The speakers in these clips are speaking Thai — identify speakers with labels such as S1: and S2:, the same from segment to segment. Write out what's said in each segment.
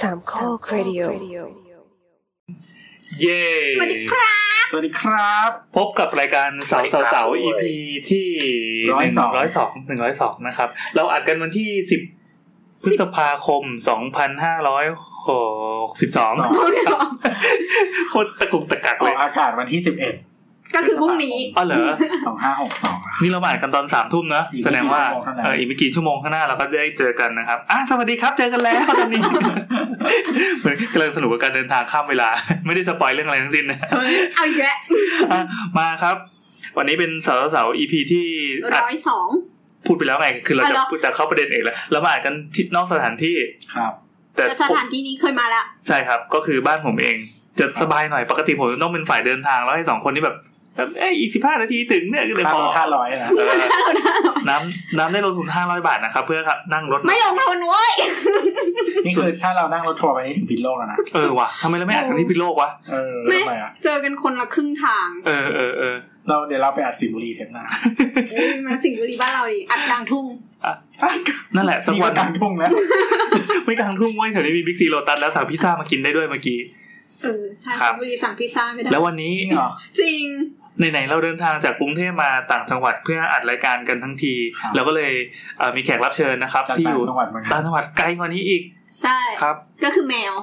S1: สามข้อครดิโอ
S2: เย้
S3: สวัสดีครับ
S4: สวัสดีครับ
S2: พบกับรายการเสาเสาเสา
S4: สวัสดีครับ
S2: EP ที่
S4: ร้อยสอง
S2: ร้อยสองหนึ่งร้อยสองนะครับ เราอัดกันวันที่สิบพฤษภาคมสองพันห้าร้อยหกสิบสองโคตรตะกุกตะกัก
S4: อ
S2: เล
S4: อย กอากาศวันที่สิบเอ็ด
S3: ก็คือพรุ่งนี้
S2: อ๋อเหรอ
S4: สองห้าหกสอง
S2: นี่เราบ่านกันตอนสามทุ่มเนอะ
S4: อีกไม่กี่
S2: แสดงว่า
S4: ชั่วโมงเท่านั้น
S2: เอออีกไม่กี่ชั่วโมงข้างหน้าเราก็ได้เจอกันนะครับอ่ะสวัสดีครับเจอกันแล้วต อนนี้ เหมือนกำลังสนุกกับการเดินทางข้ามเวลา ไม่ได้สปอยเรื่องอะไรทั้งสิ้นนะ
S3: เอาอีกแล้ว
S2: อ่ะ มาครับ วันนี้เป็นเสาเสา EP ที่อัด
S3: ร้อยสอง
S2: พูดไปแล้วไง คือเรา
S3: อ่ะ
S2: จะ
S3: เหรอ
S2: พูดจะเข้าประเด็นเอกแล้วเรามาอ่านกันที่นอกสถานที่
S4: ครับ
S2: แต่
S3: แต่ส
S2: ผม
S3: ถานที่นี้เคยมาแล้ว
S2: ใช่ครับ ก็คือบ้านผมเอง จะสบายหน่อยปกติผมต้องเป็นฝ่ายเดินทางแล้วให้สองคนนี้แบบแบบเอ้ยอีกสิบห้านาทีถึงเนี่ยก็เลย
S4: ค่า
S2: พ
S4: ร
S2: อ
S4: ถห้าร้อยนะ
S2: เออ น้ำน้ำได้ลงทุนห้าร้อยบาทนะครับ เพื่อครับนั่งรถา
S3: ไม่ลงทุนเว้ย
S4: นี่คือถ้าเรานั่งรถทัวร์ไปนี่ถึงพิษโลกแล้วนะ
S2: เออว่ะทำไมเราไม่อัดกันที่พิษโลกวะ
S4: เออ
S3: ไม่
S4: ทำไมอ่ะ
S3: เจอกันคนละครึ่ง ทาง
S2: เออเออเออ
S4: เราเดี๋ยวเราไปอัดสิงห์บุรีเทปหน้า
S3: อุ๊ยมาสิงห์บุรีบ้านเราดิอัดดังทุ่ง
S2: นั่นแหละสัก
S4: นี่
S2: วั
S4: ก็
S2: น
S4: กลางทุ่งแล้ว
S2: ไม่กลางทุ่งเว้ยแถวนี้มีบิ๊กซีโลตัสแล้วสั่งพิซซ่ามากินได้ด้วยเมื่อกี้
S3: เออใช่
S2: ครั
S3: สิ
S2: บ
S3: งห์บุรีสั่งพิซซ่าไม่ได้
S2: แล้ววันนี้
S4: จริงเหรอ
S3: จริง
S2: ไหนๆเราเดินทางจากกรุงเทพมาต่างจังหวัดเพื่ออัดรายการกันทั้งที
S4: ครับ
S2: เราก็เลยเอ่อมีแขกรับเชิญนะครับ
S4: จาก
S2: ที่อ
S4: ต่าง
S2: ยู่
S4: จังหวัดเหมือนกั
S2: ต่าน งจังหวัดไกลกว่านี้อีก
S3: ใช่
S2: ครับ
S3: ก็คือแมว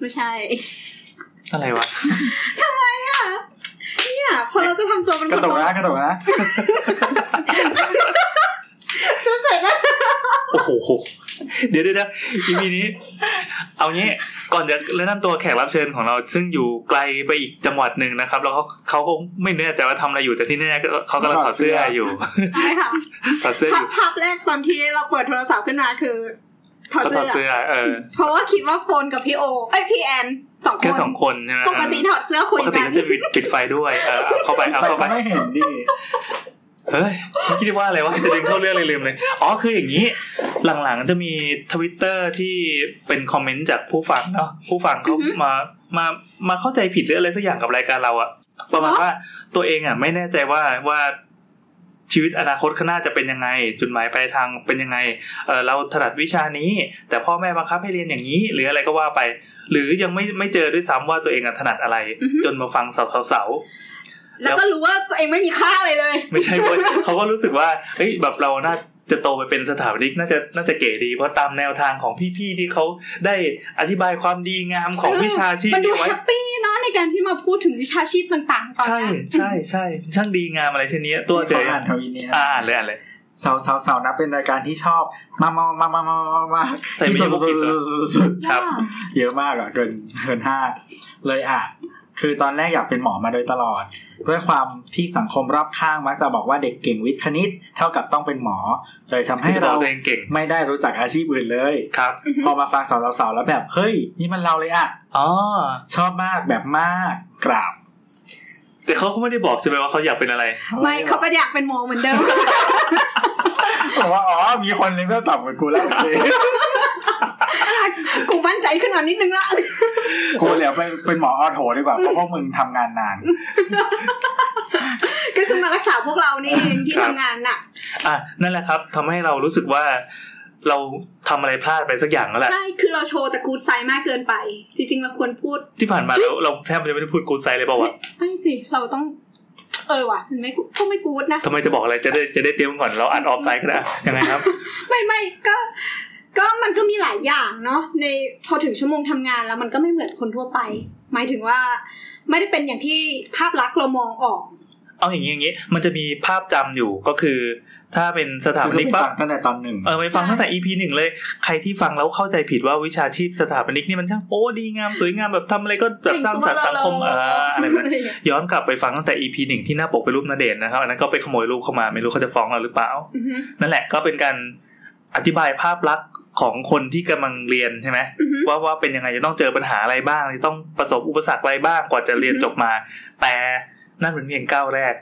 S3: ไม่ใช่
S2: อะไรวะ
S3: เนี่ยพอเราจะทำตัวเป็น
S4: ก
S3: ค
S4: ระ
S3: น
S4: ตก
S3: โต
S4: นะกระตกนะ
S3: จะเสร็จแล้วจะ
S2: โอ้โหเดี๋ยวเดี๋ยวอีพีนี้ เอางี้ก่อนจะแนะนำตัวแขกรับเชิญของเรา ซึ่งอยู่ไกลไปอีกจังหวัดหนึ่งนะครับ แล้วเขาเขาก็ไม่แน่ใจว่าทำอะไรอยู่แต่ที่แน่ๆก็เขากำลังถอดเสื้ออยู่
S3: อะไรค่ะ
S2: ถอดเสื้อ
S3: ภา
S2: อ
S3: พ
S2: ยู่
S3: ภาพแรกตอนที่เราเปิดโทรศัพท์ขึ้นมาคือถอด
S2: เขาถ
S3: เสื้
S2: อด
S3: อ
S2: เสื้อ เออ
S3: เพราะว่าคิดว่าโฟนกับพี่โอเอ้ยพี่แอนสองค
S2: แค่
S3: น
S2: สองคนใช่ไหม
S3: ปกติถอดเสื้อคุ
S2: ป
S3: ย
S2: กติ
S3: กัน
S2: ก็จะปิดปิดไฟด้วย เออเอาเข้าไปเอา
S4: ไป
S2: เข้าไป
S4: ก็ไม่เห็นดิ
S2: เฮ้ยไม่คิดว่าอะไรวะจะดึงเข้าเรื่องเลยลืมเลย อ๋อคืออย่างนี้ หลังๆจะมีทวิตเตอร์ที่เป็นคอมเมนต์จากผู้ฟังเนาะผู้ฟังเขามามามาเข้าใจผิดหรืออะไรสักอย่างกับรายการเราอะประมาณ
S3: เหรอ
S2: ว่าตัวเองอะไม่แน่ใจว่าว่าชีวิตอนาคตข้างหน้าจะเป็นยังไง จุดหมายปลายทางเป็นยังไงเออเราถนัดวิชานี้ แต่พ่อแม่บังคับให้เรียนอย่างนี้ หรืออะไรก็ว่าไป หรือยังไม่ไม่เจอด้วยซ้ำว่าตัวเองอะถนัดอะไร จนมาฟังเสาวสาว
S3: แล้วก็รู้ว่าตัวเองไม่มีค่าอะไรเลย
S2: ไม่ใช่เว้ย เขาก็รู้สึกว่า เฮ้ย แบบเราน่าจะโตไปเป็นสถาปนิก น่าจะ น่าจะเก๋ดี เพราะตามแนวทางของพี่ๆ ที่เขาได้อธิบายความดีงามของวิชาชีพ
S3: มันดู
S2: นี้ไว้
S3: แฮปปี้เนาะในการที่มาพูดถึงวิชาชีพต่างๆก่อน
S2: ใช่
S3: นะ
S2: ใช่ ใช่ ช่างดีงามอะไรเช่นนี้ ตัวเจ
S4: ขอ
S2: อ
S4: อ่านทวิตนี้นะ
S2: อ่านเลยอ่านเลย
S4: สาวสาวสาวนับเป็นรายการที่ชอบ มากมากมากมากมากมากมาก
S2: ใส่ไม่
S4: สุ
S2: เยอะ
S4: ด
S2: พวก
S4: สุ
S2: กิน
S4: ด
S2: เหรอ
S4: สุดสุด
S2: ครับ
S3: ว่า
S4: เยอะมากอ่ะเกินเกินห้าเลยอ่ะ คือตอนแรกอยากเป็นหมอมาโดยตลอด ด้วยความที่สังคมรอบข้างมักจะบอกว่าเด็กเก่งวิทย์คณิต เท่ากับต้องเป็นหมอ เลย
S2: คื
S4: ทำให้
S2: อจะบอ
S4: เรา
S2: กตัวเองเก่ง
S4: ไม่ได้รู้จักอาชีพอื่นเลย
S2: ครับ
S4: พอมาฟังสาวสาวๆแล้วแบบ เฮ้ย นี่มันเราเลยอ่ะ
S2: อ๋อ
S4: ชอบมากแบบมากกราบ
S2: แต่เขาก็ไม่ได้บอกใช่ไหมว่าเขาอยากเป็นอะไร
S3: ไม่เขาก็อยากเป็นหมอเหมือนเดิม
S4: บอกว่าอ๋อมีคนเลี้ยงก็ตอบเหมือนกูแล้วโอเค
S3: กูมั่นใจขึ้นมา นิดนึงละ
S4: กูเหลียวไปเป็นหมอออโถดีกว่าเพราะพวกมึงทำงานนาน
S3: ก็คือมารักษาพวกเรานี่เองที่
S2: ครับ
S3: ทำงานน่ะ
S2: อ่ะ นั่นแหละครับทำให้เรารู้สึกว่า เราทำอะไรพลาดไปสักอย่างแล้วแหละ
S3: ใช่คือเราโชว์แต่กูดไซด์มากเกินไป จริงๆเราควรพูด
S2: ที่ผ่านมาเราเราแทบจะไม่ได้พูดกูดไซเลยเปล่าวะ
S3: ไม่สิเราต้อง เออว่ะมันไม่กูก็ไม่กูดนะ
S2: ทำไมจะบอกอะไรจะได้จะได้เตรียมก่อนเราอัดออฟไซด์ก็ได้ยังไงครับ
S3: ไม่ไม่ก็ก็มันก็มีหลายอย่างเนาะในพอถึงชั่วโมงทำงานแล้วมันก็ไม่เหมือนคนทั่วไป หมายถึงว่า ไม่ได้เป็นอย่างที่ภาพลักษณ์เรามองออก
S2: เอาอย่างนี้อย่างนี้มันจะมีภาพจำอยู่ก็คือ ถ้าเป็นสถาป
S4: คือ
S2: นิก
S4: ไป
S2: ปั๊บ
S4: ฟังตั้งแต่ตอนหนึ่ง
S2: เออไปฟังตั้งแต่ EP หนึ่งเลย ใครที่ฟังแล้วเข้าใจผิดว่าวิชาชีพสถาปนิกนี่มันช่างโอ้ดีงามสวยงามแบบทำอะไรก็แบบสร้างสรรค์สังคมเอออะไรแบบนั้นย้อนกลับไปฟังตั้งแต่ EP หนึ่งที่หน้าปกเป็นรูปนาเดชน์นะครับอันนั้นก็ไปขโมยรูปเข้ามาไม่รู้เขาจะฟ้องเราหรือเปล่า
S3: อือฮึ
S2: นั่นแหละก็เป็นการอธิบายภาพลักษณ์ของคนที่กำลังเรียนใช่ไหม
S3: อือฮึ
S2: ว่าว่าเป็นยังไงจะต้องเจอปัญหาอะไรบ้างจะต้องประสบอุปสรรคอะไรบ้างกว่าจะเรียนจบมา แต่นั่นเป็นเพียงก้าวแรก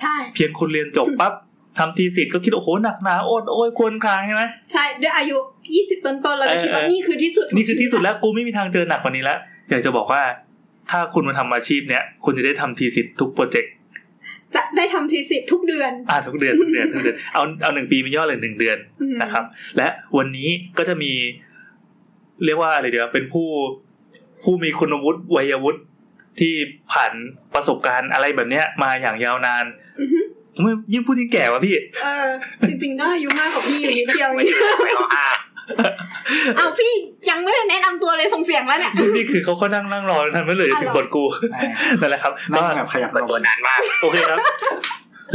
S3: ใช่
S2: เพียงคุณเรียนจบปั๊บทำทีสิทธ์ก็คิดโอ้โหหนักหนาโอดโอยควรคลางใช่ไหม
S3: ใช่ด้วยอายุ 20 ต้นๆเราจะคิดว่า
S2: เออ
S3: นี่คือที่สุด
S2: นี่คือที่สุดแล้วกูไม่มีทางเจอหนักกว่านี้แล้วอยากจะบอกว่าถ้าคุณมาทำอาชีพเนี้ยคุณจะได้ทำทีสิทธ์ทุกโปรเจกต์
S3: จะได้ทำทีสิทธิ์ทุกเดือน
S2: อ่าทุกเดือนทุกเดือนทุกเดือนเอาเอาหนึ่งปีมียอดเลยหนึ่งเดือน
S3: อืม
S2: นะครับ และวันนี้ก็จะมี เรียกว่าอะไรเดียวเป็นผู้ผู้มีคุณวุฒิวัยวุฒิที่ผ่านประสบการณ์อะไรแบบเนี้ย มาอย่างยาวนาน
S3: อือฮึ
S2: เมื่อยิ่งพูดยิ่งแก่วะพี่
S3: เออ จริงๆก็อายุมากกว่าพี่อยู่นิดเดียวเอ
S1: ไม่
S3: ง
S1: ได้ไม่ต้องอ้าง
S3: เอาพี่ยังไม่ได้แนะนำตัวเลยส่งเสียง แล้วเนี่ย
S2: นี่คือเขาก็นั่งนั่งรอนั่นไม่เลย
S3: อ้าว
S2: ถึ
S3: เห
S2: ง
S3: รอ
S2: บทกู นั่นแหละครับ
S4: นั่
S2: ก็
S4: งแบบขยับ
S1: เปิด
S4: ล
S1: ตัว
S4: ม
S1: นานมาก
S2: โอเคครับ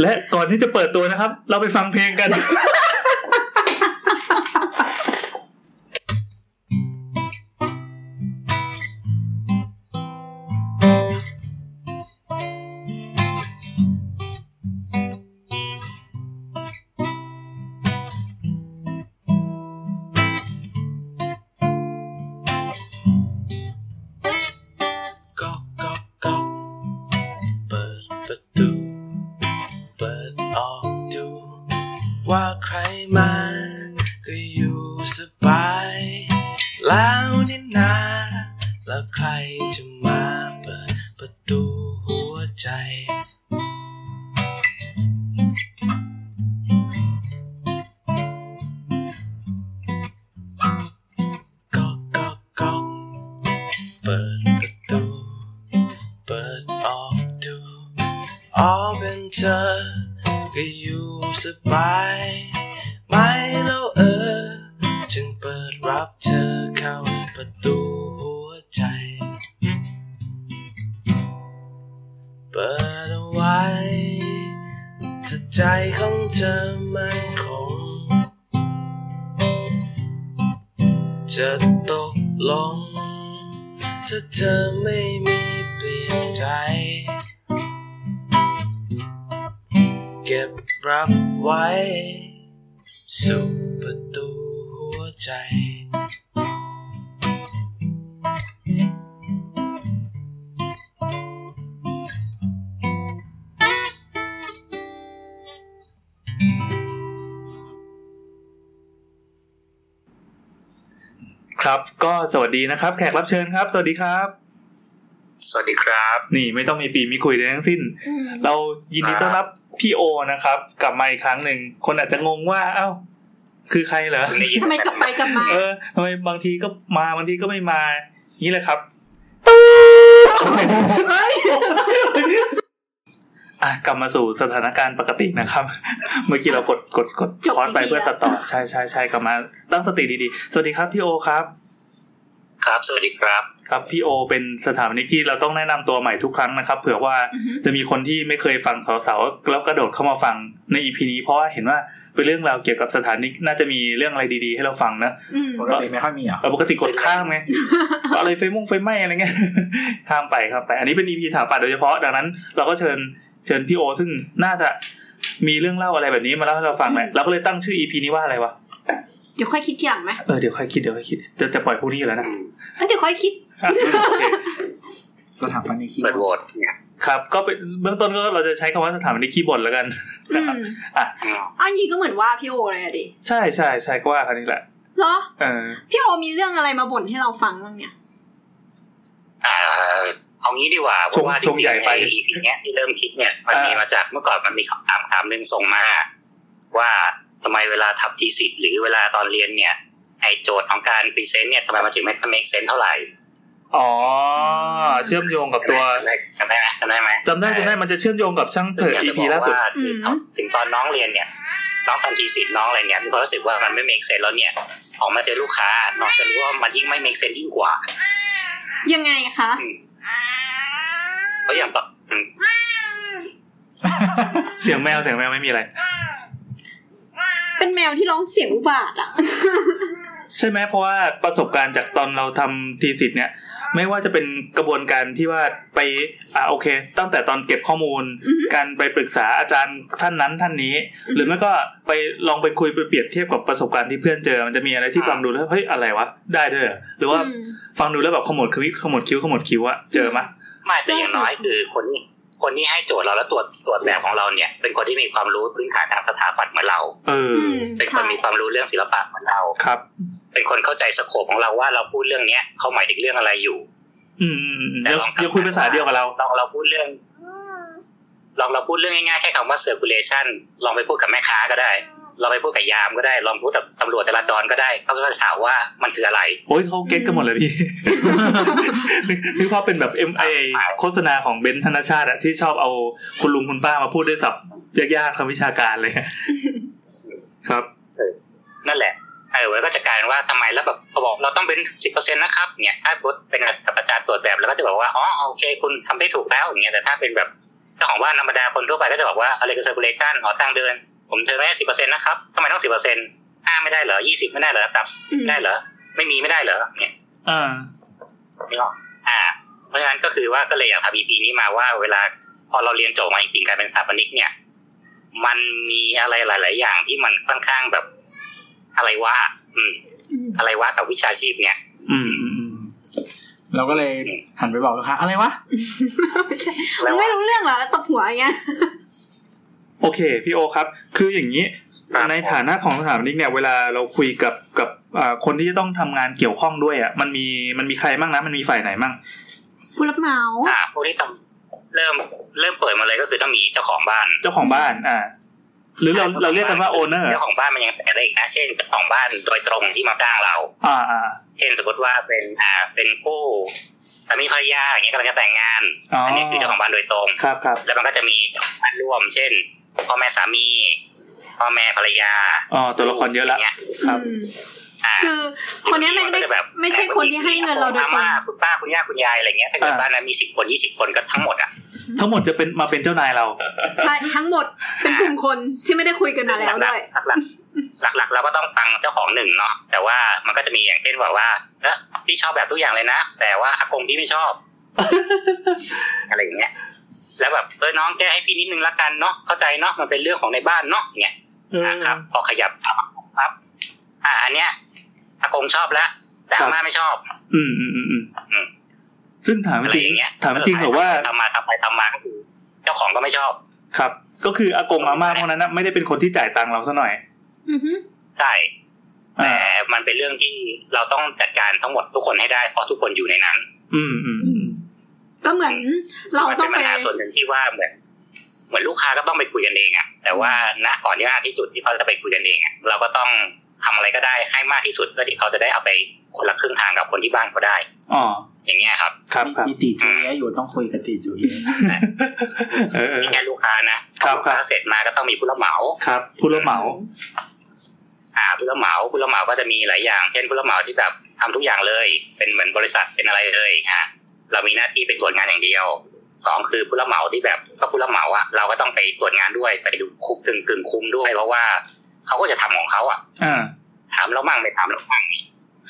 S2: และก่อนที่จะเปิดตัวนะครับ เราไปฟังเพลงกัน
S5: ก๊อกก๊อกก๊อกเปิดประตู เปิดออกดู ว่าใครมา ก็อยู่สบาย แล้วนี่นา แล้วใครจะมาเปิดประตูหัวใจ ก๊อกก๊อกก๊อกเปิดประตู เปิดออกดูอ๋อเป็นเธอ ก็อยู่สบายไหม่แล้วเออ จึงเปิดรับเธอเข้าประตูหัวใจ เปิดเอาไว้ถ้าใจของเธอมันคง จะตกลง ถ้าเธอไม่มีเปลี่ยนใจ เก็บรับไว้ สู่ประตูหัวใจ
S2: ครับ ก็สวัสดีนะครับ แขกรับเชิญครับ สวัสดีครับ
S1: สวัสดีครับ
S2: นี่ไม่ต้องมีปีมีคุยใดทั้งสิ้น
S3: อืม
S2: เรายินดีต้อนรับพี่โอนะครับ กลับมาอีกครั้งหนึ่ง คนอาจจะงงว่า เอ้า คือใครเหรอ
S1: ได้ยิน
S3: ทำไมกลับไปกลับมา
S2: เออทำไมบางทีก็มาบางทีก็ไม่มานี่แหละครับ
S3: เฮ้ย
S2: อ่ะกลับมาสู่สถานการณ์ปกตินะครับ เมื่อกี้เรากดกดกด
S3: จบ
S2: พอดไป
S3: ดีๆ
S2: เพื่อตัดต่อใช่ใช่ใช่กลับมาตั้งสติดีๆ สวัสดีครับพี่โอครับ
S1: ครับ สวัสดีครับ
S2: ครับพี่โอ เป็นสถาปนิกที่เราต้องแนะนำตัวใหม่ทุกครั้งนะครับเผื่อว่า
S3: อือฮึ
S2: จะมีคนที่ไม่เคยฟังสาวๆแล้วกระโดดเข้ามาฟังในอีพีนี้เพราะว่าเห็นว่าเป็นเรื่องราวเกี่ยวกับสถาปนิกน่าจะมีเรื่องอะไรดีๆ ให้เราฟังนะ
S3: อืม
S4: ปกติไม่ค่อยมีเหรอ
S2: เราปกติกดข้าม ไง อะไรไฟมุ่งไฟไหม้อะไรเงี้ย ข้ามไปครับไปอันนี้เป็น EP ถามปัดโดยเฉพาะดังนั้น เราก็เชิญเชิญพี่โอ ซึ่งน่าจะมีเรื่องเล่าอะไรแบบนี้มาเล่าให้เราฟังแหละเราก็เลยตั้งชื่อ EP นี้ว่าอะไรวะ
S3: เดี๋ยวค่อยคิดทีหลังไหม
S2: เออเดี๋ยวค่อยคิดเดี๋ยวค่อยคิดจะจะปล่อยพวกนี้อยู่แล้วนะ
S3: เอ้ยเดี๋ยวค่อยคิด
S2: อ่ะโอเค
S4: สถาปนิกคีย์
S1: เปิดโหว
S4: บอร์ด
S1: ตเนี่ย
S2: ครับ ก็เป็นเบื้องต้นก็เราจะใช้คำว่าสถาบันคีย์บอร์ดแล้วกัน
S3: อื
S2: นะครับ
S3: ม
S1: อ้าว
S3: เอันนี้ก็เหมือนว่าพี่โอเลยอะดิ
S2: ใช่ใช่ใช่ก็ว่าคันนี้แหละ
S3: เหรอ
S2: เออ
S3: พี่โอมีเรื่องอะไรมาบ่นให้เราฟังบ้างเนี่ย
S1: อ่าเอางี้ดีกว่าเพราะว่าจริงๆใน EP เนี้ยที่เริ่มคิดเนี่ย มันมีมาจากเมื่อก่อนมันมีคำถามถามหนึ่งส่งมา ว่าทำไมเวลาทำทีสิทธ์หรือเวลาตอนเรียนเนี่ยไอโจทย์ของการพรีเซนต์เนี่ยทำไมมันถึงไม่ make sense เท่าไหร่
S2: อ๋อเชื่อมโยงกับตัว
S1: จำได้จำได้ไหมจำได้
S2: จำได้
S1: ไหม
S2: จำได้มันจะเชื่อมโยงกับช่างเถอะ
S1: ยากจะ
S2: EP
S1: บอก
S2: ล่าสุด
S1: ว่า
S3: อืม
S1: ถึงตอนน้องเรียนเนี่ย น้องทำทีสิทธ์น้องอะไรเนี่ยมีความรู้สึกว่ามันไม่ make sense แล้วเนี่ย ออกมาเจอลูกค้า น้องจะรู้ว่ามันยิ่งไม่ make sense ยิ่งกว่า
S3: ยังไงคะ
S1: อืมเพราะอย่างตอนอืม
S2: เสียงแมวเสียงแมวไม่มีอะไร
S3: เป็นแมวที่ร้องเสียงอุบาทอะ
S2: ใช่ไหมเพราะว่าประสบการณ์จากตอนเราทำทีสิทธ์เนี่ย ไม่ว่าจะเป็นกระบวนการที่ว่าไปอ่าโอเค ตั้งแต่ตอนเก็บข้อมูล
S3: อือฮึ
S2: การไปปรึกษาอาจารย์ท่านนั้นท่านนี้
S3: อือฮึ
S2: หรือไม่ก็ไปลองไปคุยไปเปรียบเทียบกับประสบการณ์ที่เพื่อนเจอ มันจะมีอะไรที่ฟังดูแล้วเฮ้ยอะไรวะได้ด้วยเหรอหรือว่า
S3: อืม
S2: ฟังดูแล้วแบบขมวดคิ้วขมวดคิ้วขมวดคิ้วอะเจอมะ
S1: ไม่แต่อย่างน้อยคือคนที่คนที่ให้โจทย์เราแล้วตรวจตรวจแบบของเราเนี่ย เป็นคนที่มีความรู้พื้นฐานทางสถาปัตย์เหมือนเรา
S2: เอออ
S3: ม
S1: เป็นคนมีความรู้เรื่องศิลปะเหมือนเรา
S2: ครับ
S1: เป็นคนเข้าใจสโคปของเราว่าเราพูดเรื่องเนี้ยเขาหมายถึงเรื่องอะไรอยู่
S2: อืมอืมอืม
S1: แต่
S2: เดี๋ยว
S1: ลองทำ
S2: เดี๋ยวคุยภาษาเดียวกับเรา
S1: ลองเราพูดเรื่องลองเราพูดเรื่องง่ายๆแค่คำว่า circulation ลองไปพูดกับแม่ค้าก็ได้ เราไปพูดกับยามก็ได้ลองพูดกับตำรวจจราจรก็ได้เขาก็จะถามว่ามันคืออะไร
S2: โอ้ยเขาเก็ตกันหมดเลยพี่ นึกว่าเป็นแบบเอ็มไอโฆษณาของเบนซ์ธนชาติอะที่ชอบเอาคุณลุงคุณป้ามาพูดด้วยศัพท์ยากๆทางวิชาการเลย อะครับ
S1: นั่นแหละเออแล้วก็จะกลายเป็นว่าทำไมแล้วแบบเขาบอกเราต้องเป็นสิบเปอร์เซ็นต์นะครับเนี่ยถ้าบดเป็นกับอาจารย์ตรวจแบบแล้วก็จะบอกว่าอ๋อโอเค คุณทำได้ถูกแล้วอย่างเงี้ยแต่ถ้าเป็นแบบเจ้าของบ้านธรรมดาคนทั่วไปก็จะบอกว่าอะไรคือ circulation หอทางเดิน ผมเจอไม่ได้สิบเปอร์เซ็นต์นะครับทำไมต้องสิบเปอร์เซ็นต์ห้าไม่ได้เหรอยี่สิบไม่ได้เหรอครับ
S3: อืม
S1: ได้เหรอไม่มีไม่ได้เหรอเนี่ย
S2: อ่า
S1: ไม่ออกอ่า เพราะฉะนั้นก็คือว่าก็เลยอยากทำ EP นี้มาว่า เวลาพอเราเรียนจบมาจริงๆการเป็นสถาปนิกเนี่ย มันมีอะไรหลาย ๆ อย่างที่มันค่อนข้างแบบ อะไรวะอืม
S3: อืม
S1: อะไรวะกับวิชาชีพเนี่ย
S2: อืมอืมอืม
S4: เราก็เลยหันไปบอกลูกค้าอะไรวะ
S3: ไม่ใช่
S1: แล้ว
S3: ไม่รู้เรื่องเหรอแล้วตบหัวอย่างเงี้ย
S2: โอเค พี่โอครับ คืออย่างนี้
S1: ครับ
S2: ในฐานะของสถาปนิกเนี่ยเวลาเราคุยกับกับอ่าคนที่จะต้องทำงานเกี่ยวข้องด้วยอ่ะมันมีมันมีใครบ้างนะมันมีฝ่ายไหนบ้าง
S3: ผู้รับเหมา
S1: อ่าพวกที่ต้องเริ่มเริ่มเปิดมาเลยก็คือต้องมีเจ้าของบ้าน
S2: เจ้าของบ้าน อ่า หรือเราเราเรียกกันว่าโอเนอร์
S1: เจ้าของบ้านมันยังแต่ได้อีกนะเช่นเจ้าของบ้านโดยตรงที่มาจ้างเรา
S2: อ่าอ่า
S1: เช่นสมมติว่าเป็นอ่าเป็นผู้สามีภรรยาอย่างเงี้ยกำลังจะแต่งงาน
S2: อ๋อ
S1: อั
S2: อั
S1: นนี้คือเจ้าของบ้านโดยตรง
S2: ครับครับ
S1: แล้วมันก็จะมีเจ้าของบ้านร่วม เช่นพ่อแม่สามีพ่อแม่ภรรยา
S2: อ๋อตัวละครเยอะละ
S1: างงี้
S2: ครับ
S3: อืม
S1: อ่า
S3: คือคนเนี้ยไม่ได้
S1: ก็จะแบบ
S3: ไม่ใช่คนที่ให้เงินเราโดยตรง
S1: อาม่าคุณป้าคุณย่าคุณยายอะไรเงี้ยถ้าเกิด
S2: อ่า
S1: บ้านนั้นมีสิบคนยี่สิบคนก็ทั้งหมดอ่ะ
S2: ทั้งหมดจะเป็นมาเป็นเจ้านายเรา
S3: ใช่ทั้งหมดเป็นกลุ่มคนที่ไม่ได้คุยกันมาแล้วด้วย
S1: หลักๆหลักๆหลักๆเราก็ต้องฟังเจ้าของหนึ่งเนาะแต่ว่ามันก็จะมีอย่างเช่นแบบว่าเออพี่ชอบแบบทุกอย่างเลยนะ แต่ว่าอากงพี่ไม่ช อบ อะไรอย่างเงี้ย แล้วแบบเออน้องแก้ให้พี่นิดนึงละกันเนาะเข้าใจเนาะมันเป็นเรื่องของในบ้านเนาะอย่างเงี้ย
S2: เออ
S1: นะครับ พอขยับปั๊บอ่าอันเนี้ยอากงชอบแล้วแต่อาม่าไม่ชอบ
S2: อืมอืมอืมอืม
S1: อืม
S2: ซึ่งถาม
S1: อะไร
S2: จริ
S1: อง ย่างเงี้ย
S2: ถามจริงเหรอว่า
S1: ทำมาทำไปทำมาก็คือเจ้าของก็ไม่ชอบ
S2: ครับ ก็คืออากงอาม่าพวกนั้นนะไม่ได้เป็นคนที่จ่ายตังค์เราซะหน่อย
S3: อือฮึ
S1: ใช่
S2: อ่า
S1: แต่มันเป็นเรื่องที่เราต้องจัดการทั้งหมดทุกคนให้ได้เพราะทุกคนอยู่ในนั้น
S2: อืมอืมอืม
S3: ก็เหมือนเรา
S1: มั
S3: ต้
S1: เป็
S3: อง
S1: น
S3: ไป
S1: ปัญหาส่วนหนึ่งที่ว่าเหมือนเหมือนลูกค้าก็ต้องไปคุยกันเองอะแต่ว่าณก่อนที่ว่าที่จุดที่เขาจะไปคุยกันเองอะเราก็ต้องทำอะไรก็ได้ให้มากที่สุดเพื่อที่เขาจะได้เอาไปคนละครึ่งทางกับคนที่บ้านเขาได้
S2: อ๋อ
S1: อย่างเงี้ยครับ
S2: ครับครับ
S4: มีตีจุเยอยู่ต้องคุยกับตีจุเย
S2: เออเออ
S1: แค่ลูกค้านะครับ ลูกค้า
S2: ครับ
S1: เสร็จมาก็ต้องมีผู้รับเหมา
S2: ครับผู้รับเหมา
S1: อ่าผู้รับเหมาผู้รับเหมาก็จะมีหลายอย่าง เช่นผู้รับเหมาที่แบบทำทุกอย่างเลย เป็นเหมือนบริษัทเป็นอะไรเลยอ่ะเรามีหน้าที่ไปตรวจงานอย่างเดียวสองคือผู้รับเหมาที่แบบก็ผู้รับเหมาอะเราก็ต้องไปตรวจงานด้วยไปดูคุกกึ่งกึ่งคุมด้วยเพราะว่าเขาก็จะทำของเขาอะ
S2: อ่า
S1: ถามเรามั่งไม่ถามเรามั่ง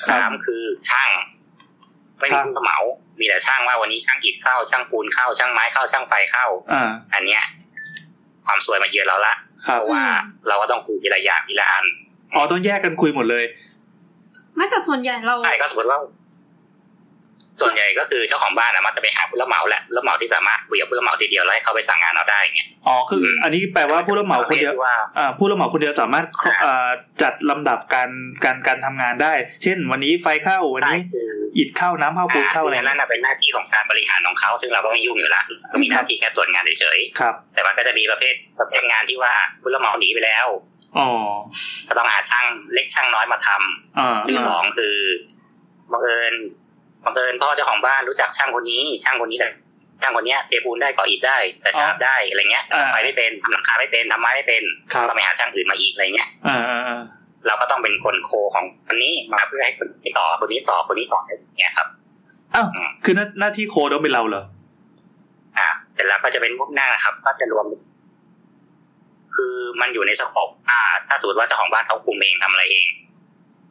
S2: ครับ
S1: สามคือช่างไม่มีผู้รับเหมา มีแต่ช่างว่าวันนี้ช่างอิฐเข้าช่างปูนเข้าช่างไม้เข้าช่างไฟเข้า
S2: อ่า
S1: อันเนี้ยความสวยมาเยือนเราละ
S2: ครับ
S1: เพราะว่าเราก็ต้องคุยทีละอย่างทีละอัน
S2: อ๋อต้องแยกกันคุยหมดเลย
S3: ไม่แต่ส่วนใหญ่เรา
S1: ใช่ก็สมมติว่า ส่วนใหญ่ก็คือเจ้าของบ้านนะมักจะไปหาผู้รับเหมาแหละผู้รับเหมาที่สามารถคุยกับผู้รับเหมาทีเดียวแล้วให้เขาไปสั่งงานเราได้เนี่ย
S2: อ๋อคือออันนี้แปลว่าผู้รับเหมาคนเดียว
S1: ที่ว่า
S2: อ่าผู้รับเหมาคนเดียวสามารถ
S1: ครับ
S2: อ่าจัดลำดับการการการทำงานได้ เช่น วันนี้ไฟเข้าวันนี้
S1: ใช่คือ
S2: อิดเข้าน้ำเข้าปูนเข้าอะไร
S1: อ่นั่นนะเป็นหน้าที่ของการบริหารของเขาซึ่งเราก็ไม่ยุ่งอยู่ละก็มีหน้าที่แค่ตรวจงานเฉย
S2: ครับ
S1: ๆแต่มันก็จะมีประเภทประเภทงานที่ว่าผู้รับเหมาหนีไปแล้ว
S2: อ๋อ
S1: ก็ต้องหาช่างเล็กช่างน้อยมาทำ
S2: อ่า
S1: หรือสองคือบังเอิญบังเอิญพ่อเจ้าของบ้านรู้จักช่างคนนี้ ช่างคนนี้แต่ช่างคนเนี้ยเทปูนได้ก่ออิฐได้ แต่ฉาบได้อะไรเงี้ยแต่ทำไฟไม่เป็นทำหลังคาไม่เป็นทำไม้ไม่เป็น
S2: ครับ
S1: ต้องไปหาช่างอื่นมาอีกอะไรเงี้ย
S2: อ่าอ่าอ่า
S1: เราก็ต้องเป็นคนโคของคนนี้มาเพื่อให้คนนี้ต่อคนนี้ต่อคนนี้ต่ออะไรอย่างเงี้ยครับ
S2: คือหน้าหน้าที่โคดต้องเป็นเราเหรอ
S1: อ่า เสร็จแล้วก็จะเป็นพวกหน้านะครับ ก็จะรวม คือมันอยู่ในสกอบอ่า ถ้าสมมติว่าเจ้าของบ้านเขาคุมเองทำอะไรเอง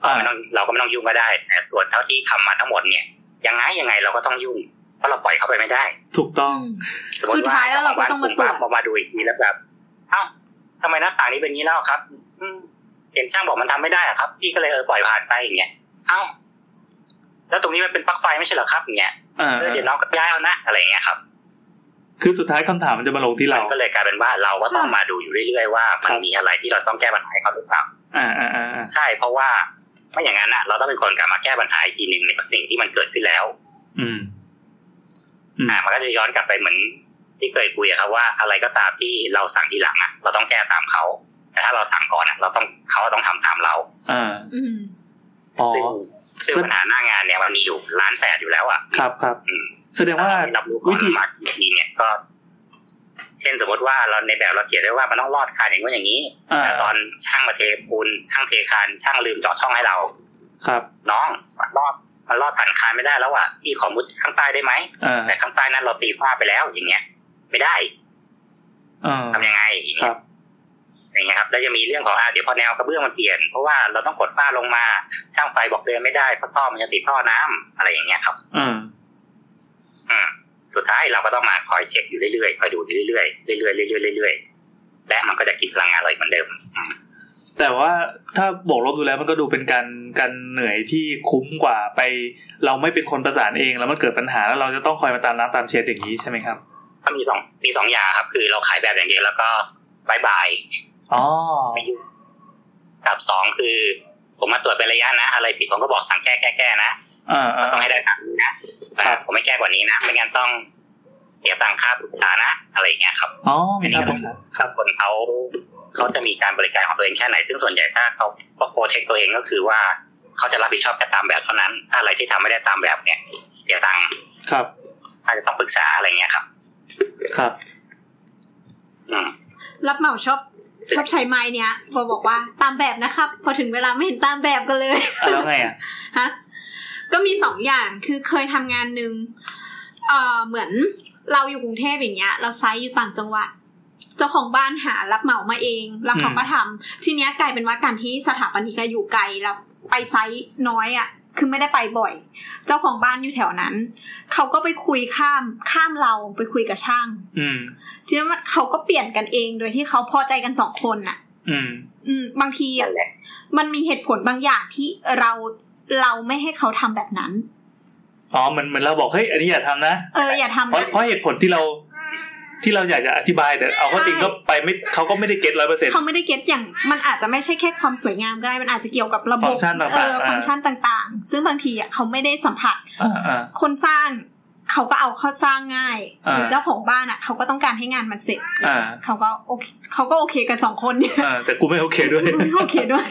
S2: อ่า
S1: ไม่ต้องเราก็ไม่ต้องยุ่งก็ได้แต่ส่วนเท่าที่ทำมาทั้งหมดเนี่ยยังไงยังไงเราก็ต้องยุ่งเพราะเราปล่อยเขาไปไม่ได้
S2: ถูกต้อง
S1: สมมติ
S3: สุด
S1: ว่า
S3: ท้ายแล้วเราก็ต้องมาตรวจ
S1: เจ้ขอบ้นคุปั๊บพอมาดูอีกทีแล้วแบบเอ้าทำไมหน้าต่างนี้เป็นอย่างนี้แล้วครับ อืมเห็นช่างบอกมันทำไม่ได้อะครับ พี่ก็เลยเออปล่อยผ่านไปอย่างเงี้ยเอ้าแล้วตรงนี้มันเป็นปลั๊กไฟไม่ใช่เหรอครับอย่างเงี้ย
S2: อ่า
S1: เออ
S2: อ่า
S1: เดี๋ยวน้องก็ย้ายเอานะอะไรอย่างเงี้ยครับ
S2: คือสุดท้ายคำถามมันจะมาลงที่เรา
S1: ก็เลยกลายเป็นว่าเราก็ต้องมาดูอยู่เรื่อยๆว่ามัน
S2: ครับ
S1: มีอะไรที่เราต้องแก้ปัญหาให้เขาหรือเปล่า
S2: อ่าอ่าอ่าอ่า
S1: ใช่เพราะว่าไม่อย่างนั้นน่ะ เราต้องเป็นคนกลับมาแก้ปัญหาอีกทีหนึ่งในสิ่งที่มันเกิดขึ้นแล้ว
S2: อืม อืม
S1: อ่ามันก็จะย้อนกลับไปเหมือนที่เคยคุยอะครับว่าอะไรก็ตามที่เราสั่งทีหลังอะเราต้องแก้ตามเขา แต่ถ้าเราสั่งก่อนอะ เราต้องเขาต้องทำตามเรา
S2: อ่า
S3: อืม
S2: อ๋อ
S1: ซึ่งซึ่ง
S2: ซึ่ง
S1: ปัญหาหน้างานเนี่ยมันมีอยู่ล้านแปดอยู่แล้วอ่ะ
S2: ครับครับ
S1: อืม
S2: แสดงว่า
S1: เรไม่รับรู้ก่อ
S2: วิ
S1: น
S2: ธี
S1: มาทีเนี่ยก็ เช่นสมมติว่าเราในแบบเราเขียนไว้ว่ามันต้องรอดคานอย่างนู้นอย่างนี้
S2: อ่า
S1: แต่ตอนช่างมาเทปูนช่างเทคานช่างลืมเจาะช่องให้เรา
S2: ครับ
S1: น้องมันรอดมันรอดผ่านคานไม่ได้แล้วอ่ะพี่ขอมุดข้างใต้ได้ไหม
S2: อ่า
S1: แต่ข้างใต้นั้นเราตีคว้าไปแล้วอย่างเงี้ย ไม่ได้
S2: อ่า
S1: ทำยังไงอย่าง
S2: ค
S1: เงี้
S2: รั
S1: ย
S2: บ
S1: อย่างเงี้ยครับแล้วจะมีเรื่องของอ่ะเดี๋ยวพอแนวกระเบื้องมันเปลี่ยนเพราะว่าเราต้องกดฝ้าลงมาช่างไฟบอกเดินไม่ได้เพราะท่อมันจะติดท่อน้ำอะไรอย่างเงี้ยครับ
S2: อืม
S1: อืมสุดท้ายเราก็ต้องมาคอยเช็คอยู่เรื่อยๆ คอยดูเรื่อยๆ เรื่อยๆ เรื่อยๆ เรื่อยๆ และมันก็จะกินพลังงานเราอีกเหมือนเดิม
S2: แต่ว่าถ้าบวกลบดูแล้วมันก็ดูเป็นการการเหนื่อยที่คุ้มกว่าไป เราไม่เป็นคนประสานเองแล้วมันเกิดปัญหาแล้วเราจะต้องคอยมาตามน้ำตามเช็ดอย่างนี้ใช่ไหมครับ
S1: ก็มีสองมีสองอย่างครับ คือเราขายแบบอย่างเดียวแล้วก็บายบาย
S2: อ๋อ
S1: ไม่ยุ่งกับสองคือ ผมมาตรวจเป็นระยะนะ อะไรผิดผมก็บอกสั่งแก้แก้แก้นะ
S2: อ่าอ่า
S1: ก็ต้องให้ได้ตามนี้นะแต่ผมไม่แก้กว่านี้นะไม่งั้นต้องเสียตังค่าปรึกษานะอะไรอย่างเงี้ยครับ
S2: อ๋อมีครับผมครับ
S1: คนเขาเขาจะมีการบริการของตัวเองแค่ไหน ซึ่งส่วนใหญ่ถ้าเขาโปรเทคตัวเองก็คือว่าเขาจะรับผิดชอบแค่ตามแบบเท่านั้น ถ้าอะไรที่ทำไม่ได้ตามแบบเนี่ยเสียตังค์
S2: ครับ
S1: อาจจะต้องปรึกษาอะไรเงี้ยครับ
S2: ครับ
S1: อืม
S3: รับเหมาชอบชอบใช้ไม้เนี้ยพอบอกว่าตามแบบนะครับ พอถึงเวลาไม่เห็นตามแบบกันเลย
S2: อ่ะแล้วไงอ่ะ
S3: ฮะก็มีสองอย่างคือเคยทำงานหนึ่งเออเหมือนเราอยู่กรุงเทพอย่างเงี้ย เราไซต์อยู่ต่างจังหวัด เจ้าของบ้านหารับเหมามาเอง แล้วเขาก็ทำทีเนี้ยกลายเป็นว่าการที่สถาปนิกอยู่ไกลแล้วไปไซต์น้อยอะ่ะ คือไม่ได้ไปบ่อย เจ้าของบ้านอยู่แถวนั้น เขาก็ไปคุยข้ามข้ามเราไปคุยกับช่าง
S2: อืม
S3: ทีนี้มันเขาก็เปลี่ยนกันเองโดยที่เขาพอใจกันสองคนน่ะ
S2: อืม
S3: อืมบางทีอะ
S1: นั่นแหละ
S3: มันมีเหตุผลบางอย่างที่เราเราไม่ให้เขาทำแบบนั้น
S2: อ๋อเหมือนเหมือนเราบอกเฮ้ยอันนี้อย่าทำนะ
S3: เอออย่าทำ
S2: เพราะ
S3: นะ
S2: เพราะเหตุผลที่เรา ที่เราอยากจะอธิบายแต่เอาเข้อจริง
S3: ใช่
S2: ก็ไปไม่เขาก็ไม่ได้เก็ตร้อยเปอร์เซ็นต์
S3: เขาไม่ได้เก็ตอย่างมันอาจจะไม่ใช่แค่ความสวยงามก็ได้ มันอาจจะเกี่ยวกับระบ
S2: ฟั
S3: บ
S2: งก์ชันต่างๆ
S3: เออ
S2: อ่า
S3: ฟังก์ชันต่างๆ ซึ่งบางทีอะเขาไม่ได้สัมผัส
S2: อ่าอ่า
S3: คนสร้างเขาก็เอาเข้าสร้างง่าย
S2: อ่า
S3: หรือเจ้าของบ้านอ่ะ เขาก็ต้องการให้งานมันเสร็จ
S2: อ่า
S3: เขาก็โอเคเขาก็โอเคกันสองคนเนี่ย
S2: อ่าแต่กูไม่โอเคด้วย
S3: ไม่โอเคด้วย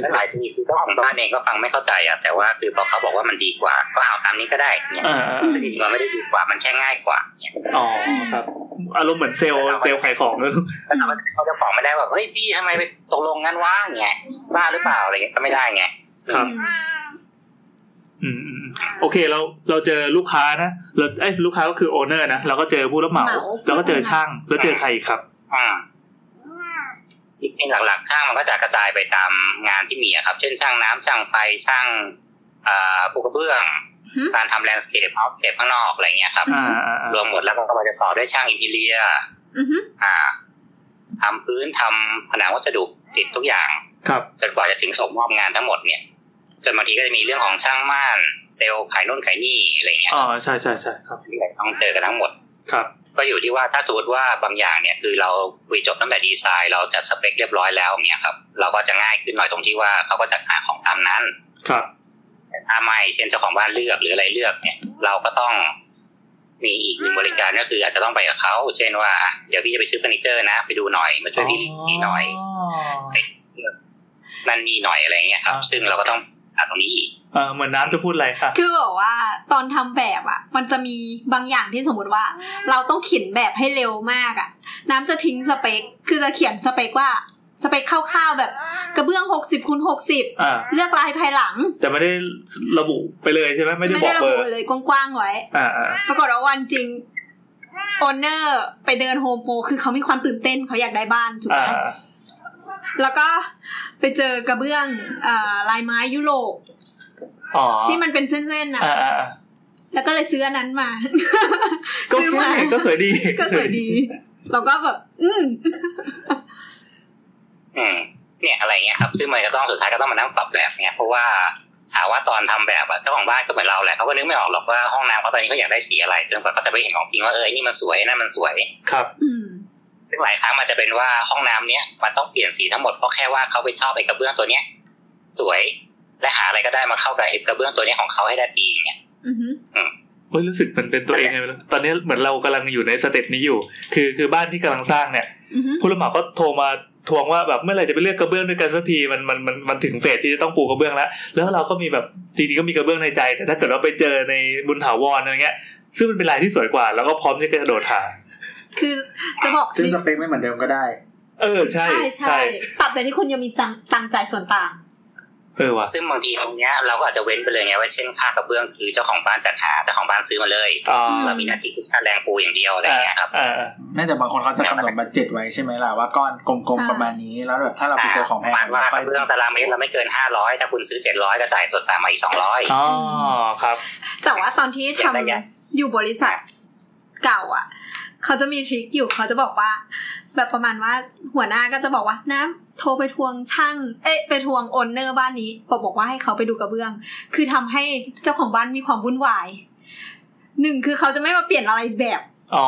S1: และหลายทีคือเจ้าของบ้านเองก็ฟังไม่เข้าใจอ่ะแต่ว่าคือพอเขาบอกว่ามันดีกว่า ก็เอาตามนี้ก็ได้เนี่ย
S2: อ่าอ่า
S1: ซึ่งจริงๆมันไม่ได้ดีกว่ามันแค่ง่ายกว่าเนี่ย
S2: อ๋อครับ อารมณ์เหมือนเซลล์เซลล์ขายของเลย
S1: แล้วเราก็เขาจะบอกไม่ได้ว่าเฮ้ยพี่ทำไมไปตกลงงั้นวะเงี้ยบ้าหรือเปล่าอะไรเงี้ยก็ไม่ได้ไง
S2: ครับ อืมอืมอืมโอเคเราเราเจอลูกค้านะเราเอ้ยลูกค้าก็คือโอเนอร์นะเราก็เจอผู้รับเหมา
S3: เหมา
S2: เราก็เจอช่างแล้วเจอใครอีกครับ
S1: อืม จริงๆหลักๆช่างมันก็จะกระจายไปตามงานที่มีอะครับ เช่นช่างน้ำช่างไฟช่างเอ่อปูกระเบื้อง
S3: ฮึ
S1: การทำแลนด์สเคปเอาเก็บข้างนอกอะไรเงี้ยครับ
S2: อ่าอ่าร อ่าว
S1: มหมดแล้วก็มาจะต่อด้วยช่างอินทีเรีย
S3: อือฮึ
S1: อ่าทำพื้นทำผนังวัสดุติดทุกอย่าง
S2: ครับ
S1: จนกว่าจะถึงส่งมอบงานทั้งหมดเนี่ยจนบางทีก็จะมีเรื่องของช่างม่าน เซลล์ขายนู่นขายนี่อะไรเงี้ย
S2: อ๋อใช่ใช่ใช่ครับ
S1: ที่ต้องเจอกันทั้งหมด
S2: ครับ
S1: ก็อยู่ที่ว่าถ้าสมมติว่าบางอย่างเนี่ยคือเราคุยจบตั้งแต่ดีไซน์เราจัดสเปคเรียบร้อยแล้วอย่างเงี้ยครับเราก็จะง่ายขึ้นหน่อยตรงที่ว่าเขาก็จะหาของตามนั้น
S2: ครับ
S1: แต่ถ้าไม่เช่นเจ้าของบ้านเลือกหรืออะไรเลือกเนี่ย เราก็ต้องมีอีกหนึ่งบริการก็คืออาจจะต้องไปกับเขาเช่นว่าอ่ะเดี๋ยวพี่จะไปซื้อเฟอร์นิเจอร์นะ ไปดูหน่อยมาช่วยพี่พี่หน่อยนั่นนี่หน่อยอะไรเงี้ยครับ
S2: อ่า
S1: ซึ่งเราก็ต้องอ่ะตรงนี้อีก
S2: เออเหมือนน้ำจะพูดอะไรอ่ะ
S3: คือบอกว่าตอนทำแบบอ่ะ มันจะมีบางอย่างที่สมมติว่า เราต้องเขียนแบบให้เร็วมากอ่ะ น้ำจะทิ้งสเปค คือจะเขียนสเปคว่าสเปคคร่าวๆแบบกระเบื้อง 60คูณ60
S2: อ่า
S3: เลือกลายภายหลัง
S2: แต่ไม่ได้ระบุไปเลยใช่ไหมไม่ได้บอก
S3: ระ
S2: เบอ
S3: บุ
S2: ร์
S3: เลยกว้างๆไว้
S2: อ่าอ่า
S3: ปรากฏว่าวันจริงโอนเนอร์ไปเดินโฮมโปรคือเขามีความตื่นเต้นเขาอยากได้บ้านถูก
S2: อ่า
S3: ไหมแล้วก็ไปเจอกระเบื้องเอ่อลายไม้ยุโรป
S2: อ๋อ
S3: ที่มันเป็นเส้นๆน่ะ
S2: อ่าอ่าอ่า
S3: แล้วก็เลยซื้ออันนั้นมา
S2: ก็
S3: ซื้อมา
S2: ใช่ก็สวยดี
S3: ก็สวยดี เราก็แบบ อืม
S1: อืมเนี่ยอะไรเงี้ยครับซึ่งมันก็ต้องสุดท้ายก็ต้องมานั่งปรับแบบเนี่ยเพราะว่าถามว่าตอนทำแบบอะเจ้าของบ้านก็เหมือนเราแหละเขาก็นึกไม่ออกหรอกว่าห้องน้ำเขาตอนนี้เขาอยากได้สีอะไรจนกว่าเขาจะไปเห็นของจริงว่าเออไอ้นี่มันสวยไอ้นั่นมันสวย
S2: ครับ
S3: อืม
S1: ซึ่งหลายครั้งมันจะเป็นว่าห้องน้ำเนี้ยมันต้องเปลี่ยนสีทั้งหมดเพราะแค่ว่าเขาไปชอบไอ้กระเบื้องตัวเนี้ย สวยและหาอะไรก็ได้มาเข้ากับไอ้กระเบื้องตัวเนี้ยของเขาให้ได้ดีเนี่ย
S3: อือหือ
S2: เฮ้ยรู้สึกเหมือนเป็นตัวเองไงไม่รู้ตอนนี้เหมือนเรากำลังอยู่ในสเต็ปนี้อยู่ คือคือบ้านที่กำลังสร้างเนี่ย
S3: อือหือ
S2: ผู้รับเหมาก็โทรมา ทวงว่าแบบเมื่อไหร่จะไปเลือกกระเบื้องด้วยกันสักทีมันมันมันมันถึงเฟสที่จะต้องปูกระเบื้องแล้ว แล้วเราก็มีแบบจริงๆก็มีกระเบื้องในใจ แต่ถ้าเกิดว่าไปเจอในบุญถาวรอะไรเงี้ย ซึ่งมันเป็นลายที่สวยกว่า แล้วก็พร้อมที่จะกระโดดหา
S3: คือจะบอก
S4: ซึ่ง
S3: ริง
S4: สเปคไม่เหมือนเดิมก็ได้
S2: เออใช่
S3: ใช่ใช่ตับแต่ที่คุณยังมีจังตังใจายส่วนต่าง
S2: เออว่ะ
S1: ซึ่งบางทีตรงเนี้ยเราก็อาจจะเว้นไปเลยไงว่าเช่นค่ากระเบื้องคือเจ้าของบ้านจัดหาเจ้าของบ้านซื้อมาเลย
S2: อ๋อ
S1: เรามีหน้าที่คือค่าแรงปูอย่างเดียวอะไรอย่างเงี้ยครับ
S2: อ่าอ่า
S4: น่าจะบางคนเขาจะกำหนดบัตเจ็ตไว้ใช่ไหมล่ะว่าก้อนกลม
S3: ใช่
S4: ๆประมาณนี้ แล้วแบบถ้าเราไปเจอของแพง
S1: หมายว่า
S4: ค่
S1: ก
S4: อย
S1: ระเบื้องตารางเมตรเราไม่เกินห้าร้อยถ้าคุณซื้อเจ็ดร้อยก็จ่ายส่วนต่างมาอีกสองร้อย
S2: อ๋อครับ
S3: แต่ว่าตอนที่ทำ
S1: เก็บได้ไง
S3: อยู่บริษัทเก่าอ่ะ เขาจะมีทริคอยู่เขาจะบอกว่า แบบประมาณว่าหัวหน้าก็จะบอกว่าน้ำโทรไปทวงช่าง เอ๊ะไปทวงโอนเนอร์บ้านนี้บอกบอกว่าให้เขาไปดูกระเบื้อง คือทำให้เจ้าของบ้านมีความวุ่นวายหนึ่งคือเขาจะไม่มาเปลี่ยนอะไรแบบ
S2: อ๋อ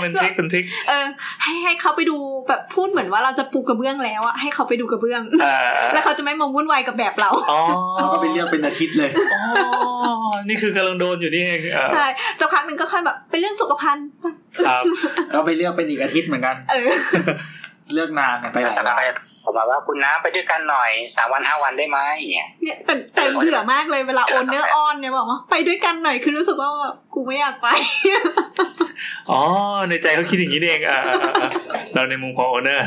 S2: เป็นทริคเป็นทริค
S3: เออ ให้ให้เขาไปดูแบบพูดเหมือนว่าเราจะปูกระเบื้องแล้วอะให้เขาไปดูกระเบื้อง
S2: อ่า
S3: แล้วเขาจะไม่มาวุ่นวายกับแบบเรา
S2: อ๋อ
S4: แล้วก็ไปเลือกเป็นอาทิตย์เลย
S2: อ๋อ นี่คือกำลังโดนอยู่นี่เองอ่า
S3: ใช่จะพักหนึ่งก็ค่อยแบบเป็นเรื่องสุขภัณฑ์
S2: ครับ
S4: เราไปเลือกเป็นอีกอาทิตย์เหมือนกัน
S3: เออ
S4: เลือกนานเนี่ยไปหลาย
S1: สักพัก
S4: วัน
S1: ก็จะผมมาว่าคุณน้าไปด้วยกันหน่อยสามวันห้าวันได้ไหมเนี่ย
S3: เนี่ยแต่แต่เบื่อมากเลยเวลาโอนเนอร์ออนเนี่ยบอกว่าไปด้วยกันหน่อยคือรู้สึกว่าแบบกูไม่อยากไป
S2: อ๋อ ในใจเขาคิดอย่างนี้นี่เองอ่าอ่าอ่าเราในมุมของโอเนอร์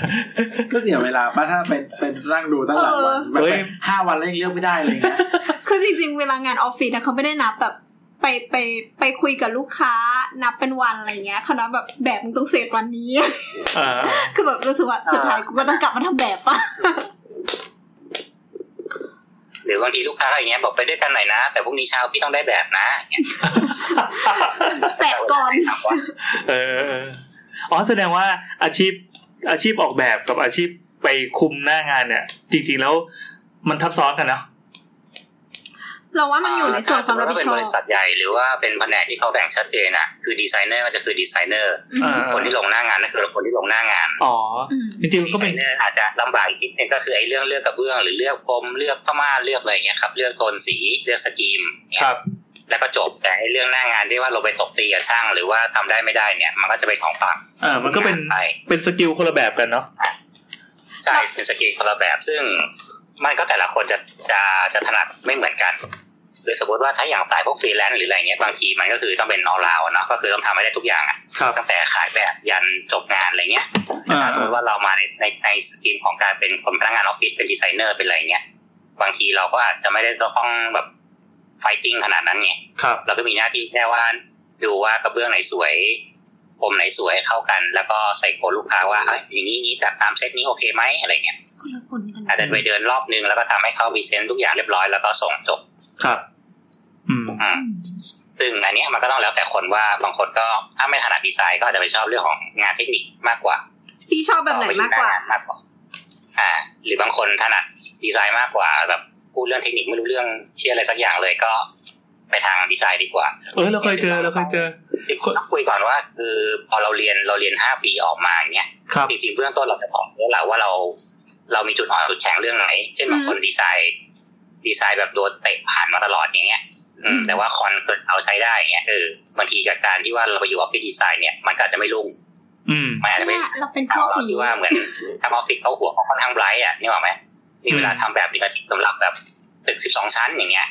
S4: ก็เสียเวลาป้าถ้าเป็นเป็นร่างดูตั้งหลายวั
S3: เอ
S4: น
S3: อ
S4: แบบ
S2: เฮ้ย
S4: ห้าวันแล้วยังเลือกไม่ได้เลยเงี้ย
S3: คือจริงๆ เวลางานออฟฟิศนะเขาไม่ได้นับแบบ ไปไปไปคุยกับลูกค้านับเป็นวันอะไรเงี้ยเขานับแบบแบบมึงต้องเสร็จวันนี้
S2: อ่า
S3: คือแบบรู้สึกว่าสุดท้ายกูก็ต้องกลับมาทำแบบปะ
S1: หรือบางทีลูกค้าอย่างเงี้ยบอกไปด้วยกันหน่อยนะ แต่พรุ่งนี้เช้าพี่ต้องได้แบบนะอย่างเงี้ย
S3: แบบก่อน
S1: ถามว่า
S2: เออเออ อ๋อ แสดงว่าอาชีพอาชีพออกแบบกับอาชีพไปคุมหน้างานเนี่ย จริงๆแล้วมันทับซ้อนกันเนอะ
S3: เราว่ามันอยู่ในส่วนความรับผิดช
S1: ถ้เป็น
S3: อ
S1: บบ ริษัทใหญ่หรือว่าเป็นแผนกที่เขาแบ่งชัดเจนอ่ะคือดีไซเนอร์ก็จะคือดีไซเนอร์
S2: อ่า
S1: คนที่ลงหน้างานก็คือคนที่ลงหน้างาน
S2: อ๋อ
S3: อืม
S2: จริงๆมั
S1: ดี
S2: นก็
S1: ไซ
S2: เป็น
S1: เนอร์อาจจะลำบากอีกนิดนึงก็คือไอ้เรื่องเลือกกระเบื้องหรือเลือกพรมเลือกผ้าม่านเลือกอะไรอย่างเงี้ยครับเลือกโทนสีเลือกสกรีมเนี่ย
S2: ครับ
S1: แล้วก็จบแต่ไอ้เรื่องหน้างานที่ว่าเราไปตกตีกับช่าง หรือว่าทำได้ไม่ได้เนี่ย มันก็จะเป็นของฝั่ง
S2: เออ มันก็เป็น
S1: ไป
S2: เป็นสกิลคนละแบบกันเนาะ
S1: ใช่เป็นสเกิลคนละแบบ ซึ่งมันก็แต่ละคนจะจะจะถนัดไม่เหมือนกันหรือสมมติว่าถ้าอย่างสายพวกฟรีแลนซ์หรืออะไรเงี้ยบางทีมันก็คือต้องเป็นนอราวเนาะก็คือต้องทำให้ได้ทุกอย่างอะ
S2: ครับ
S1: ตั้งแต่ขายแบบยันจบงานอะไรเงี้ยแต่
S2: อ่า
S1: ถ้าสมมติว่าเรามาในในในสกิลของการเป็นคนพนักงานออฟฟิศเป็นดีไซเนอร์เป็นอะไรเงี้ยบางทีเราก็อาจจะไม่ได้ต้องแบบไฟติ้งขนาดนั้นไง
S2: ครับ
S1: เราก็มีหน้าที่แค่ว่าดูว่ากระเบื้องไหนสวยพรมไหนสวยเข้ากัน แล้วก็ใส่โค้ดลูกค้าว่าเอ้ยอย่างนี้นี้จัดตามเซตนี้โอเคไหมอะไรเงี้ย
S3: คนละคนกัน
S1: อาจจะไปเดินรอบนึงแล้วก็ทำให้เขามีเซนทุกอย่างเรียบร้อยแล้วก็ส่งจบ
S2: ครับ อืม
S1: อืมซึ่งอันเนี้ยมันก็ต้องแล้วแต่คนว่าบางคนก็ถ้าไม่ถนัดดีไซน์ก็อาจจะไปชอบเรื่องของงานเทคนิคมากกว่า
S3: พี่ชอบแบบไหนมากกว่า
S1: เอไปอยู่น้งนมากกว่า อ่า หรือบางคนถนัดดีไซน์มากกว่า แบบพูดเรื่องเทคนิคไม่รู้เรื่องเชื่ออะไรสักอย่างเลยก็ ไปทางดีไซน์ดีกว่า
S2: เออเราเคยเจอเราเคยเจอ
S1: ต้องคุยก่อนว่าคือพอเราเรียนเราเรียนห้าปีออกมาเนี่ย
S2: ครับ
S1: จริงๆเบื้องต้นเราจะบอกแล้วแหละว่าเรา เรามีจุดอ่อนจุดแข็งเรื่องไหน เช่นบางคนดีไซน์ ดีไซน์แบบโดนเตะผ่านมาตลอดอย่างเงี้ย อื
S3: อื
S1: ม
S3: ม
S1: แต่ว่าคอนเกิดเอาใช้ได้เงี้ยเออบางทีกับการที่ว่าเราไปอยู่ออฟฟิศดีไซน์เนี่ยมันก็อาจจะไม่รุ่ง
S2: อืม
S1: มันอาจจะไม่
S3: เนี่ยเราเป็นพ
S1: ตาว
S3: ก
S1: มเรา
S3: นี้
S1: ที่ว่าเหมือนทำออฟฟิศเขาหัวเขาค่อนข้างไบรท์อ่ะนี่หรอกไหมมีเวลาทำแบบหนึ่งอาทิตย์สำหรับแบบตึกสิบสองชั้นอย่างเงี้ย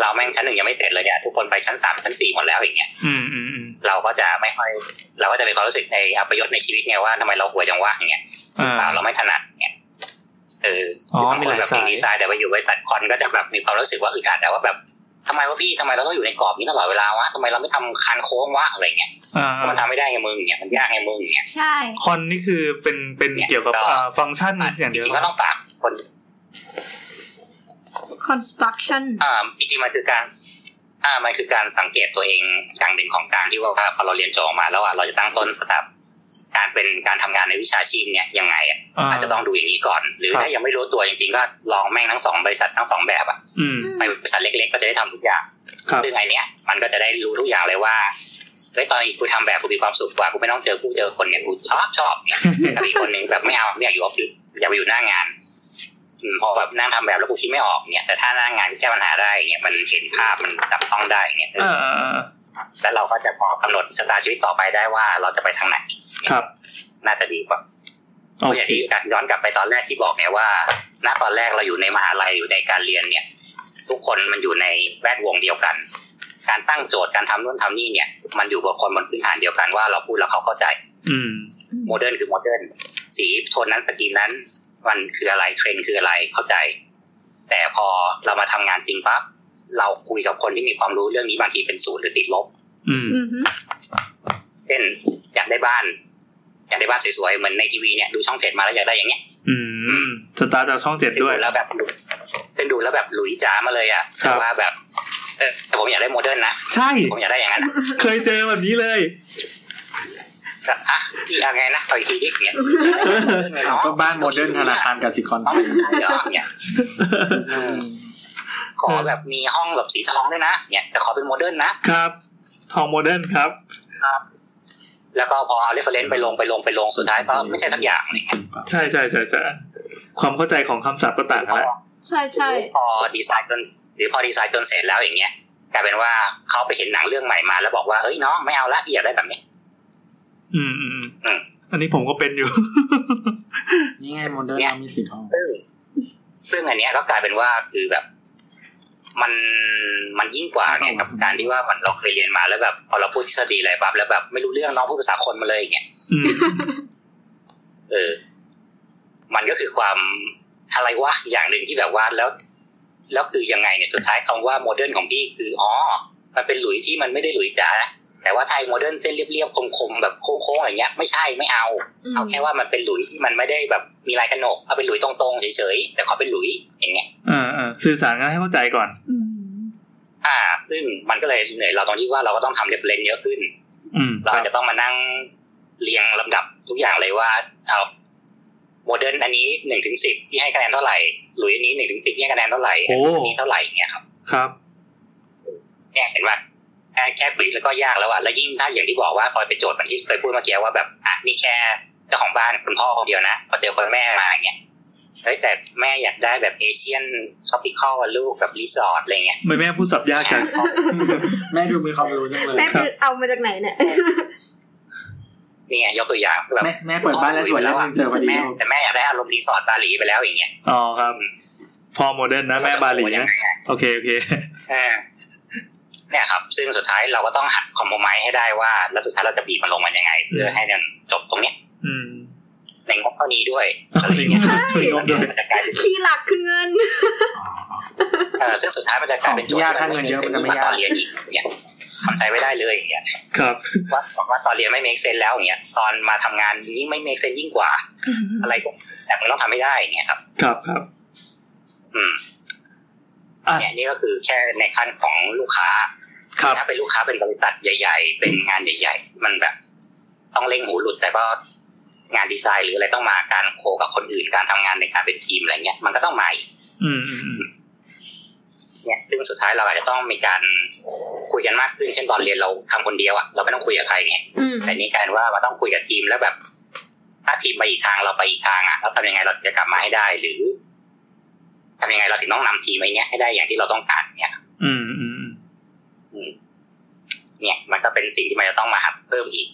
S1: เราแม่งชั้นหนึ่งยังไม่เสร็จเลยเนี่ยทุกคนไปชั้นสามชั้นสี่หมดแล้วอย่างเงี้ย
S2: อืมอืมอืม
S1: เราก็จะไม่ค่อยเราก็จะมีความรู้สึกในอัปยศในชีวิตไงว่าทำไมเราหัวยจังวะเนี่ย
S2: อ่า
S1: เปล่าเราไม่ถนัดเนี่ยเออ
S2: อ๋อ
S1: หรือบางคนแบบ
S2: มีหลายสาย
S1: เก่งดีไซน์แต่ไปอยู่บริษัทคอนก็จะแบบมีความรู้สึกว่าอึดอัดแต่ว่าแบบทำไมวะพี่ทำไมเราต้องอยู่ในกรอบนี้ตลอดเวลาวะทำไมเราไม่ทำคานโค้งวะอะไรเงี้ย
S2: อ่า
S1: มันทำไม่ได้ไงมึงเนี่ยมันยากไงมึงเนี่ย
S3: ใช่
S2: คอนนี่คือเป็นเป็น
S1: เนี่ย
S2: เกี่ยวกับ
S1: ก็
S2: อ่าฟังก์ชันอย่าง
S1: จ
S2: เดียว
S1: ริงๆก็ต้องปรับคน
S3: คอนสตรักชั่น
S1: อ่าจริงๆมันคือการอ่ามันคือการสังเกตตัวเองอย่างหนึ่งของการที่ว่าพอเราเรียนจบออกมาแล้วอ่ะเราจะตั้งต้นสถาบการเป็นการทำงานในวิชาชีพเนี่ยยังไงอะ
S2: า
S1: อาจจะต้องดูอย่างนี้ก่อน หรือ
S2: ครับ
S1: ถ้ายังไม่รู้ตัวจริงๆก็ลองแม่งทั้งสองบริษัททั้งสองแบบอะ
S2: อืม
S1: ไปบริษัทเล็กๆก็จะได้ทำทุกอย่าง
S2: ครับ
S1: ซึ่งไอเนี้ยมันก็จะได้รู้ทุกอย่างเลยว่าเฮ้ยตอนนี้กูทำแบบกูมีความสุขกว่ากูไม่ต้องเจอกูเจอคนเนี่ยกูชอบชอบเนี่ ยแต่อีกคนหนึ่งแบบไม่เอาไม่อยากอยู่ออฟฟิศอยากไปอยู่หน้างานอืมพอแบบนั่งทำแบบแล้วกูคิดไม่ออกเนี่ยแต่ถ้าหน้างานแก้ปัญหาได้เนี่ยมันเห็นภาพมันจับต้องได้เนี่ยเออ
S2: อ่าอ่าอ่า
S1: แล้วเราก็จะพอกำหนดชะตาชีวิตต่อไปได้ว่าเราจะไปทางไหน
S2: ครับ
S1: น่าจะดีกว่า ก็อย่างที่ย้อนกลับไปตอนแรกที่บอกไงว่า ณตอนแรกเราอยู่ในมหาลัยอยู่ในการเรียนเนี่ย ทุกคนมันอยู่ในแวดวงเดียวกัน การตั้งโจทย์การทำนู่นทำนี่เนี่ย มันอยู่กับคนบนพื้นฐานเดียวกันว่าเราพูดแล้วเขาเข้าใจ
S2: อืม
S1: โมเดิร์นคือโมเดิร์นสีโทนนั้นสกรีนนั้น มันคืออะไรเทรนด์คืออะไรเข้าใจ แต่พอเรามาทำงานจริงปั๊บเราคุยกับคนที่มีความรู้เรื่องนี้บางทีเป็นศูนย์หรือติดลบ
S2: อืม
S3: อือฮึ
S1: เช่นอยากได้บ้าน อยากได้บ้านสวยๆเหมือนในทีวีเนี่ยดูช่องเจ็ดมาแล้วอยากได้อย่างเงี้ย
S2: อืม สตาร์ทจากช่องเจ็ด
S1: ซึ่ง
S2: ด้วย
S1: ดูแล้วแบบหลุยซึ่งดูแล้วแบบหลุยจ๋ามาเลยอ่ะ
S2: ครับ
S1: แต่ว่าแบบเออแต่ผมอยากได้โมเดิร์น นะ
S2: ใช่
S1: ผมอยากได้อย่างนั้นนะ
S2: เคยเจอแบบนี้เลย
S1: อ่ะพี่เอาไงนะเอาอีกทีดิเนี่ย
S4: เอาก็บ้านโมเดิร์นธนาคารกสิกร
S1: เอา
S4: ไทย
S1: ไม่ใช่เหรอเนี่ย ขอแบบมีห้องแบบสีทองด้วยนะเนี่ยแต่ขอเป็นโมเดิร์นนะ
S2: ครับ ทองโมเดิร์นครับ
S1: แล้วก็พอเอาเรฟเฟรนซ์ไปลงไปลงไปลงสุดท้ายก็ไม่ใช่สักอย่างนี่
S2: ใช่ใช่ใช่ใช่ความเข้าใจของคำศัพท์ก็ต่างกันละ
S3: ใช่ใช่
S1: พอดีไซน์จนหรือพอดีไซน์จนเสร็จแล้วอย่างเงี้ยกลายเป็นว่าเขาไปเห็นหนังเรื่องใหม่มา แล้วบอกว่าเอ้ยน้องไม่เอาละพี่อยากได้แบบเนี้ย
S2: อืมอืม
S1: อืม
S2: อันนี้ผมก็เป็นอยู่
S4: นี่ไงโมเดิร์นเรามีสีทอง
S1: ซึ่ง ซึ่งอันเนี้ยก็กลายเป็นว่าคือแบบ มันมันยิ่งกว่าเนี่ยกับการที่ว่ามันเราเคยเรียนมาแล้วแบบ พอเราพูดทฤษฎีอะไรปั๊บแล้วแบบไม่รู้เรื่องน้องพูดภาษาคนมาเลยอย่างเงี้ย
S2: อืม
S1: เออ มันก็คือความอะไรวะอย่างหนึ่งที่แบบว่าแล้ว แล้วคือยังไงเนี่ยสุดท้ายคำว่าโมเดิร์นของพี่คืออ๋อมันเป็นหลุยที่มันไม่ได้หลุยจ๋าแต่ว่าไทยโมเดิร์นเส้นเรียบๆคมๆแบบโค้งๆอะไรเงี้ยไม่ใช่ไม่เอา
S3: ม
S1: เอาแค่ว่ามันเป็นหลุยที่มันไม่ได้แบบมีลายกระหนกเอาเป็นหลุยตรงๆเฉยๆแต่ขอเป็นหลุยอย่างเงี้ย
S2: อ่าอ่าสื่อสารกันให้เข้าใจก่อน
S3: อืม
S1: อ่า ซึ่งมันก็เลยเหนื่อยเราตรงที่ว่าเราก็ต้องทำเรฟเลนเยอะขึ้น
S2: อืม
S1: เราจะต้องมานั่งเรียงลำดับทุกอย่างเลยว่า เอาโมเดิร์นอันนี้หนึ่งถึงสิบที่ให้คะแนนเท่าไหร่หลุยอันนี้หนึ่งถึงสิบที่ให้คะแนนเท่าไหร่
S2: โอ้
S1: อันนี้เท่าไหร่อย่างเงี้ยครับ
S2: ครับ
S1: เนี่ยเห็นว่าแค่แค่คุยแล้วก็ยากแล้วอะแล้วยิ่งถ้าอย่างที่บอกว่าพอไปโจทย์มันที่เคยพูดเมื่อกี้ว่าแบบอ่ะนี่แค่เจ้าของบ้านคุณพ่อคนเดียวนะพอเจอคนแม่มาอย่างเงี้ยเฮ้ยแต่แม่อยากได้แบบเอเชียนช็อปปิคอลลูกแบบรีสอร์ทอะไรเงี้ย
S2: ไม่แม่พูดศัพท์ยากจัง
S4: แม่ดูมีความรู้จังเลย
S3: แม่ไปเอามาจากไหนเนี่ย
S1: เนี่ยยกตัวอย่างแบบ
S4: แม่แม่เปิดบ้านแล้วสวยแล้วมึงเจอพอดี
S1: แม่
S4: ลูก
S1: แต่แม่อยากได้อารมณ์รีสอร์ทบาหลีไปแล้วอย่างเงี้ย
S2: อ๋อครับ พอโมเดิร์นนะแม่บาหลี
S1: ยัง
S2: นะ
S1: ไงอะ
S2: โอเคโอเค
S1: เออเนี่ยครับ ซึ่งสุดท้ายเราก็ต้องหัดคอมโพไมซ์ให้ได้ว่า แล้วสุดท้ายเราจะบีบมันลงมันยังไง เพื่อให้มันจบตรงเนี้ย
S2: อืม
S1: ในงบเท่านี้ด้วยอะไรอย่างเงี้ย
S3: ใช่
S2: งบด้วย
S1: มันจะกลายเป็น
S3: คีย์หลักคือเงิน
S1: เออซึ่งสุดท้ายมันจะกลายเป็นโจทย์ที่ไม่เซนที่มาตอนเรียนอีกอย่างเนี่ยทำใจไว้ได้เลยอย่างเงี้ย
S2: ครับ
S1: ว่าบอกว่าตอนเรียนไม่เมคเซนแล้วอย่างเงี้ยตอนมาทำงานยิ่งไม่เมคเซนยิ่งกว่า อะไรก็แต่มันต้องทำไม่ได้อย่างเงี้ยครับ
S2: ครับครับ
S1: อืม
S2: อ่ะ
S1: เนี่ยนี่ก็คือแค่ในขั้นของลูกค้า
S2: ครับ
S1: ถ้าเป็นลูกค้าเป็นบริษัทใหญ่ ๆ เป็นงานใหญ่ ๆ มันแบบ ต้องเล่งหูหลุด แต่ก็งานดีไซน์หรืออะไรต้องมาการโคกับคนอื่นการทำงานในการเป็นทีมอะไรเงี้ยมันก็ต้องมาอีก
S2: อืมอืมอืม
S1: เนี่ยซึ่งสุดท้ายเราอาจจะต้องมีการคุยกันมากขึ้นเช่นตอนเรียนเราทำคนเดียวอะเราไม่ต้องคุยกับใครไง
S3: อืม
S1: แต่นี่กลารว่าเราต้องคุยกับทีมแล้วแบบ ถ้าทีมไปอีกทางเราไปอีกทางอะเราทำยังไงเราถึงจะกลับมาให้ได้ หรือทำยังไงเราถึงต้องนำทีมไอ้เนี้ยให้ได้อย่างที่เราต้องการเนี่ย
S2: อืมอืมอืม
S1: เนี่ยมันก็เป็นสิ่งที่มันจะต้องมาหัดเพิ่มอีก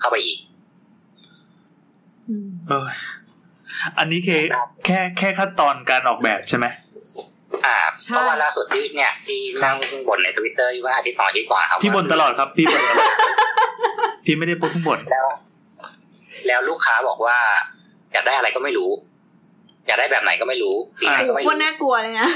S1: เข้าไปอีก
S3: อืม
S2: เอ้ยอันนี้เคแค่แค่ขั้นตอนการออกแบบใช่ไหม
S1: อ่าเพราะว่าล่าสุดที่เนี่ยที่นั่งบนในทวิตเตอร์ว่าอาทิตย์สองอาทิตย์ก่อนครับ
S2: พี่บนตลอดครับ พี่บนต ลอดพี่ไม่ได้พูดข้างบน
S1: แล้ว แล้วลูกค้าบอกว่า อยากได้อะไรก็ไม่รู้ อยากได้แบบไหนก็ไม่รู้สีไหนก็ไม่
S3: โค
S1: รู้
S3: ตรน่ากลัวเลยนะ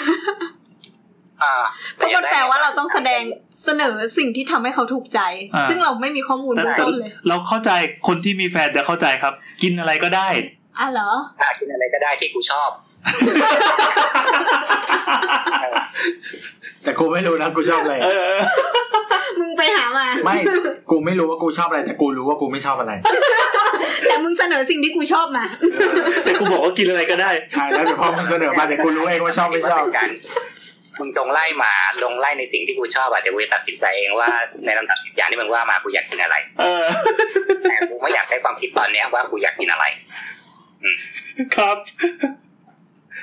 S1: อ่า
S3: เพราะมันแปลว่าเราต้องแสดงเสนอสิ่งที่ทำให้เขาถูกใจ
S2: า
S3: ซึ่งเราไม่มีข้อมูลเบื้องต้นเลย
S2: เราเข้าใจคนที่มีแฟนจะเข้าใจครับ กินอะไรก็ได้
S3: อ่ะเหรอ
S1: อ่ากินอะไรก็ได้ที่กูชอบ
S4: แต่กูไม่รู้นะกูชอบอะไร
S2: เออ
S3: มึงไปหามา
S4: ไม่กูไม่รู้ว่ากูชอบอะไร แต่กูรู้ว่ากูไม่ชอบอะไร
S3: แต่มึงเสนอสิ่งที่กูชอบมา
S2: แต่กูบอกว่ากินอะไรก็ได้
S4: ใช่แล้วเดี๋ยวพอมึงเสนอมาเดี๋ยวกูรู้เองว่าชอบไม่ชอบ
S1: นกันมึงจงไล่มาลงไล่ในสิ่งที่กูชอบอ่ะเดี๋ยวกูจะตัดสินใจเองว่าในลำดับสิบอย่างที่มึงว่ามากูอยากกินอะไร
S2: เออ
S1: แต่กูไม่อยากใช้ความคิดตอนเนี้ยว่ากูอยากกินอะไร
S2: ครับ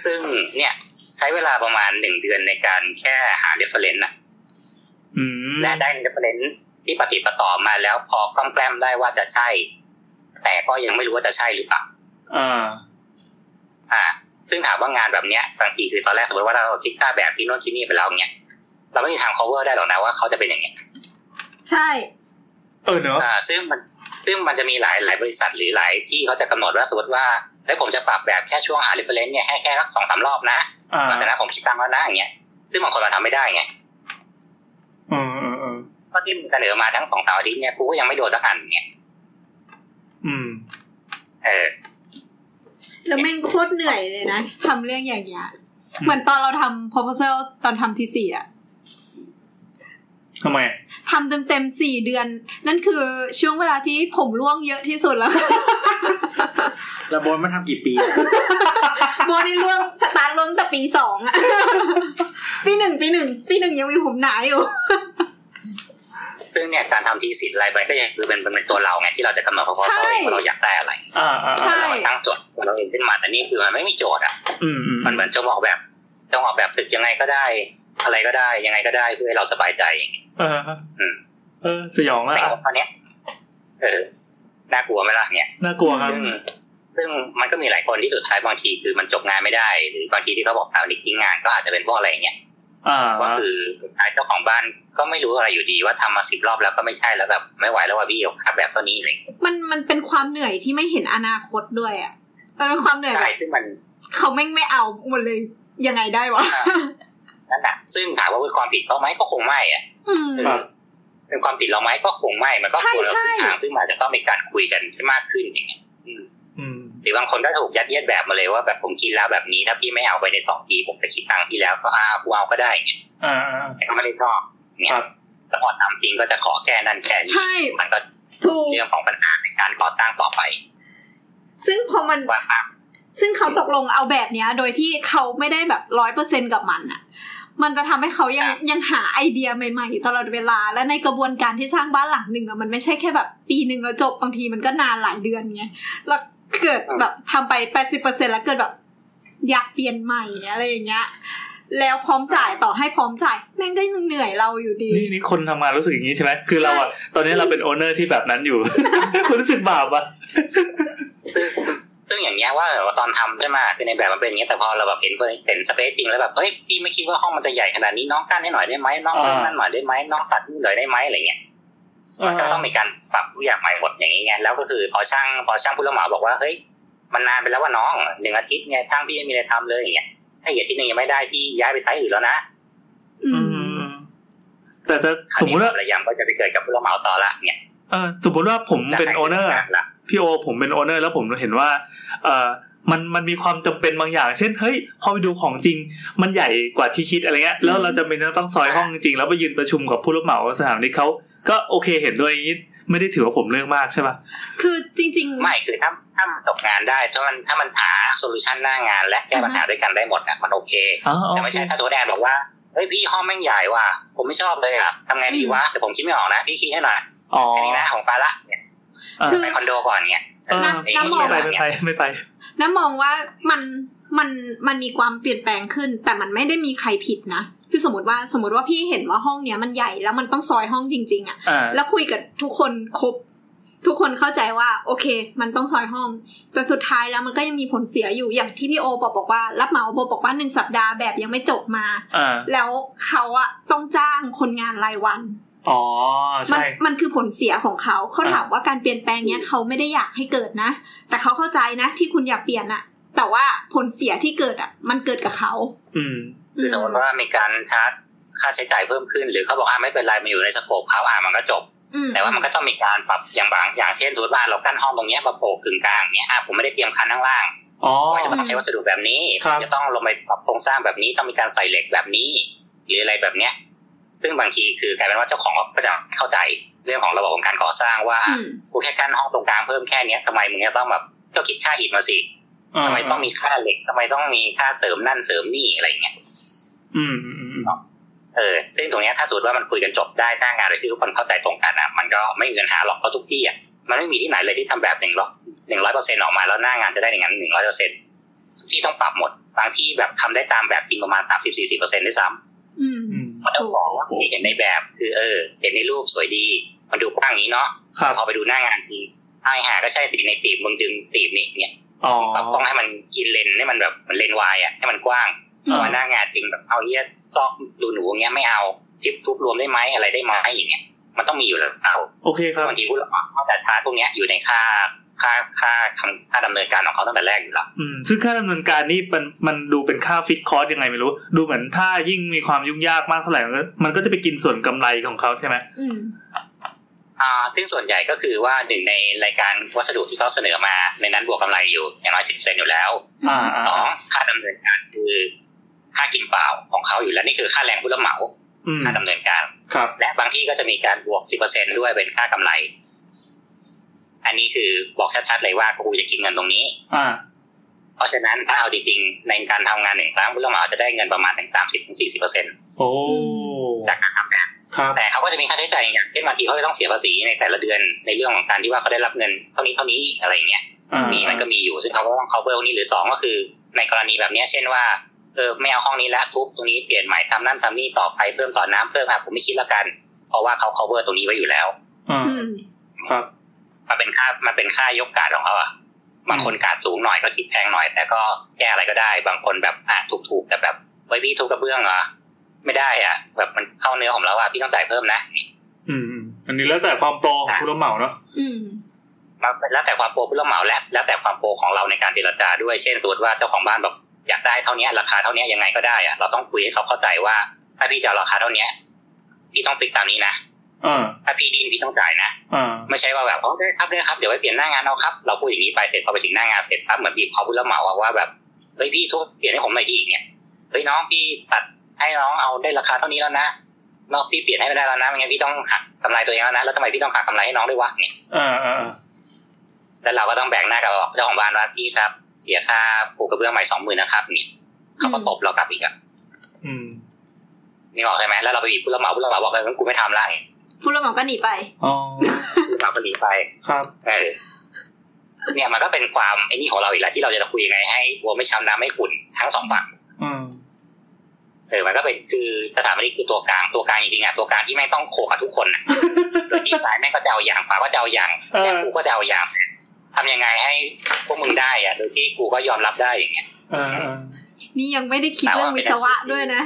S1: ซึ่งเนี่ยใช้เวลาประมาณหนึ่งเดือนในการแค่หา reference นะ
S2: อืม
S1: และได้ reference ที่ปฏิดปะต่อมาแล้วพอกล้อมแกล้มได้ว่าจะใช่ แต่ก็ยังไม่รู้ว่าจะใช่หรือเปล่า
S2: อ่า
S1: อ่า ซึ่งถามว่างานแบบเนี้ยบางทีคือตอนแรกสมมติว่าเราคิดค่าแบบที่โน่นที่นี่ไปแล้วเนี้ยเราไม่มีทาง cover ได้หรอกนะว่าเขาจะเป็นอย่างเงี้ย
S3: ใช่
S2: เออเนอะ
S1: อ่า ซึ่งมันซึ่งมันจะมีหลายหลายบริษัทหรือหลายที่เขาจะกำหนดว่าสมมติว่าเฮ้ยผมจะปรับแบบแค่ช่วงหา reference เนี่ยให้แค่สักสองสามรอบนะ
S2: อ่า
S1: หลังจากนั้นผมคิดตังค์แล้วนะอย่างเงี้ยซึ่งบางคนมันทำไม่ได้ไง
S2: เออเออเออ
S1: ก็ที่มึงเสนอมาทั้งสองสามอาทิตย์เนี่ยกูก็ยังไม่โดนสักอันเงี้ย
S2: อืม
S1: เออ
S3: แล้วแม่งโคตรเหนื่อยเลยนะทำเรื่องอย่างเงี้ย
S2: อืม
S3: เหมือนตอนเราทำ proposal ตอนทำทีสี่อะ
S2: ทำไม
S3: ทำเต็มๆสี่เดือน นั่นคือช่วงเวลาที่ผมร่วงเยอะที่สุดแล้ว
S4: ระบนมันทำกี่ปีอะ
S3: โบนี่ร่วงสตาร์ทร่วงแต่ปีสองอะ ปีหนึ่งปีหนึ่งปีหนึ่งยังมีผมหนาอยู่
S1: ซึ่งเนี่ยการทำทีสิทธิ์อะไรไปก็ยังคือเป็นเป็นตัวเราไงที่เราจะกำหนด proposal
S3: ใช่
S1: เองว่าเราอยากได้อะไร
S2: อ่าอ่าอ่า
S3: ใช่
S1: เราตั้งโจทย์ของเราเองขึ้นมาแต่นี่คือมันไม่มีโจทย์อ่ะ
S2: อืมอืม
S1: มันเหมือนจงออกแบบจงออกแบบตึกยังไงก็ได้ อะไรก็ได้ยังไงก็ได้เพื่อให้เราสบายใจอย่างเงี้ย
S2: เออ
S1: อืม
S2: เออ สยองแล้ว
S1: แต่
S2: อะ
S1: งบตอนเนี้ยเออน่ากลัวไหมล่ะเนี่ย
S2: น่ากลัวครับ
S1: ซึ่งซึ่งมันก็มีหลายคนที่สุดท้ายบางทีคือมันจบงานไม่ได้ หรือบางทีที่เขาบอกตามลิกทิ้งงานก็อาจจะเป็นเพราะอะไรอย่างเงี้ย
S2: อ่า
S1: ก็คือสุดท้ายเจ้าของบ้านก็ไม่รู้อะไรอยู่ดีว่าทำมาสิบรอบแล้วก็ไม่ใช่แล้วแบบไม่ไหวแล้วว่าพี่เอาค่าแบบเท่านี้อะไรอย่างเงี้ย
S3: มันมันเป็นความเหนื่อยที่ไม่เห็นอนาคตด้วยอะมันเป็นความเหนื่อยแบ
S1: ใช่
S3: บ
S1: ซึ่งมัน
S3: เขาแม่งไม่เอาหมดเลยยังไงได้วะ
S1: นั่นแหะซึ่งถามว่าเป็นความผิดเขาไหมก็คงไม่อ่ะ
S3: อืม
S2: ครับ
S1: เป็นความผิดเราไหมก็คงไม่มันก็
S3: ใช่
S1: ควรเรา
S3: ใช่
S1: ทิศทางซึ่งมันอาจจะต้องมีการคุยกันให้มากขึ้นอย่างเงี้ยอืม
S2: อืม
S1: หรือบางคนก็ถูกยัดเยียดแบบมาเลยว่าแบบผมคิดแล้วแบบนี้ถ้าพี่ไม่เอาไปในสองปีผมจะคิดตังค์พี่แล้วก็อ้าวกูเอาก็ได้อย่างเงี้ย
S2: อ่าอ่า
S1: แต่ก็ไม่ได้ชอบอย่างเงี้
S2: ครับ
S1: ยแล้วพอทำจริงก็จะขอแก้นั่นแก้นี่
S3: ใช่
S1: มันก็
S3: ถูก
S1: เรื่องของปัญหาในการก่อสร้างต่อไป
S3: ซึ่งพอมัน
S1: ว่าสร้าง
S3: ซึ่งเขาตกลงเอาแบบเนี้ย โดยที่เขาไม่ได้แบบร้อยเปอร์เซ็นกับมันอะมันจะทำให้เขายังยังหาไอเดียใหม่ๆอยู่ตลอดเวลา และในกระบวนการที่สร้างบ้านหลังหนึ่งอะมันไม่ใช่แค่แบบปีหนึ่งแล้วจบบางทีมันก็นานหลายเดือนไงแล้วเกิดแบบทำไปแปดสิบเปอร์เซ็นแล้วเกิดแบบ อยากเปลี่ยนใหม่อะไรอย่างเงี้ย แล้วพร้อมจ่ายต่อให้พร้อมจ่ายแม่งก็ยังเหนื่อยเราอยู่ดี
S2: นี่นี่คนทำงานรู้สึกอย่างนี้ใช่ไหม คือเราอ่ะ ตอนนี้เราเป็นโอเนอร์ที่แบบนั้นอยู่ คุณรู้สึกบาปอ่ะ
S1: ซึ่งซึ่งอย่างเงี้ยว่าแบบว่าตอนทำใช่ไหมคือในแบบมันเป็นอย่างเงี้ยแต่พอเราแบบเห็นเห็นสเปซจริงแล้วแบบเฮ้ยพี่ไม่คิดว่าห้องมันจะใหญ่ขนาดนี้น้องกั้นให้หน่อยได้ไหมน้องเพิ่มนั่นหน่อยได้ไหมน้องตัดนี่หน่อยได้ไหมอะไรเงี้ย มันก็ต้องมีการปรับทุกอย่างใหม่หมดอย่างนี้ไงแล้วก็คือพอช่างพอช่างผู้รับเหมาบอกว่าเฮ้ยมันนานไปแล้วว่าน้องหนึ่งอาทิตย์เนี่ยช่างพี่ไม่มีอะไรทำเลยอย่างเงี้ยถ้าอีกอาทิตย์หนึงยังไม่ได้พี่ย้ายไปไซต์อื่นแล้วนะ
S3: อื
S2: อื
S3: ม
S2: ม แต่จะ
S1: ครา
S2: ส
S1: ว
S2: ม
S1: นี้
S2: มุติว่า
S1: ระยำก็จะไปเกิดกับผู้รับเหมาต่อละเนี่ย
S2: เออสมมติว่าผมเป็นโอเนอร์
S1: แล้ว
S2: อะ
S1: ใคจะทำงานละ
S2: พี่โอผมเป็นโอเนอร์แล้วผมเห็นว่าเออมันมันมีความจำเป็นบางอย่าง เช่นเฮ้ยพอไปดูของจริง มันใหญ่กว่าที่คิดอะไรเงี้ยแล้วเราจะเป็นต้องซอยห้องจริงแล้วไปยืนประชุมกับผู้รับเหมาสถานีเขาก็โอเคเห็นด้วยอย่างนี้ไม่ได้ถือว่าผมเรื่องมากใช่ป่ะ
S3: คือจริง ๆ
S1: ไม่คือถ้าถ้ามันตกงานได้ถ้ามันถ้ามันหาโซลูชันหน้างานและแก้ปัญหาด้วยกันได้หมดอ่ะมันโอเค
S2: อ๋อโอ
S1: แต่ไม่
S2: เค
S1: ใช่ถ้าสมมติแอนบอกว่าเฮ้ยพี่ห้องแม่งใหญ่ว่ะผมไม่ชอบเลยอ่ะทำไงดีวะแต่ผมคิดไม่ออกนะพี่คิดให้หน่อย
S2: อ๋อ
S1: แค่นี้นะของปลาละเนี่ย
S2: เออ
S3: คือ
S1: ไปคอนโดก่อนเนี่ย
S2: เออ
S3: น้ำน้ำหมอ
S2: ไม่
S3: ก
S2: ไปไม่ไปไม่ไป
S3: น้ำมองว่ามันมันมันมีความเปลี่ยนแปลงขึ้น แต่มันไม่ได้มีใครผิดนะคือสมมติว่าสมมติว่าพี่เห็นว่าห้องเนี้ยมันใหญ่แล้วมันต้องซอยห้องจริง ๆอะ
S2: อ่า
S3: แล้วคุยกับทุกคนครบ ทุกคนเข้าใจว่า โอเค มันต้องซอยห้อง แต่สุดท้ายแล้วมันก็ยังมีผลเสียอยู่อย่างที่พี่โอบอกบอกว่า รับเหมาบอกบอกว่าหนึ่งสัปดาห์แบบยังไม่จบมา
S2: อ่า
S3: แล้วเขาอะต้องจ้างคนงานรายวัน
S2: อ๋อ
S3: มั
S2: ใช่
S3: มันคือผลเสียของเขา เขาถามว่าการเปลี่ยนแปลงเนี้ยเขาไม่ได้อยากให้เกิดนะ แต่เขาเข้าใจนะที่คุณอยากเปลี่ยนอะแต่ว่าผลเสียที่เกิดอะมันเกิดกับเขา
S2: อืม
S1: คือสมมติว่ามีการชาร์จค่าใช้จ่ายเพิ่มขึ้น หรือเขาบอกอ่าไม่เป็นไรมันอยู่ในสโคปเขาอ่ามันก็จบ
S3: อื
S1: แต่ว่ามันก็ต้องมีการปรับอย่างบางอย่างเช่นสมมติว่าเรากั้นห้องตรงเนี้ยมาโผล่กึ่งกลางเนี้ยอ่าผมไม่ได้เตรียมคันข้างล่าง
S2: อ๋อ
S1: ไม่จะต้องใช้วัสดุแบบนี้
S2: ครับ
S1: จะต้องลงไปปรับโครงสร้างแบบนี้ต้องมีการใส่เหล็กแบบนี้ หรืออะไรแบบเนี้ย ซึ่งบางทีคือกลายเป็นว่าเจ้าของก็จะเข้าใจเรื่องของระบบของการก่อสร้างว่า
S3: อืม
S1: กูแค่กั้นห้องตรงกลางเพิ่มแค่เนี้ยทำไมมึงจะต้องแบบก็คิดค่าอิฐมาสิทำไมต้องมีค่าเหล็กทำไมต้องมีค่าเสริมนั่นเสริมนี่อะไรอย่างเงี้ย
S2: อืมอืมอืมอืม
S1: เออ ซึ่งตรงเนี้ยถ้าสมมติว่ามันคุยกันจบได้หน้างานโดยที่ทุกคนเข้าใจตรงกันอ่ะ มันก็ไม่มีปัญหาหรอกเพราะทุกที่อ่ะ มันไม่มีที่ไหนเลยที่ทำแบบหนึ่งหรอกหนึ่งร้อยเปอร์เซ็นต์ออกมาแล้วหน้างานจะได้อย่างนั้นหนึ่งร้อยเปอร์เซ็นต์ที่ต้องปรับหมด บางที่แบบทำได้ตามแบบจริงประมาณสามสิบสี่สิบเปอร์เซ็นต์ด้วยซ้
S3: อืม
S2: อืม
S1: ำมันต้องบอกว่าเห็นในแบบ คือเออ เห็นในรูปสวยดี มันดูกว้างอย่างนี้เนาะ
S2: ครับ
S1: พอไปดูหน้างานจริงไอ้ห่าก็ใช่สิในตีบมึงดึงตีบนี่เนี่ย
S2: อ๋อ
S1: ปรับกล้องให้มันกินเลนส์ให้มันแบบมันเลนส์วายอ่ะให้มันกว้าง
S2: อ่า
S1: เพราะว่าหน้างานจริงแบบเอาเนี้ยซอกดูหนูอย่างเงี้ยไม่เอาจิบทุบรวมได้ไหมอะไรได้ไหมอย่างเงี้ยมันต้องมีอยู่แล้วเอา
S2: โอเคครับ
S1: บางทีผู้รับเหมาเขาจะชาร์จพวกเนี้ยอยู่ในค่าค่าค่าคำค่าดำเนินการของเขาตั้งแต่แรกอยู่แล้ว
S2: อืมซึ่งค่าดำเนินการนี่มันมันดูเป็นค่าฟิกคอร์สยังไงไม่รู้ ดูเหมือนถ้ายิ่งมีความยุ่งยากมากเท่าไหร่มันก็มันก็จะไปกินส่วนกำไรของเขาใช่ไหม
S3: อืม
S1: อ่าซึ่งส่วนใหญ่ก็คือว่าหนึ่งในรายการวัสดุที่เขาเสนอมาในนั้นบวกกำไรอยู่อย่างน้อยสิบเซนอยู่แล้ว
S2: อ่าอ่า
S1: สองค่าดำเนินการคือค่ากินเปล่าของเขาอยู่แล้วนี่คือค่าแรงผู้รับเหมา
S2: อืม
S1: ค่าดำเนินการ
S2: ครับ
S1: และบางที่ก็จะมีการบวก 10%ด้วยเป็นค่ากำไร อันนี้คือบอกชัดๆเลยว่ากูจะกินเงินตรงนี้
S2: อ่า
S1: เพราะฉะนั้นถ้าเอาจริงๆ ในการทำงานหนึ่งครั้งผู้รับเหมาจะได้เงินประมาณถึง 30ถึง40%
S2: โอ้
S1: จากการทำงาน
S2: ครับ
S1: แต่เขาก็จะมีค่าใช้จ่ายอย่างเช่นบางทีเขาจะต้องเสียภาษีในแต่ละเดือนในเรื่องของการที่ว่าเขาได้รับเงินเท่านี้เท่านี้อะไรอย่างเงี้ย
S2: อ่า
S1: มีมันก็มีอยู่ซึ่งเขาก็ต้อง cover พวกนี้หรือสองก็คือ ในกรณีแบบเนี้ยเช่นว่าเออไม่เอาห้องนี้ละทุบตรงนี้เปลี่ยนใหม่ทำนั่นทำนี่ต่อไฟเพิ่มต่อน้ำเพิ่มอ่ะผมไม่คิดละกัน เพราะว่าเขา cover ตรงนี้ไว้อยู่แล้ว
S2: อ่า
S3: อืม
S2: ครับ
S1: มันเป็นค่ามันเป็นค่ายกการดของเขาอ่ะบางคนการดสูงหน่อยก็คิดแพงหน่อย แต่ก็แก้อะไรก็ได้ บางคนแบบอ่ะถูกๆแต่แบบไว้ยพี่ทุบกระเบื้องเหรอไม่ได้อ่ะ แบบมันเข้าเนื้อผมแล้วอ่ะพี่ต้องจ่ายเพิ่มนะ
S2: อืมอืมอันนี้แล้วแต่ความโปรของผู้รับเหมาเนาะ
S3: อืม
S1: มันแล้วแต่ความโปรผู้รับเหมาและแล้วแต่ความโปรของเราในการเจรจาด้วยเช่นสมมติว่าเจ้าของบ้านบอกอยากได้เท่านี้ราคาเท่านี้ยังไงก็ได้อะเราต้องคุยให้เขาเข้าใจว่า ถ้าพี่จะเอาราคาเท่านี้พี่ต้องฟิกตามนี้นะ
S2: อ่า
S1: ถ้าพี่ดินพี่ต้องจ่ายนะ
S2: อ่า
S1: ไม่ใช่ว่าแบบอ๋อได้ครับได้ครับเดี๋ยวไปเปลี่ยนหน้างานเอาครับเราพูดอย่างนี้ไปเสร็จพอไปถึงหน้างานเสร็จปั๊บเหมือนบีบเขาผู้รับเหมาอะว่าแบบเฮ้ยพี่ทุกเปลี่ยนให้ผมหน่อยดีเนี่ยเฮ้ยน้องพี่ตัดให้น้องเอาได้ราคาเท่านี้แล้วนะน้องพี่เปลี่ยนให้ไม่ได้แล้วนะไม่งั้นพี่ต้องหักกำไรตัวเองแล้วนะแล้วทำไมพี่ต้องหักกำไรให้น้องด้วยวะเนี่ย
S2: อ่าอ่า
S1: แล้วเราก็ต้องแบ่งหน้ากับเจ้าของบ้านว่าพี่ครับ เสียค่าปูกระเบื้องใหม่สองหมื่นนะครับเนี่ยเขาก็ตบเรากลับอีกอะ
S2: อืม
S1: นี่ออกใช่ไหมแล้วเราไปบีบผู้รับเหมาผู้รับเหมาบอกเอองั้นกูไม่ทำละ
S3: ผู้รับเหมาก็หนีไป
S2: อ๋อ
S1: ผู้รับเหมาก็หนีไป
S2: ครับ
S1: เออเนี่ยมันก็เป็นความไอ้นี่ของเราอีกแล้วที่เราจะคุยยังไงให้วัวไม่ช้ำน้ำไม่ขุ่นทั้งสองฝั่ง
S2: อืม
S1: เออมันก็เป็นคือสถาปนิกคือตัวกลางตัวกลางจริงๆอะตัวกลางที่แม่งต้องโคกับทุกคนอะโดยที่ซ้ายแม่งก็จะเอาอย่างขวาก็จะเอาอย่าง
S2: เอ
S1: แม่ง
S2: อ
S1: กูก็จะเอาอย่างทำยังไงให้พวกมึงได้อะโดยที่กูก็ยอมรับได้อย่างเงี้ย
S2: เออเออ
S3: นี่ยังไม่ได้คิดเรื่องวิศวะด้วยนะ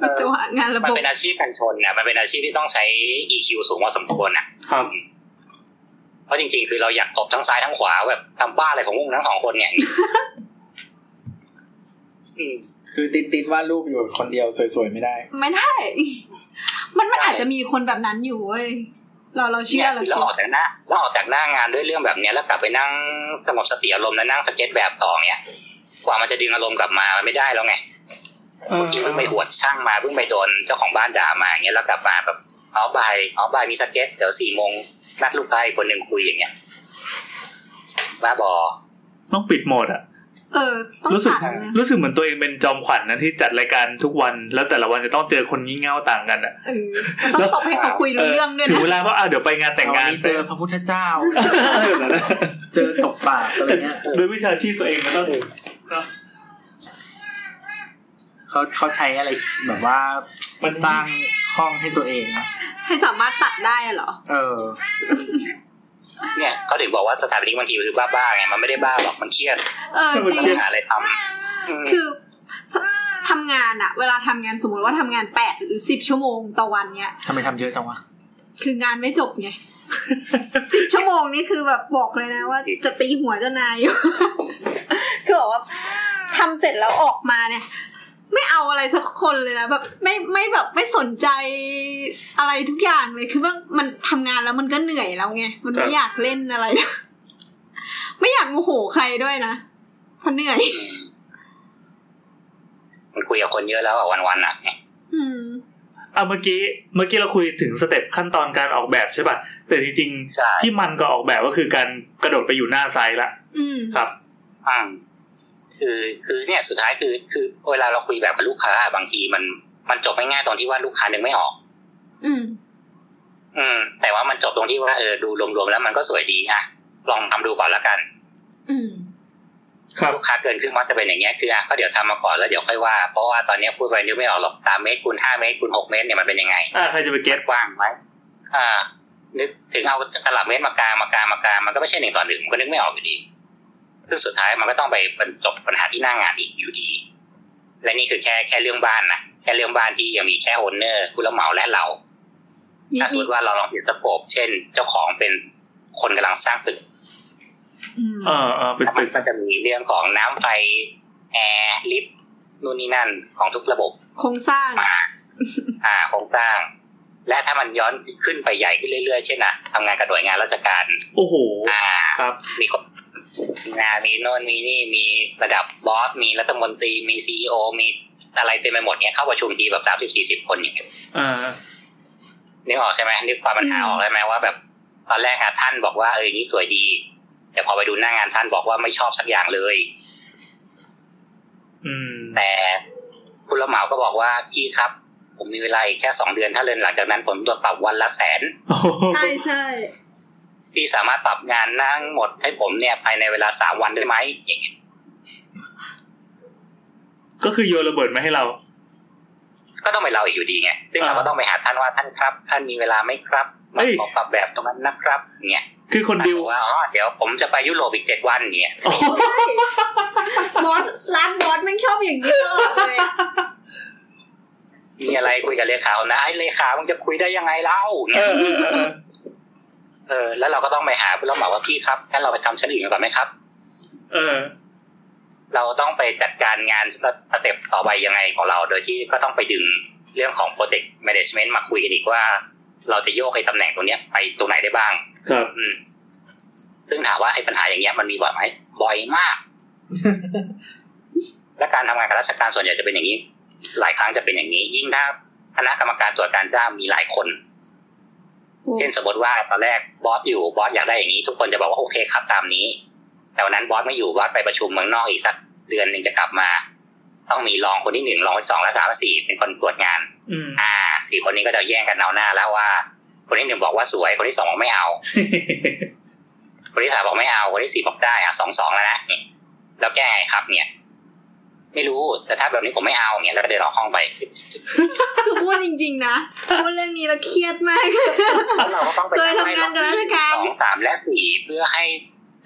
S3: วิศวะงานระ
S1: มั
S3: บ
S1: น
S3: บ
S1: เป็นอาชีพกันชนนะมันเป็นอาชีพที่ต้องใช้ EQ สูงพอสมควรนะครับ เพราะจริงๆ คือเราอยากตบทั้งซ้ายทั้งขวาแบบทำบ้าอะไรของมึงทั้งสองคนเนี่ย อืม
S4: คือติดติดว่าดรูปอยู่คนเดียวสวยๆ ไม่ได้
S3: ไม่ได้ มันมันอาจจะมีคนแบบนั้นอยู่เว้ย เราเราเชื่
S1: เนี่
S3: อย เรา
S1: คือ
S3: เชื่
S1: เรา
S3: อ
S1: ออกจากหน้าเราออกจากหน้างานด้วยเรื่องแบบเนี้ยแล้วกลับไปนั่งสงบสติอารมณ์แล้วนั่งสเก็ตแบบต่อเนี่ยกว่ามันจะดึงอารมณ์กลับมามันไม่ได้แล้วไง
S2: เออ
S1: เพิ่งไปหวดช่างมาเพิ่งไปโดนเจ้าของบ้านด่ามาอย่างเงี้ยแล้วกลับมาแบบอ๋อบายอ๋อบายมีสเก็ตเดี๋ยวสี่โมงนัดลูกค้าอีกคนหนึ่งคุยอย่างเงี้ยบ้าบอ
S2: ต้องปิดโหมดอะ
S3: เออ ต้อง
S2: รู้สึก
S3: ตัดนะ
S2: รู้สึกเหมือนตัวเองเป็นจอมขวัญนะที่จัดรายการทุกวัน แล้วแต่ละวันจะต้องเจอคนงี่เง่าต่างกันอ่ะ
S3: เออต้องตบให้เขาคุยรู้เรื่องด้วย
S2: ถึง
S3: นะ
S2: เวลาว่าอ่ะเดี๋ยวไปงานแต่งงาน
S4: เจอพระพุทธเจ้า
S2: เออแบบนั้น
S4: เจอตบปากอะไรเงี้ย
S2: โดวยวิชาชีพตัวเองก็ต้อง
S4: เขาเขาใช้อะไรแบบว่ามันสร้างห้องให้ตัวเองนะ
S3: ให้สามารถตัดได้เหรอ
S4: เออ
S1: เนี่ยเขาถึงบอกว่าสถาปนิกบางทีมันคือบ้าๆไงมันไม่ได้บ้าหรอกมันเครียด
S3: เออจริง
S1: มันหาอะไรทำอืม
S3: คือทำงานอะเวลาทำงานสมมติว่าทำงานแปดหรือสิบชั่วโมงต่อวันเนี้ย
S4: ทำไมทำเยอะจังวะ
S3: คืองานไม่จบ ไง สิบชั่วโมงนี่คือแบบบอกเลยนะว่า จะตีหัวเจ้านายอยู่ คือบอกว่าทำเสร็จแล้วออกมาเนี่ย ไม่เอาอะไรสักคนเลยนะแบบไม่ไม่แบบไม่สนใจอะไรทุกอย่างเลยคือว่ามันทำงานแล้วมันก็เหนื่อยแล้วไงมันไม่อยากเล่นอะไร ไม่อยากโมโหใครด้วยนะเพราะเหนื่อย
S1: มันคุยกับคนเยอะแล้วอะวันๆอ่ะ
S3: อืม
S2: อ่ะเมื่อกี้เมื่อกี้เราคุยถึงสเต็ปขั้นตอนการออกแบบใช่ป่ะแต่จริง
S1: ใช่
S2: ๆ ที่มันก็ออกแบบก็คือการกระโดดไปอยู่หน้าไซต์ละ
S3: อืม
S2: ครับ
S1: อืมคือคือเนี่ยสุดท้ายคือ คือเวลาเราคุยแบบกับลูกค้าอะบางทีมันมันจบไม่ง่ายตอนที่ว่าลูกค้านึกไม่ออก
S3: อืม
S1: อืม แต่ว่ามันจบตรงที่ว่าเออดูรวมๆแล้วมันก็สวยดีอ่ะลองทำดูก่อนละกัน
S3: อืม
S2: ครับ
S1: ลูกค้าเกินครึ่งมัดจะเป็นอย่างเงี้ยคืออ่ะก็เดี๋ยวทำมาก่อนแล้วเดี๋ยวค่อยว่าเพราะว่าตอนเนี้ยพูดไปนึกไม่ออกหรอกสามเมตรคูณห้าเมตรคูณหกเมตรเนี่ยมันเป็นยังไง
S2: อ่ะใครจะไปเก็ต
S1: กว้างไหมอ่า นึกถึงเอาตลับเมตรมากางมากางมากางมันก็ไม่ใช่หนึ่งต่อหนึ่งมันก็นึกไม่ออกอยู่ดี ซึ่งสุดท้ายมันก็ต้องไปบรรจบปัญหาที่หน้างงานอีกอยู่ดี และนี่คือแค่แค่เรื่องบ้านนะแค่เรื่องบ้านที่ยังมีแค่โอนเนอร์ผู้รับเหมาและเรา
S3: มี
S1: ถ้าสม
S3: มี
S1: มติว่าเราลองเปลี่ยนสโคปเช่น เจ้าของเป็นคนกำลังสร้างตึก
S3: อืม
S2: เออเออเป็น
S1: มั
S2: เป็น น
S1: ก็จะมีเรื่องของน้ำไฟแอร์ลิฟต์นู่นนี่นั่นของทุกระบบ
S3: โครงสร้าง
S1: มาอ่าโครงสร้าง และถ้ามันย้อนขึ้นไปใหญ่ขึ้นเรื่อยๆเช่นนะทำงานกับหน่วยงานราชการ
S2: โอ้โห
S1: อ่า
S2: ครับ
S1: มีคนงานมีโน่นมีนี่มีระดับบอสมีรัฐมนตรีมีซีอมีอะไรเต็มไปหมดเนี้ยเข้าประชุมทีแบบสามสิบสี่สิบคนอย่างเงี้ย
S2: เอ่า
S1: นึกออกใช่ไหมนึกความปัญหาออกใช่ไหมว่าแบบตอนแรกอะท่านบอกว่าเอออย่างนี้สวยดี แต่พอไปดูหน้างานท่านบอกว่าไม่ชอบสักอย่างเลย
S2: อืม
S1: แต่ผู้รับเหมาก็บอกว่าพี่ครับ ผมมีเวลาอีกแค่สองเดือนถ้าเรียนหลังจากนั้นผมโดนปรับวันละแสน
S2: โอ้โห
S3: ใช่ใช่
S1: พี่สามารถปรับงานนั่งหมดให้ผมเนี่ยภายในเวลาสามวันได้ไหมอย่างเงี้ย
S2: ก็คือโยนระเบิดมาให้เรา
S1: ก็ต้องไปเราอีกอยู่ดีไงซึ่งเรา
S2: อ่า
S1: ก็ต้องไปหาท่านว่าท่านครับ ท่านมีเวลาไหมครับ
S2: เฮ้
S1: มาย ขอปรับแบบตรงนั้นนะครับเนี่ย
S2: คือคน
S1: ท่าน
S2: ดิว
S1: บอกว่าอ๋อเดี๋ยวผมจะไปยุโรปอีกเจ็ดวันเนี่ย
S2: โอ้โห
S3: ใช่บอสร้านบอสแม่งชอบอย่างนี้ตลอดเลย
S1: มีอะไรคุยกับเลขาเอานะไอ้เลขามึงจะคุยได้ยังไงเล่า
S2: เอ
S1: เนี่ย
S2: อเออเออ
S1: เออแล้วเราก็ต้องไปหาผู้รับเหมาว่าพี่ครับงั้นเราไปทำชั้นอื่นก่อนไหมครับ
S2: เออ
S1: เราต้องไปจัดการงานสสเต็ปต่อไปยังไงของเรา โดยที่ก็ต้องไปดึงเรื่องของ Project Management มาคุยกันอีกว่า เราจะโยกไอ้ตำแหน่งตรงเนี้ยไปตรงไหนได้บ้าง
S2: ครับ
S1: อืม ซึ่งถามว่าไอ้ปัญหาอย่างเงี้ยมันมีบ่อยไหมบ่อยมาก และการทำงานกับราชการส่วนใหญ่จะเป็นอย่างนี้ หลายครั้งจะเป็นอย่างนี้ ยิ่งถ้าคณะกรรมการตรวจการจ้างมีหลายคน
S3: โอ้
S1: เช่นสมมติว่าตอนแรกบอสอยู่บอสอยากได้อย่างนี้ ทุกคนจะบอกว่าโอเคครับตามนี้ แต่วันนั้นบอสไม่อยู่บอสไปประชุมเมืองนอกอีกสักเดือนหนึ่งจะกลับมา ต้องมีรองคนที่หนึ่งรองคนที่สองและสามและสี่เป็นคนตรวจงาน
S2: อืม
S1: อ่าสี่คนนี้ก็จะแย่งกันเอาหน้าแล้วว่า คนที่หนึ่งบอกว่าสวยคนที่สองบอกไม่เอา คนที่สามบอกไม่เอาคนที่สี่บอกได้อ่ะสองสองแล้วนะนี่แล้วแก้ไงครับ เนี่ย ไม่รู้แต่ถ้าแบบนี้ผมไม่เอาเนี่ยแล้วก็เดินออกห้องไป
S3: คือพูดจริง ๆ นะพูดเรื่องนี้แล้วเครียดมาก
S1: แล้วเราก็ต้องไป
S3: เคยทำงานกับราชการ
S1: สองสามและสี่เพื่อให้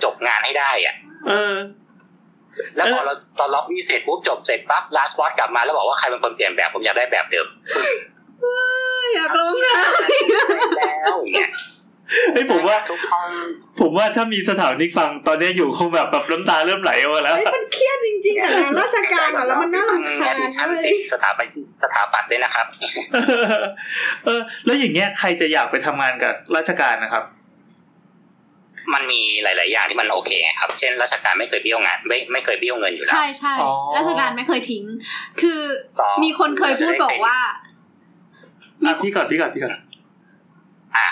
S1: จบงานให้ได้อ่ะ
S2: เออ
S1: แล้วพอ
S2: เออ
S1: เราตอนล็อบบี้เสร็จปุ๊บจบเสร็จปั๊บลาสปอตกลับมาแล้วบอกว่าใครเป็นคนเปลี่ยนแบบผมอยากได้แบบเดิ ม
S3: อยากร้องไห้
S1: แล้วเนี่ย
S2: ไอยผมว่า
S1: ทุกห้อง
S2: ผมว่าถ้ามีสถานิกฟังตอนเนี้ยอยู่คงแบบแบบน้ำตาเริ่มไหลออกมาแล้ว
S3: เฮ้ยมันเครียดจริงๆกับงานราชการอะแล้วมันน่ารำคาญ
S1: ชั้น
S3: เลย
S1: ติดสถาปัตย์สถาปัตย์ด้วยนะครับ
S2: เออ แล้วอย่างเงี้ยใครจะอยากไปทำงานกับราชการนะครับ
S1: มันมีหลาย ๆ อย่างที่มันโอเคครับ เช่น ราชการไม่เคยเบี้ยวงานไม่ไม่เคยเบี้ยวเงินอยู่แล้ว
S3: ใช่ใช่
S2: อ๋อ
S3: ราชการไม่เคยทิ้ง คือ
S1: ต่อ
S3: มีคนเคยพูดบอกว่า
S2: อ่ะพี่ก่อนพี่ก่อนพี่ก่อน
S1: อ่ะ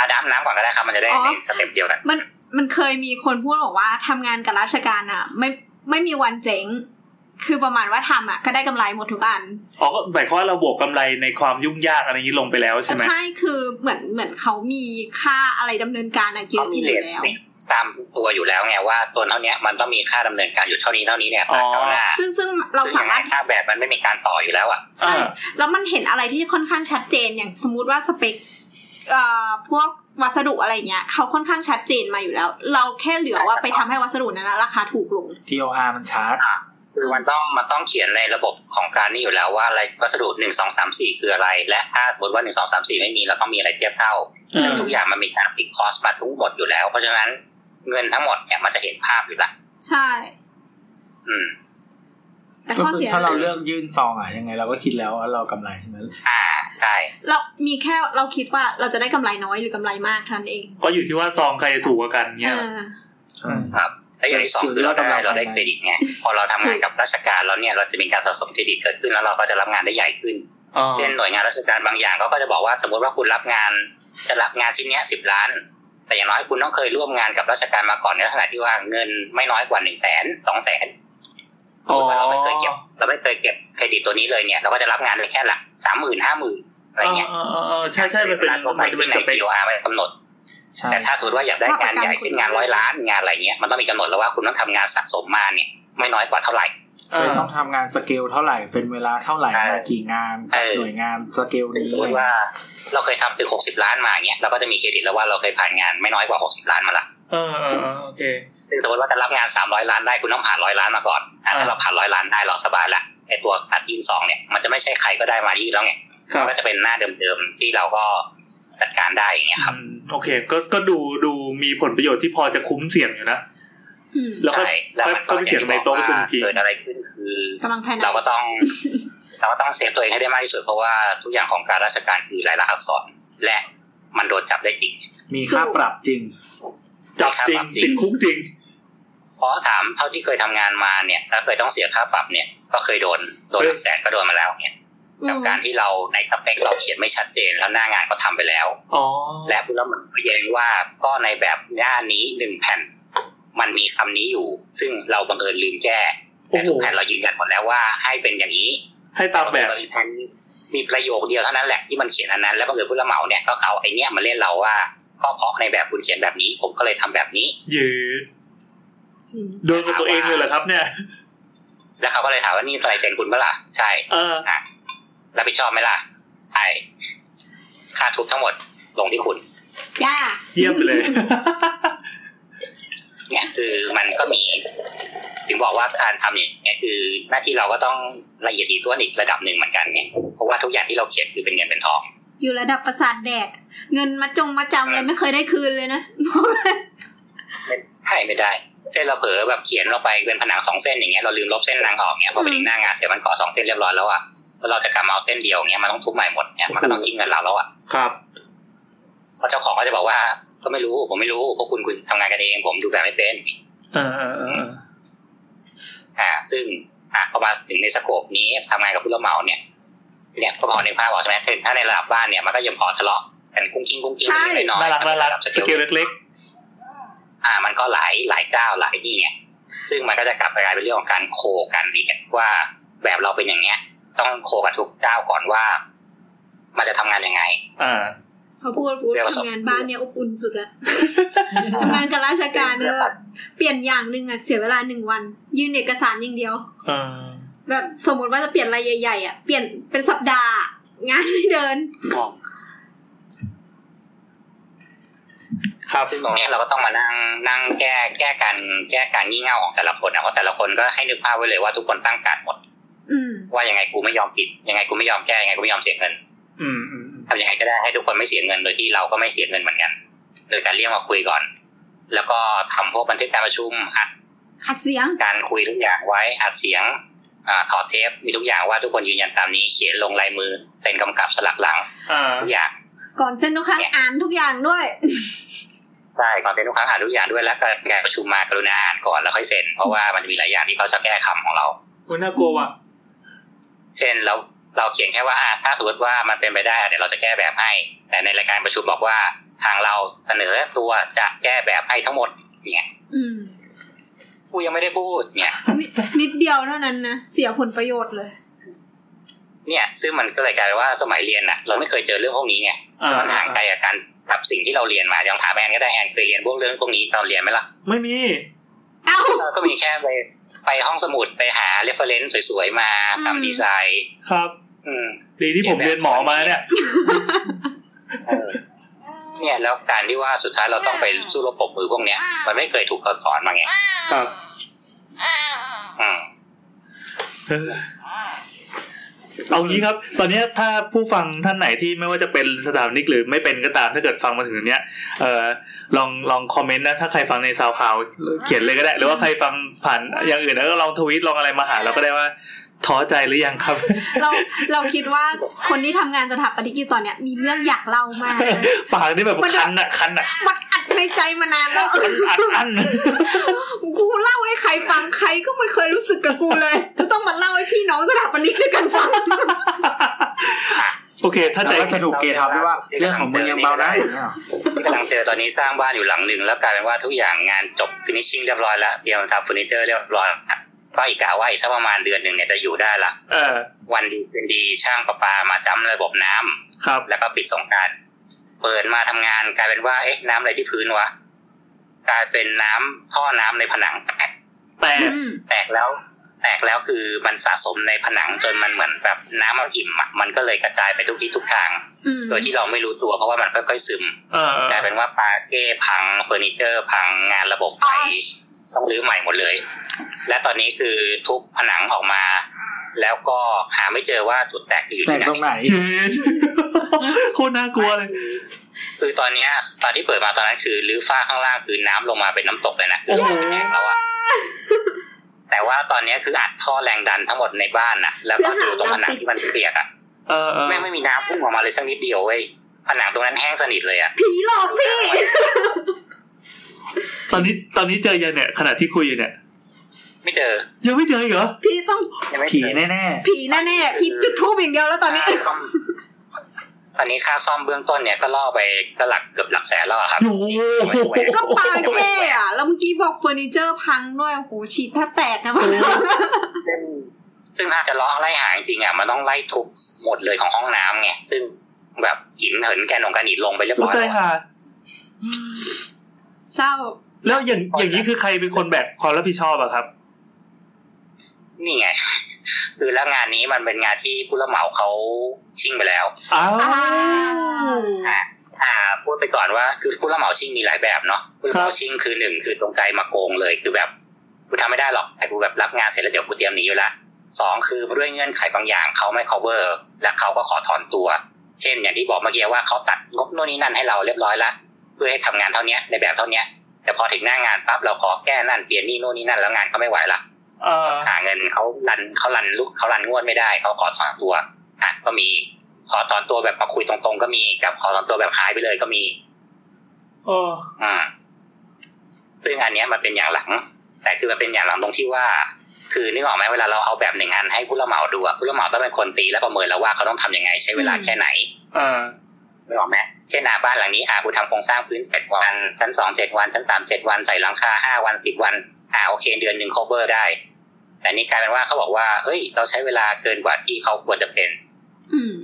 S1: อาดัมน้ำก่อนก็ได้ครับ มันจะได้
S3: อ๋อ
S1: ในสเต็ปเดียวกัน
S3: มันมันเคยมีคนพูดบอกว่าทำงานกับราชการอ่ะ ไม่ไม่มีวันเจ๊ง คือประมาณว่าทำอ่ะ ก็ได้กำไรหมดทุกอัน
S2: อ๋อก็หมายความว่าเราบวกกำไรในความยุ่งยากอะไรอย่างนี้ลงไปแล้วใช่ไหม
S3: ใช่คือเหมือนเหมือนเขามีค่าอะไรดำเนินการอะเย
S1: เขา
S3: อะอ
S1: มี
S3: ยู่
S1: เลท
S3: แล้ว
S1: ตามตัวอยู่แล้วไงว่าตัวเท่าเนี้ยมันต้องมีค่าดำเนินการอยู่เท่านี้เท่านี้เนี่ยตามเท่าหน้า
S3: ซึ่งซึ่งเราสามารถ
S1: ซึ่งยังไงค่าแบบมันไม่มีการต่ออยู่แล้วอ่ะ
S3: ใช่
S2: อ่า
S3: แล้วมันเห็นอะไรที่ค่อนข้างชัดเจนอย่างสมมุติว่าสเปคเอ่อพวกวัสดุอะไรเงี้ยเขาค่อนข้างชัดเจนมาอยู่แล้ว เราแค่เหลือว่าไปทำให้วัสดุนั้นนะราคาถูกลง
S4: TOR มันชาร์จ
S1: คือมันต้องมันต้องเขียนในระบบของการนี่อยู่แล้วว่าอะไรวัสดุหนึ่งสองสามสี่คืออะไร และถ้าสมมติว่าหนึ่งสองสามสี่ไม่มีเราต้องมีอะไรเทียบเท่า
S2: เออ
S1: ซึ่งทุกอย่างมันมีการปิดคอสมาทั้งหมดอยู่แล้ว เพราะฉะนั้นเงินทั้งหมดเนี่ยมันจะเห็นภาพอยู่ละ
S3: ใช่
S1: อืม
S3: แต่
S4: ก็
S3: ข้อ
S4: คือ
S3: เสีย
S4: ถ้าเราเลือกยื่นซองอ่ะยังไงเราก็คิดแล้วว่าเรากำไรใช่ไหม
S1: อ่าใช่
S3: เรามีแค่เราคิดว่าเราจะได้กำไรน้อยหรือกำไรมากเท่านั้นเอง
S2: ก็อยู่ที่ว่าซองใครจะถูกกว่ากัน
S3: เอ
S2: เงี้ย
S3: อ
S4: ใช่
S1: ครับและอย่างที่สองคือเรา
S4: คือเรากำ
S1: ได้
S4: ลัง
S1: เราได้เครดิตไงพอเราทำงานกับราชการแล้วเนี่ยเราจะมีการสะสมเครดิตเกิดขึ้นแล้วเราก็จะรับงานได้ใหญ่ขึ้น
S2: อ๋อ
S1: เช่นหน่วยงานราชการบางอย่างเขาก็จะบอกว่า สมมติว่าคุณรับงานจะรับงานชิ้นเนี้สิบล้าน แต่อย่างน้อยคุณต้องเคยร่วมงานกับราชการมาก่อนในลักษณะที่ว่าเงินไม่น้อยกว่าหนึ่งแสนสองแสนสมมติว่าเราไม่เคยเก็บ เราไม่เคยเก็บเครดิตตัวนี้เลยเนี่ย เราก็จะรับงานได้แค่หลักสามหมื่นห้าหมื่นอะไรเงี้ย
S2: เออเออเออใช่ใช่มันเป็น
S1: ตัว
S2: มันจะเป็
S1: ที่
S2: น
S1: ไหน
S2: สเป
S1: ที
S2: ค
S1: โออาร์ไม่กำหนด
S4: ใช่
S1: แต่ถ้าสมมติว่าอยากได้งานใหญ่เช่นงานร้อยล้านงานอะไรเงี้ยมันต้องมีกำหนดแล้วว่าคุณต้องทำงานสะสมมาเนี่ย ไม่น้อยกว่าเท่าไหร่
S2: เอ
S4: เคย
S2: อ
S4: ต้องทำงานสเกลเท่าไหร่เป็นเวลาเท่าไหร่
S1: ใช่
S4: มากี่งาน
S1: เออ
S4: หน่วยงานสเกล
S1: ซึ่ง
S4: นี้
S1: สมม
S4: เลย
S1: ติว่าเราเคยทำตึกหกสิบล้านมาอย่างเงี้ยเราก็จะมีเครดิตแล้วว่าเราเคยผ่านงานไม่น้อยกว่าหกสิบล้านมาละ
S2: เออเออเออโอเค
S1: ซึ่งสมมติว่าจะรับงานสามร้อยล้านได้คุณต้องผ่านร้อยล้านมาก่อนอ่ะถ้าเราผ่านร้อยล้านได้เราสบายละไอตัวตัดยินสองเนี่ยมันจะไม่ใช่ใครก็ได้มายี่แล้วไง
S2: ครับ
S1: ก็จะเป็นหน้าเดิมๆที่เราก็จัดการได้อย่างเงี้ยครับ
S2: อืมโอเค ก็ก็ดูดูมีผลประโยชน์ที่พอจะคุ้มเสี่ยงอยู่นะ
S3: อืม
S2: แล้วก็
S1: ใช่แล้วมัน
S2: ค่
S1: ก็
S2: อยไปเสียงในโต๊ะประชุมอีกที
S1: เกิดอะไรขึ้นคือ
S3: กำลังภายใน
S1: เราก็ ต้อง เราก็ต้องเซฟตัวเองให้ได้มากที่สุดเพราะว่าทุกอย่างของการราชการคือรายละอักษร และมันโดนจับได้จริง
S4: มีค่าปรับจริง
S2: จับจริง
S1: ครับจริง
S2: ติดคุกจริง
S1: เพราะถามเท่าที่เคยทำงานมาเนี่ยถ้าเคยต้องเสียค่าปรับเนี่ย ก็เคยโดนโดน
S2: เฮ้ย
S1: หลักแสนก็โดนมาแล้วเนี่ย
S3: อื
S1: กับ
S3: ม
S1: การที่เราในสเปคเราเขียนไม่ชัดเจนแล้วหน้างานก็ทำไปแล้ว
S2: อ๋อ
S1: และผู้รับเหมาแย้งว่าก็ในแบบหน้านี้หนึ่งแผ่น มันมีคำนี้อยู่ ซึ่งเราบังเอิญลืมแก้แต่ทุกแผ่นเรายืนยันหมดแล้วว่าให้เป็นอย่างนี้
S2: ให้ตามแบบ
S1: มีพันมีประโยคเดียวเท่านั้นแหละที่มันเขียนอันนั้นแล้วบังเอิญผู้รับเหมาเนี่ยก็เอาไอเนี้ยมาเล่นเราว่าก็เพราะในแบบคุณเขียนแบบนี้ ผมก็เลยทำแบบนี้
S2: ยืด
S3: จริง
S2: โดนกับตัวเองเลยเหรอครับ เนี่ย
S1: แล้วเขาก็เลยถามว่านี่ลายเซ็นคุณเปะล่าใช่
S2: เออ
S1: รับผิดชอบไหมล่ะใช่ค่าทุบทั้งหมดลงที่คุณ
S3: ย่า
S2: เยี่ยมไปเลย
S1: เนี่ยคือมันก็มี ถึงบอกว่าการทำอย่างเงี้ยคือหน้าที่เราก็ต้องละเอียดถี่ถ้วนอีกระดับหนึ่งเหมือนกันเนี่ยเพราะว่าทุกอย่างที่เราเขียนคือเป็นเงินเป็นทอง
S3: อยู่ระดับประสาทแดก เงินมาจงมาจำเลยไม่เคยได้คืนเลยนะ
S1: ใช่ไม่ได้ เส้นเราเผลอแบบเขียนลงไปเป็นผนังสองเส้นอย่างเงี้ยเราลืมลบเส้นหลังออกเงี้ยพอไป
S3: อืม
S1: ถึงหน้างานเสร็จมันก่อสองเส้นเรียบร้อยแล้วอ่ะแล้วเราจะกลับมาเอาเส้นเดียวเงี้ยมันต้องทุบใหม่หมดเนี่ยมันก็ต้องกินเงินเราแล้วอ่ะ
S2: ครับ
S1: เพราะเจ้าของก็จะบอกว่า ก็ไม่รู้ผมไม่รู้พวกคุณคุณทำงานกันเองผมดูแบบไม่เป็น
S2: เออเออเออเออ
S1: อ่า ซึ่งอ่ะพอมาถึงในสโคปนี้ทำงานกับผู้รับเหมาเนี่ยเนี่ยก็พอในกภาพออกใช่ไหมถ้าในระดับบ้านเนี่ยมันก็ยังพอทะเลาะกันกุ้งกิ้งกุ้งกิ้งเล็กๆน้อยๆ
S2: น่ารักน่ารัก
S1: ะดับ
S2: สเกลเล็ก
S1: อ่า มันก็หลายหลายเจ้าหลายที่เนี่ย ซึ่งมันก็จะกลับไปกลายเป็นเรื่องของการโคกันอีกอะว่าแบบเราเป็นอย่างเนี้ย ต้องโคกับทุกเจ้าก่อนว่า มันจะทำงานยังไง
S2: ๆ อ่า
S3: พอพูดพูด
S1: เรียกว่า
S3: ทำงานบ้านเนี่ยอบอุ่นสุดละทำงานกับราชการเนี่ยแบบเปลี่ยนอย่างหนึ่งอะเสียเวลาหนึ่งวัน ยื่นเอกสารอย่างเดียว
S2: เออ
S3: แบบสมมติว่าจะเปลี่ยนอะไรายใหญ่ๆอ่ะเปลี่ยนเป็นสัปดาห์อะงานไม่เดิน
S2: ครับ
S1: ซึ่งตรงเนี้ยเราก็ต้องมานั่งนั่งแก้แก้การแก้การงี่เง่าของแต่ละคนนะเพราะแต่ละคนก็ให้นึกภาพไว้เลยว่าทุกคนตั้งการดหมด
S3: อืม
S1: ว่ายังไงกูไม่ยอมผิดยังไงกูไม่ยอมแก้ยังไงกูไม่ยอมเสียเงิน
S2: อืมอืมอืม
S1: ทำยังไงก็ได้ให้ทุกคนไม่เสียเงินโดยที่เราก็ไม่เสียเงินเหมือนกันโดยการเรียกมาคุยก่อน แล้วก็ทำพวกบันทึกการประชุมอัด
S3: อัดเสียง
S1: การคุยทุกอย่างไว้อัดเสียงอาถอดเทปมีทุกอย่างว่าทุกคนยืนยันตามนี้เขียนลงลายมือเซ็นกำกับสลักหลัง
S2: อ่า
S1: ทุกอย่าง
S3: ก่อนเส้นทุกครั้งอ่านทุกอย่างด้วย
S1: ใช่ก่อนเป็นลูกค้าหาทุกอย่างด้วยแล้วก็การประชุมมากรุณาอ่านก่อนแล้วค่อยเซ็นเพราะว่ามันจะมีหลายอย่างที่เขาจะแก้คำของเรา
S2: คุณน่ากลัวว่ะ
S1: เช่นเราเราเขียนแค่ว่าอ่าถ้าสมมติว่ามันเป็นไปได้อ่ะเดี๋ยวเราจะแก้แบบให้ แต่ในรายการประชุมบอกว่าทางเราเสนอตัวจะแก้แบบให้ทั้งหมดเนี่ย
S3: อืม
S1: กูยังไม่ได้พูดเนี่ย
S3: นิดนิดเดียวเท่านั้นนะ เสียผลประโยชน์เลย
S1: เนี่ยซึ่งมันก็เลยกลายเป็นว่าสมัยเรียนอ่ะ เราไม่เคยเจอเรื่องพวกนี้ไง
S2: อ่า
S1: มันห่างไกลกับการกับสิ่งที่เราเรียนมาลองถามแอนก็ได้แอนเคยเรียนพวกเรื่องพวกนี้ตอนเรียนไหมล่ะ
S2: ไม่มี
S3: เอ้า
S1: เราก็มีแค่ไปไปห้องสมุดไปหาเรฟเฟอเรนซ์สวยๆมา
S3: อืม
S1: ทำดีไซน์
S2: ครับ
S1: อืม
S2: ดีที่ผมเรียนหมอมาเนี่ย
S1: เออเนี่ยแล้วการที่ว่าสุดท้ายเราต้องไปสู้รบปรบมือพวกเนี้ยมันไม่เคยถูกเขาสอนมาไง
S2: ครับ
S1: อืม
S2: เออเอางี้ครับ ตอนเนี้ยถ้าผู้ฟังท่านไหนที่ไม่ว่าจะเป็นสถาปนิกหรือไม่เป็นก็ตามถ้าเกิดฟังมาถึงเนี้ยเออลองลองคอมเมนต์นะ ถ้าใครฟังในซาวข่าวเขียนเลยก็ได้ หรือว่าใครฟังผ่านอย่างอื่นแล้วก็ลองทวิตลองอะไรมาหาเราก็ได้ว่าท้อใจหรือยังครับ
S3: เราเราคิดว่าคนที่ทำงานสถาปนิกอยู่ตอนเนี้ยมีเรื่องอยากเล่ามาก เลย
S2: ปากนี่แบบคันอะคันอะ
S3: มันอัดในใจมานานแล้ว
S2: มันอัดอั้น
S3: กูเล่าให้ใครฟังใครก็ไม่เคยรู้สึกกับกูเลย กูต้องมาเล่าให้พี่น้องสถาปนิกด้วยกันฟัง
S2: โอเค ถ้าใจ
S4: แต่ว่าจะถูกเกทับด้วยว่าเรื่องของมึงยังเบาได้อย่างเงี้ยหรอ
S1: ที่กำลังเจอตอนนี้สร้างบ้านอยู่หลังหนึ่งแล้วกลายเป็นว่าทุกอย่างงานจบฟินิชชิ่งเรียบร้อยแล้วเตรียมทำเฟอร์นิเจอร์เรียบร้อยแล้วก็อีกกะว่าอีกสักประมาณเดือนหนึ่งเนี่ยจะอยู่ได้ละ
S2: เออ
S1: วันดีคืนดีช่างประปามาจ้ำระบบน้ำ
S2: ครับ
S1: แล้วก็ปิดสงกราร เปิดมาทำงานกลายเป็นว่าเอ๊ะน้ำอะไรที่พื้นวะ กลายเป็นน้ำท่อน้ำในผนังแตก
S2: แต่
S3: อืม
S1: แตกแล้ว แตกแล้วคือมันสะสมในผนังจนมันเหมือนแบบน้ำมันอิ่มอะมันก็เลยกระจายไปทุกที่ทุกทาง
S3: อืม
S1: โดยที่เราไม่รู้ตัวเพราะว่ามันค่อยๆซึม
S2: เออก
S1: ลายเป็นว่าปาเก้พังเฟอร์นิเจอร์พังงานระบบไฟ
S3: อ๋อ
S1: ต้องรื้อใหม่หมดเลย และตอนนี้คือทุบผนังออกมา แล้วก็หาไม่เจอว่าจุดแตกอยู่
S4: แต่
S1: ที่ไหน
S4: ตรงไหน
S2: เจน โคตรน่ากลัวเลย
S1: คือตอนเนี้ยตอนที่เปิดมาตอนนั้นคือรื้อฝ้าข้างล่างคือน้ำลงมาเป็นน้ำตกเลยนะคือ
S2: โอ้โห
S1: เป็นแอ่งแล้วอะแต่ว่าตอนเนี้ยคืออัดท่อแรงดันทั้งหมดในบ้านนะแล้วก็ดูตรงผนังที่มันเปียกอะ
S2: เออเออ
S1: แม่งไม่มีน้ำพุ่งออกมาเลยสักนิดเดียวเว้ยผนังตรงนั้นแห้งสนิทเลยอะ
S3: ผีหลอกพี่
S2: ตอนนี้ตอนนี้เจอยังเนี่ยขณะที่คุยอยู่เนี่ย
S1: ไม่เจอ
S2: ยังไม่เจออีกเหรอ
S3: พี่ต้อง
S1: ยังไม่เจอ
S4: ผีแน่
S3: ผีแน่ๆพี่จุดทูบอย่างเดียวแล้วตอนนี้
S1: ค่าซ่อม ตอนนี้ค่าซ่อมเบื้องต้นเนี่ยก็ล่อไปก็หลักเกือบหลักแสนแล้วอะครับ
S2: โอ้โห
S3: ก็ปาเก้อะแล้วเมื่อกี้บอกเฟอร์นิเจอร์พังด้วยโอ้โหฉีดแทบแตกนะ มัน
S1: ซึ่งซึ่งถ้าจะเล้อไล่หาจริงๆอ่ะมันต้องไล่ทุบหมดเลยของห้องน้ำไงซึ่งแบบหินเหินแกนของกันหินลงไปเรียบร้อย
S2: ตาย
S1: แล้ว
S2: ห่า
S3: เศร้า
S2: แล้วอย่างอย่างนี้คือใครเป็นคนแบกความรับผิดชอบอะครับ
S1: นี่ไง คือแล้วงานนี้มันเป็นงานที่ผู้รับเหมาเขาชิ่งไปแล้ว
S2: อ้าว
S1: อ่าพูดไปก่อนว่าคือผู้รับเหมาชิ่งมีหลายแบบเนาะผู้รับ
S2: ค
S1: เห
S2: รั
S1: มา
S2: บ
S1: ชิ่งคือหนึ่งคือตรงใจมาโกงเลยคือแบบกูทำไม่ได้หรอกไอ้กูแบบรับงานเสร็จแล้วเดี๋ยวกูเตรียมหนีอยู่ละสองคือด้วยเงื่อนไขบางอย่างเขาไม่ cover และเขาก็ขอถอนตัว เช่น อย่างที่บอกเมื่อกี้ว่าเขาตัดงบโน่นนี่นั่นให้เราเรียบร้อยละเพื่อให้ทำงานเท่าเนี้ยในแบบเท่าเนี้ยแต่พอถึงหน้างานปั๊บเราขอแก้นั่นเปลี่ยนนี่โน่นนี่นั่นแล้วงานเขาไม่ไหวละ
S2: เออ
S1: หาเงินเขารันเขารันลูกเขารันงวดไม่ได้เขาขอถอนตัวอ่ะก็มีขอถอนตัวแบบมาคุยตรงๆ ก็มีกับขอถอนตัวแบบหายไปเลยก็มี
S2: เออ
S1: อืมซึ่งอันเนี้ยมันเป็นอย่างหลัง แต่คือมันเป็นอย่างหลังตรงที่ว่า คือนึกออกไหมเวลาเราเอาแบบหนึ่งอันให้ผู้รับเหมาดูอะผู้รับเหมาต้องเป็นคนตีและประเมินแล้วว่าเขาต้องทำยังไงใช้เวลาแค่ไหน
S2: เออ
S1: นึกออกไหมเช่นอาบ้านหลังนี้อากูทำโครงสร้างพื้นเจ็ดวัน ชั้นสองเจ็ดวัน ชั้นสามเจ็ดวัน ใส่หลังคาห้าวันสิบวัน อ่าโอเค เดือนหนึ่ง cover ได้ แต่นี่กลายเป็นว่าเขาบอกว่า เฮ้ย เราใช้เวลาเกินกว่าที่เขาควรจะเป็น
S3: อืม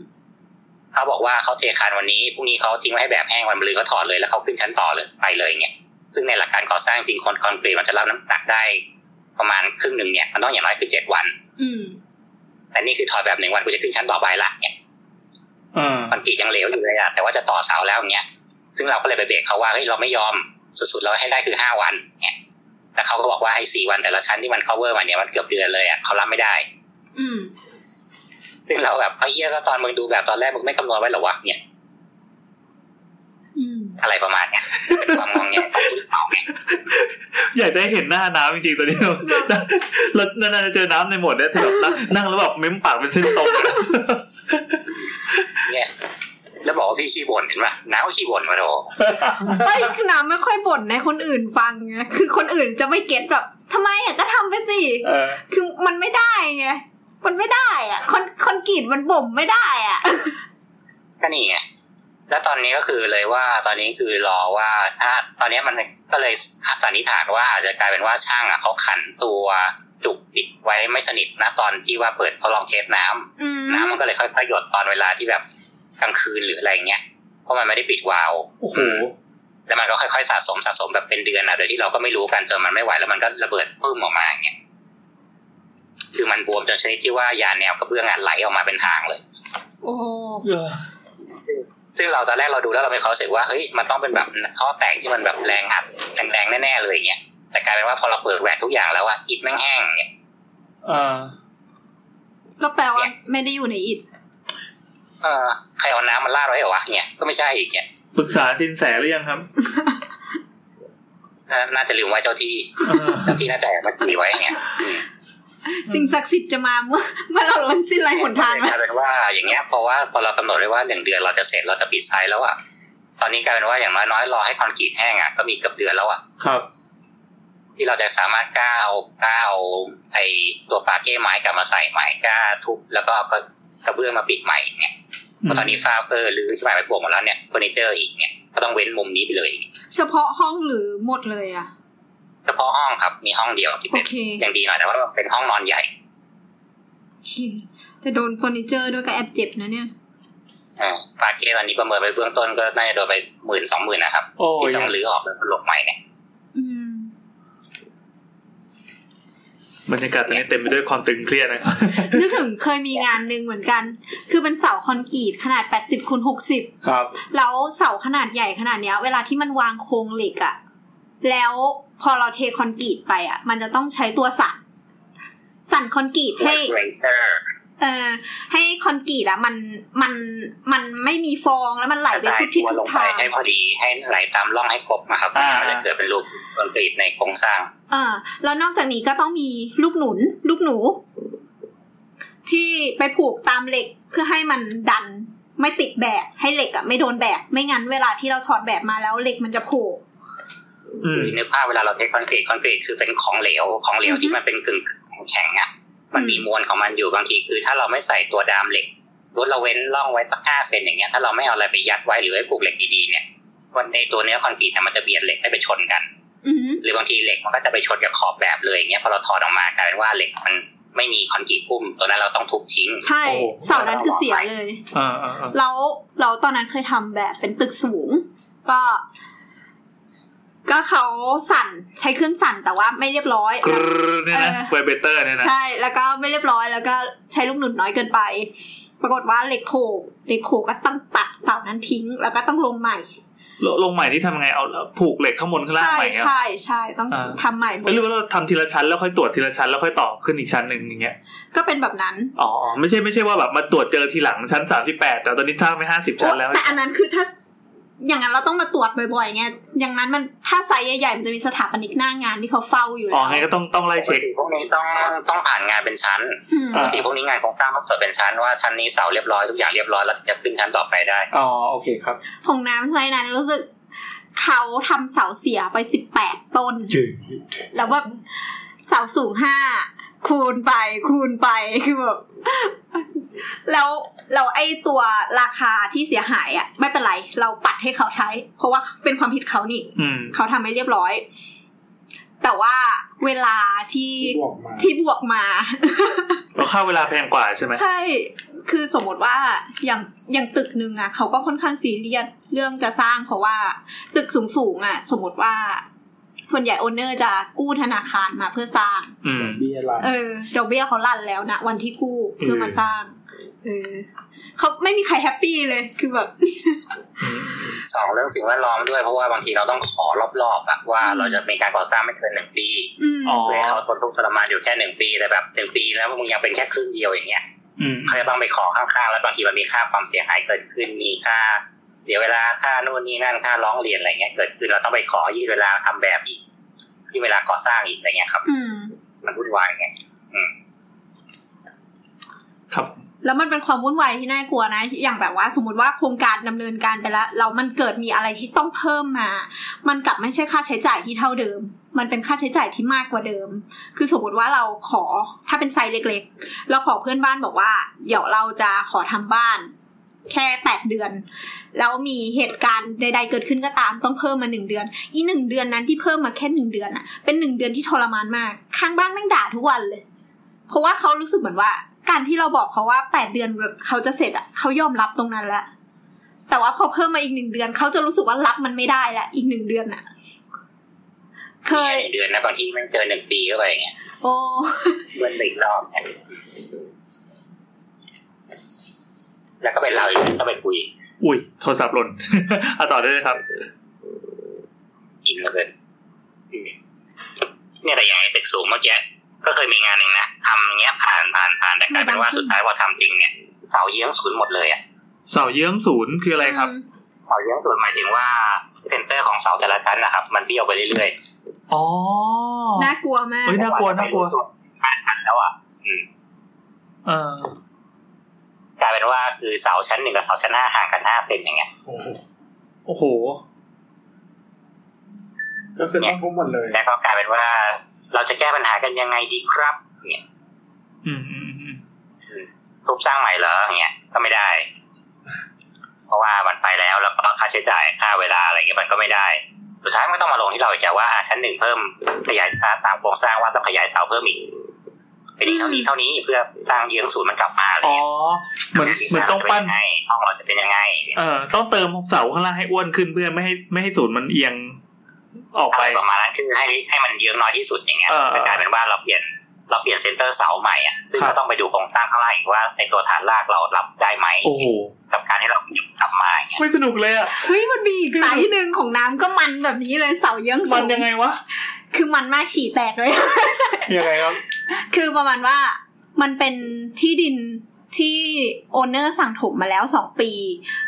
S1: เขาบอกว่าเขาเทคานวันนี้ พรุ่งนี้เขาทิ้งไว้ให้แบบแห้งวันมะรืนเขาถอดเลย แล้วเขาขึ้นชั้นต่อเลยไปเลยเงี้ย ซึ่งในหลักการก่อสร้างจริงคนคอนกรีตมันจะรับน้ำหนักได้ ประมาณครึ่งหนึ่งเนี่ย มันต้องอย่างน้อยคือเจ็ดวัน
S3: อืม
S1: แต่นี่คือถอดแบบหนึ่งวันกูจะขึ้นชั้นต่อไปละเนี่ย
S2: เออ
S1: คอนกรีตยังเหลวอยู่เลยอะแต่ว่าจะต่อเสาแล้วอย่างเงี้ย ซึ่งเราก็เลยไปเบรกเขาว่าเฮ้ยเราไม่ยอมสุดๆเราให้ได้คือห้าวันเนี่ยแต่เขาก็บอกว่าไอ้สี่วันแต่ละชั้นที่มัน cover มาเนี่ยมันเกือบเดือนเลยอะเขารับไม่ได้
S3: อืม
S1: ซึ่งเราแบบไอ้เหี้ยก็ตอนมึงดูแบบตอนแรกมึงไม่คำนวณไว้เหรอวะเนี่ย
S3: อื ม
S1: อะไรประมาณเนี้ยเป็นความงงเงี้ย
S2: อยากจะให้เห็นหน้าน้ำจริงๆตอนนี้ เราเรานานๆจะเจอน้ำในหมดเนี่ยที่แบบนั่งนั่งแล้วแบบเม้มปากเป็นเส้นตรงเลย
S1: เนี่ยแล้วบอกว่าพี่ขี้บ่นเห็นปะน้าก็ขี้บ่นมาโด
S3: เฮ้ยคือน้ำไม่ค่อยบ่นในคนอื่นฟังไงคือคนอื่นจะไม่เก็ตแบบทำไมอ่ะก็ทำไปสิ
S2: เออ
S3: คือมันไม่ได้ไงมันไม่ได้อ่ะคอนคอนกรีตมันบ่มไม่ได้อ่ะ
S1: ก็นี่ไงแล้วตอนนี้ก็คือเลยว่าตอนนี้คือรอว่าถ้าตอนนี้มันก็เลยสันนิษฐานว่าอาจจะกลายเป็นว่าช่างอ่ะเขาขันตัวจุกปิดไว้ไม่สนิทนะตอนที่ว่าเปิดทดลองเทสน้ำ
S3: อืม
S1: น้ำมันก็เลยค่อยๆหยดตอนเวลาที่แบบกลางคืนหรืออะไรเงี้ยเพราะมันไม่ได้ปิดวาล์ว
S2: โอ้โห
S1: มแล้วมันก็ค่อยๆสะสมสะสมแบบเป็นเดือนอ่ะโดยที่เราก็ไม่รู้กันจนมันไม่ไหวแล้วมันก็ระเบิดปื้มออกมาอย่างเงี้ยคือมันบวมจนชนิดที่ว่ายาแนวกระเบื้องอ่ะไหลออกมาเป็นทางเลย
S3: โอ้โห
S2: เออ
S1: ซึ่งเราตอนแรกเราดูแล้วเราไม่ความรู้สึกว่าเฮ้ยมันต้องเป็นแบบท่อแตกที่มันแบบแรงอัดแรงๆแน่ๆเลยอย่างเงี้ยแต่กลายเป็นว่าพอเราเปิดแหวกทุกอย่างแล้วอะอิฐแม่งแห้งเนี่ย
S2: เออ
S3: ก็แปลว่าไม่ได้อยู่ในอิฐ
S1: เออใครเอาน้ำมาลาดไว้เหรอวะเนี่ยก็ไม่ใช่อีกเนี่ย
S2: ปรึกษาสินแสหรือ ยังครับ
S1: น่าน่าจะลืมไว้เจ้าที่
S2: เออ
S1: เจ้าที่น่าจะแอบมาสีไว้เนี่ย
S3: สิ่งศักดิ์สิทธิ์จะมาเมื่อเมื่อเราล้นสิ้นไรหนทาง
S1: ก
S3: แล้ว
S1: ลายเป็นว่าอย่างเงี้ยเพราะว่าพอเรากำหนดไว้ว่าหนึ่งเดือนเราจะเสร็จเราจะปิดไซต์แล้วอะตอนนี้กลายเป็นว่าอย่างน้อยๆรอให้คอนกรีตแห้งอะก็มีเกือบเดือนแล้วอะ
S2: ครับ
S1: ที่เราจะสามารถกล้าเอากล้าเอาไอตัวปาเก้ไม้กลับมาใส่ใหม่กล้าทุบแล้วก็เอากระเบื้องมาปิดใหม่เนี่ย เพราะตอนนี้ฟ้าเออหรือสมัยไปบวกหมดแล้วเนี่ยเฟอร์นิเจอร์อีกเนี่ยก็ต้องเว้นมุมนี้ไปเลย
S3: เฉพาะห้องหรือหมดเลยอ่ะ
S1: เฉพาะห้องครับมีห้องเดียวที่
S3: โอ
S1: เป็น
S3: เค
S1: อย่างดีหน่อยแต่ว่าเป็นห้องนอนใหญ่
S3: แต่โดนเฟอร์นิเจอร์ด้วยก็แอบเจ็บนะเนี่ย
S1: เออปาเกตตอนนี้ประเมินไปเบื้องต้นก็น่าจะโดนไปหมื่นสองหมื่นนะครับ
S2: โอ้
S1: ที่
S2: ย
S1: ต้องรื้อออกแล้วก็ลงใหม่เนี่ย
S3: อืม
S2: บรรยากาศตอนนี้เต็มไปด้วยความตึงเครียดนะครับ
S3: นึกถึงเคยมีงานหนึ่งเหมือนกัน คือเป็นเสาคอนกรีตขนาด 80คูณ60
S2: ครับ
S3: แล้วเสาขนาดใหญ่ขนาดเนี้ย เวลาที่มันวางโครงเหล็กอะแล้ว พอเราเทคอนกรีตไปอ่ะ มันจะต้องใช้ตัวสั่นสั่นคอนกรีตให้
S1: ไรเตอร์
S3: เออให้คอนกรีตอะมันมันมันไม่มีฟองแล้วมันไหล
S1: กระ
S3: ไป
S1: จาย
S3: ทุกทิศ
S1: ตัวล
S3: ทุ
S1: ง
S3: ก
S1: ไป
S3: ทาง
S1: ให้พอดีให้ไหลตามร่องให้ครบนะครับ
S2: อ่า
S1: มันจะเกิดเป็นรูปคอนกรีตในโครงสร้าง
S3: เออแล้วนอกจากนี้ก็ต้องมีลูกหนุน ลูกหนู ที่ไปผูกตามเหล็กเพื่อให้มันดัน ไม่ติดแบกให้เหล็กอะไม่โดนแบกไม่งั้นเวลาที่เราถอดแบบมาแล้วเหล็กมันจะโผล่
S2: อื
S1: คื
S2: ม
S1: อนึกภาพเวลาเราเทคคอนกรีตคอนกรีตคือเป็นของเหลวของเหลว
S3: อือฮึ
S1: ที่มันเป็นกึ่งของแข็งอ่ะมัน
S3: อืม
S1: มีมวลของมันอยู่บางทีคือ ถ้าเราไม่ใส่ตัวดามเหล็กรถเราเว้นร่องไว้สักห้าเซนอย่างเงี้ยถ้าเราไม่เอาอะไรไปยัดไว้หรือไว้ผูกเหล็กดีๆเนี่ยวันในตัวเนื้อคอนกรีตเนี่ยมันจะเบียดเหล็กให้ไปชนกัน
S3: อือหือ
S1: หรือบางทีเหล็กมันก็จะไปชนกับขอบแบบเลยอย่างเงี้ยพอเราถอดออกมากลายเป็นว่าเหล็กมันไม่มีคอนกรีตพุ่มตัวนั้นเราต้องทุบทิ้ง
S3: ใช่
S2: โอ้โห
S3: เสานั้นคือเสียเลย
S2: อ่าอ่าอ่า
S3: แล้วเราตอนนั้นเคยทำแบบเป็นตึกสูง ก็ ก็เขาสั่นใช้เครื่องสั่นแต่ว่าไม่เรียบร้อย
S2: กรรเนี่ยนะ
S3: เออ
S2: เวเบเตอร์เนี่ยนะ
S3: ใช่แล้วก็ไม่เรียบร้อยแล้วก็ใช้ลูกหนุนน้อยเกินไป ปรากฏว่าเหล็กโผล่เหล็กโผล่ก็ต้องตัดเสานั้นทิ้ง แล้วก็ต้องลงใหม่
S2: ลลงใหม่ที่ทำยังไงเอาผูกเหล็กข้างบนข้างล่าง
S3: ใช่
S2: ใหม่อะ
S3: ใช่ใช่ต้อง
S2: อ่า
S3: ทำใหม่หม
S2: เอ้
S3: ด
S2: ยหรือว่าเราทำทีละชั้นแล้วค่อยตรวจทีละชั้นแล้วค่อยต่อขึ้นอีกชั้นหนึ่งอย่างเงี้ย
S3: ก็เป็นแบบนั้น
S2: อ๋ออ๋อไม่ใช่ไม่ใช่ว่าแบบมาตรวจเจอทีหลังชั้นสามสิบแปดแต่ตอนนี้ท่างไปห้าสิบ
S3: โอ๊
S2: ชั้น
S3: ย
S2: แล้ว
S3: แต่อันนั้นคือถ้าอย่างนั้นเราต้องมาตรวจบ่อยๆไงอย่างนั้นมันถ้าไซส์ใหญ่ๆมันจะมีสถาปนิกหน้างานที่เขาเฝ้าอยู่
S2: อ๋
S3: แล้
S2: อ
S3: ว
S2: ไงก็ต้องต้องไล่
S1: ปก
S2: เช็ค
S1: ติพวกนี้ต้องต้องผ่านงานเป็นชั้น
S3: อืม
S1: ป
S2: อ่า
S1: กติพวกนี้งานโครงสร้างต้องเปิดเป็นชั้นว่าชั้นนี้เสาเรียบร้อยทุกอย่างเรียบร้อยแล้วถึงจะขึ้นชั้นต่อไปได้
S2: อ๋อโอเคครับ
S3: ของน้ำไซส์นั้นรู้สึกเขาทำเสาเสียไปสิบแปดต้น
S4: จืด
S3: แล้วแบบเสาสูงห้าคูณไปคูณไปคือแบบแล้วเราไอตัวราคาที่เสียหายอะ่ะ ไม่เป็นไร เราปัดให้เขาใช้ เพราะว่าเป็นความผิดเขานี่
S2: อืม
S3: เขาทำให้เรียบร้อย แต่ว่าเวลาที่
S4: ที่
S3: ที่บ
S4: ออกมา
S3: วกมา
S2: เราค่าเวลาแพงกว่าใช่ไหม
S3: ใช่ คือสมมติว่าอย่างอย่างตึกหนึ่งอ่ะเขาก็ค่อนข้างซีเรียสเรื่องจะสร้างเพราะว่าตึกสูงสูงๆอ่ะ สมมติว่า ส่วนใหญ่โอนเนอร์จะกู้ธนาคารมาเพื่อสร้าง
S2: อืม
S4: เบี้ยรัน
S3: เออดอกเบี้ยเขาลั่นแล้วนะวันที่กู้เพื่อ
S2: เออ
S3: มาสร้างเออเขาไม่มีใครแฮปปี้เลยคือแบบ
S1: สองเรื่องสิ่งแวดล้อมด้วยเพราะว่าบางทีเราต้องขอรอบๆอะว่า
S3: อืม
S1: เราจะมีการก่อสร้างไม่เกินหนึ่งปี
S3: อืม
S2: อ๋อ
S1: เพื่อให้เขาทนทุกข์ทรมานอยู่แค่หนึ่งปีแต่แบบหนึ่งปีแล้วมึงยังเป็นแค่ครึ่งเดียวอย่างเงี้ย
S2: อืม
S1: เขาจะต้องไปขอข้างๆแล้วบางทีมันมีค่าความเสียหายเกิดขึ้นมีค่าเสียเวลาค่านู่นนี่นั่นค่าร้องเรียนอะไรเงี้ยเกิดขึ้นเราต้องไปขอยืดเวลาทำแบบอีกที่เวลาก่อสร้างอีกอะไรเงี้ยครับ
S3: อืม
S1: มันวุ่นวายไง
S2: ครับ
S3: แล้วมันเป็นความวุ่นวายที่น่ากลัวนะ อย่างแบบว่า สมมติว่าโครงการดำเนินการไปแล้วแล้วมันเกิดมีอะไรที่ต้องเพิ่มมา มันกลับไม่ใช่ค่าใช้จ่ายที่เท่าเดิม มันเป็นค่าใช้จ่ายที่มากกว่าเดิม คือสมมติว่าเราขอถ้าเป็นไซส์เล็ก ๆ เราขอเพื่อนบ้านบอกว่า เดี๋ยวเราจะขอทำบ้าน แค่แปดเดือน แล้วมีเหตุการณ์ใด ๆ เกิดขึ้นก็ตามต้องเพิ่มมาหนึ่งเดือน อีหนึ่งเดือนนั้นที่เพิ่มมาแค่หนึ่งเดือนอะเป็นหนึ่งเดือนที่ทรมานมาก ข้างบ้านแม่งด่าทุกวันเลย เพราะว่าเขารู้สึกเหมือนว่า การที่เราบอกเขาว่าแปดเดือนเขาจะเสร็จอะเขายอมรับตรงนั้นแล้วแต่ว่าพอเพิ่มมาอีกหนึ่งเดือน เขาจะรู้สึกว่ารับมันไม่ได้ละอีกหนึ่งเดือนอะเคย
S1: หนึ่งเดือนนะบางที่มันเกินหนึ่งปีเข้าไปอย่างเงี้ย
S3: โอ้
S1: เงินไปอีกรอบเนี่ยแล้วก็เป็นเราอีกต้องไปคุย
S2: อุ้ยโทรศัพท์หล่น เอาต่อได้เลยครับ
S1: อินแล้วเกินอืมเนี่ยแต่อย่างไอ้ตึกสูงเมื่อกี้ก็เคยมีงานหนึ่งนะทำอย่างเงี้ยผ่านผ่านผ่านแต่กลายเป็นว่าสุดท้ายพอทำจริงเนี่ยเสาเยื้องศูนย์หมดเลยอะ
S2: เสาเยื้องศูนย์คืออะไรครับ
S1: เสาเยื้องศูนย์หมายถึงว่าเซนเตอร์ของเสาแต่ละชั้นนะครับ มันเบี้ยวไปเรื่อย
S2: อ๋อ
S3: อืมน่ากลัวมาก
S2: เฮ้ย
S1: ๆ
S2: น่ากลัวน่ากลัว
S1: ห้าชั้นแล้วอ่ะ
S2: เออก
S1: ลายเป็นว่าคือเสาชั้นหนึ่งกับเสาชั้นห้าห่างกันห้าเซนอย่างเงี้ย
S4: โอ้โห
S2: โอ้โห
S4: ก็คือต้องทุบหมดเลย
S1: แล้วก็กลายเป็นว่าเราจะแก้ปัญหากันยังไงดีครับ เนี่ย
S2: อืมอืมอืม
S1: ทุบสร้างใหม่เหรออย่างเงี้ยก็ไม่ได้ เพราะว่ามันไปแล้วแล้วก็ค่าใช้จ่ายค่าเวลาอะไรเงี้ยมันก็ไม่ได้ สุดท้ายมันก็ต้องมาลงที่เราอีกอะว่าอ่ะชั้นหนึ่งเพิ่มขยายตามโครงสร้างว่าต้องขยายเสาเพิ่มอีกเป็นอีกเท่านี้เท่านี้เพื่อสร้างเยื้องศูนย์มันกลับมาอะไร
S2: อ๋อเห
S1: เงี้ย
S2: มือนเหมือนต้องปั้น
S1: ห้ห้องเราจะเป็นยังไง
S2: เออต้องเติมเสาข้างล่างให้อ้วนขึ้นเพื่อไม่ให้ไม่ให้ศูนย์มันเอียงออก
S1: อะ
S2: ไป
S1: ไรประมาณนั้นคือให้ให้มันเยื้องน้อยที่สุดอย่างเงี้ย
S2: เออ
S1: แต่กลายเป็นว่าเราเปลี่ยนเราเปลี่ยนเซนเตอร์เสาใหม่อ่ะซึ่งก็ต้องไปดูโครงสร้างข้างล่างอีกว่าในตัวฐานรากเรารับได้ไหม
S2: โอ้โห
S1: กับการที่เราอยู่กับ ามมาอย่างเงี้ย
S2: ไม่สนุกเลยอ่ะ
S3: เฮ้ยมันมีอีกสายหนึ่งของน้ำก็มันแบบนี้เลยเสาเยื้องสู
S2: มันยังไงวะ
S3: คือมันมากฉี่แตกเลย
S2: ยังไงครับ
S3: คือประมาณว่ามันเป็นที่ดินที่โอนเนอร์สั่งถมมาแล้วสองปี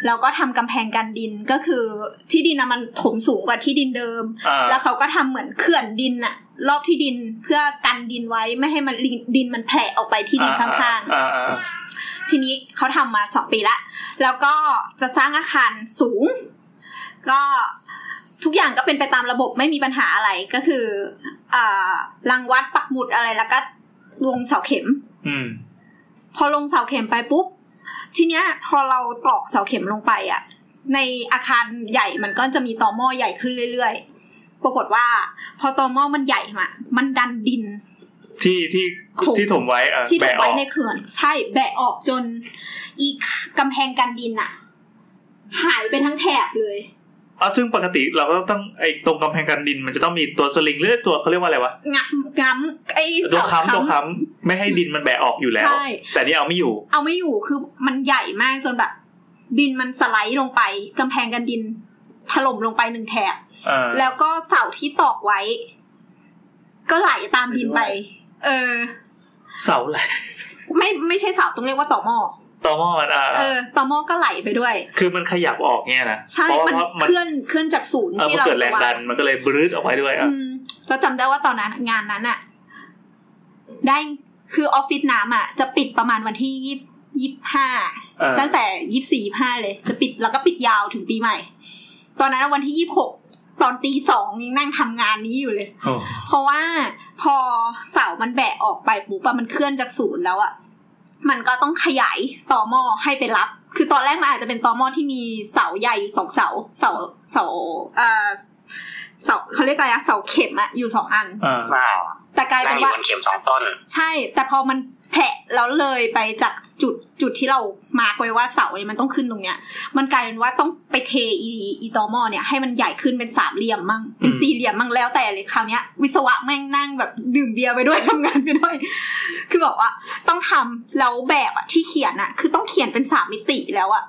S3: แล้วก็ทำกำแพงกันดินก็คือที่ดินนะมันถมสูงกว่าที่ดินเดิม
S2: อ่า
S3: แล้วเขาก็ทำเหมือนเขื่อนดินอะรอบที่ดินเพื่อกันดินไว้ไม่ให้มันลิงดินมันแผ่ออกไปที่ดินข้าง
S2: อ่าอ่าอ่า
S3: ๆ ทีนี้เขาทำมาสองปีละแล้วก็จะสร้างอาคารสูง ก็ทุกอย่างก็เป็นไปตามระบบไม่มีปัญหาอะไรก็คืออ่ารังวัดปักหมุดอะไรแล้วก็ลงเสาเข็ม
S2: อืม
S3: พอลงเสาเข็มไปปุ๊บ ทีเนี้ยพอเราตอกเสาเข็มลงไปอะ่ะ ในอาคารใหญ่มันก็จะมีตอหม้อใหญ่ขึ้นเรื่อยๆ ปรากฏว่า พอตอหม้อมันใหญ่มามันดันดิน
S2: ที่ที่
S3: ถูก
S2: ที่ถมไว้อ่ะ
S3: ที่ถู
S2: แบะ
S3: ก
S2: ออ
S3: ไว้
S2: ก
S3: ในเขื่อน ใช่แบะออกจน อีกกำแพงกันดินอะ่ะ หายไปทั้งแถบเลย
S2: อ๋อซึ่งปกติเราก็ต้องไอ้ตรงกำแพงกันดิน มันจะต้องมีตัวสลิงหรือตัวเขาเรียกว่าอะไรวะ
S3: งับงั้มไอ้
S2: ตัว
S3: เสา
S2: ค้ำตัว
S3: ค้ำ
S2: ค้ำไม่ให้ดินมันแบะออกอยู่แล้ว
S3: ใช่
S2: แต่นี่เอาไม่อยู่
S3: เอาไม่อยู่คือมันใหญ่มากจนแบบ ดินมันสไลด์ลงไปกำแพงกันดิน ถล่มลงไปหนึ่งแถบ
S2: เออ
S3: แล้วก็เสาที่ตอกไว้ ก็ไหลตามดินไป เออ
S2: เสาอะไร
S3: ไม่ไม่ใช่เสาต้องเรียกว่าต่อหม้อ
S2: ต่อหม้อมันอ่า
S3: เออต่อหม้อก็ไหลไปด้วย
S2: คือมันขยับออกเนี่ยนะ
S3: ใช่
S2: เพราะ
S3: มัน
S2: ว่ามัน
S3: เคลื่อนเคลื่อนจากศูนย์
S2: เออ
S3: ที่
S2: มัน
S3: เรา
S2: เกิดแรง
S3: วาง
S2: ดันมันก็เลยบลื้ดออกไปด้วยอ่ะ
S3: อืมเราจำได้ว่าตอนนั้นงานนั้นอะได้คือออฟฟิศน้ำอะจะปิดประมาณวันที่ยี่ยี่ห้า
S2: เออ
S3: ตั้งแต่ยี่สี่ยี่ห้าเลย จะปิดแล้วก็ปิดยาวถึงปีใหม่ ตอนนั้นวันที่ยี่หกตอนตีสองยังนั่งทำงานนี้อยู่เลย
S2: โอ้
S3: เพราะว่าพอเสามันแบะออกไปปุ๊บอะมันเคลื่อนจากศูนย์แล้วอะมันก็ต้องขยายต่อหม้อให้ไปรับ คือตอนแรกมันอาจจะเป็นต่อหม้อที่มีเสาใหญ่อยู่สองเสา เสาเสาเอ่อเสาเขาเรียกอะไรอะเสาเข็มอะอยู่สองอัน
S2: อ่า
S1: อ่า
S3: แต่กลาย
S1: นั่
S3: เป็
S1: ง
S3: น
S1: อยู่
S3: ว่า
S1: บนเข็มสองต้น
S3: ใช่ แต่พอมันแผะแล้วเลยไปจากจุดจุดที่เรามาร์กไว้ว่าเสาเนี่ยมันต้องขึ้นตรงเนี้ย มันกลายเป็นว่าต้องไปเทอีอีตอหมอเนี่ยให้มันใหญ่ขึ้นเป็นสามเหลี่ยมมั่งเป็นสี่เหลี่ยมมั่งแล้วแต่เลยคราวเนี้ย วิศวะแม่งนั่งแบบดื่มเบียร์ไปด้วย ทำงานไปด้วย คือบอกว่า ต้องทำแล้วแบบอะที่เขียนอะคือต้องเขียนเป็นสามมิติแล้วอะ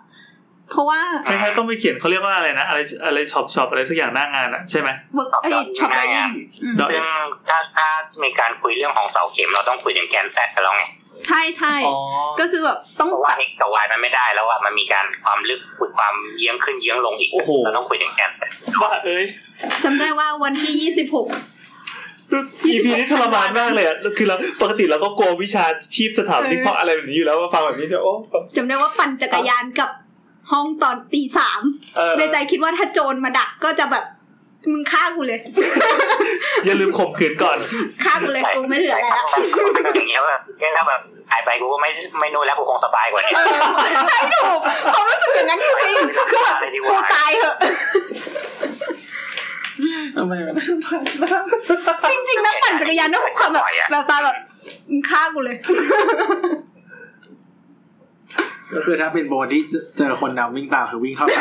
S3: เพราะว่า
S2: คล้ายๆต้องไปเขียนเขาเรียกว่าอะไรนะอะไรอะไรช็อปช็อปอะไรสักอย่างหน้างานอ่ะใช่ไหม
S3: เวิร์กไอช็อปไดอินอืม
S2: ดอก
S1: ซึ่งถ้าถ้ามีการคุยเรื่องของเสาเข็มเราต้องคุยถึงแกนแซดกันแล้วไง
S3: ใช่ใช่
S2: อ๋อ
S3: ก็คือแบบต้อง
S1: เพราะ
S3: แบ
S1: ว่า
S3: บ
S1: x กับ y มันไม่ได้แล้วอ่ะมันมีการความลึกคุยความเยื้องขึ้นเยื้องลงอีก
S2: โอ้โห
S1: เราต้องคุยถึงแกนแซด
S2: ว่าเอ้ย
S3: จำได้ว่าวันที่ยี่สิบหก
S2: อีพีนี้ทรมานมากเลยอะคือเราปกติเราก็กลัววิชาชีพสถาปนิก
S3: เออ
S2: เพราะอะไรแบบนี้อยู่แล้วว่าฟังแบบนี้จะโอ้
S3: จำได้ว่าปั่นจักรยานกลับห้องตอนตีสาม
S2: เออ
S3: ในใจคิดว่าถ้าโจรมาดักก็จะแบบ มึงฆ่ากูเลย
S2: อย่าลืมข่มขืนก่อน
S3: ฆ่ากูเลยกูไม่เหลืออะไรแล้ว
S1: อย่างเงี้ยแบบถ้าแบบหายไปกูก็ไม่ไม่นู่นแล้วกูคงสบายกว่านี้
S3: เออใช่ถูกความรู้สึกอย่างนั้นจริงๆคือแบบกูตายเหอะ
S2: ทำไมมัน
S3: จริงๆนะปั่นจักรยานด้วยความแบบแบบตาแบบมึงฆ่ากูเลย
S4: ก็คือถ้าเป็นโบนที่เจอคนนำวิ่งตามคือวิ่งเข้าไป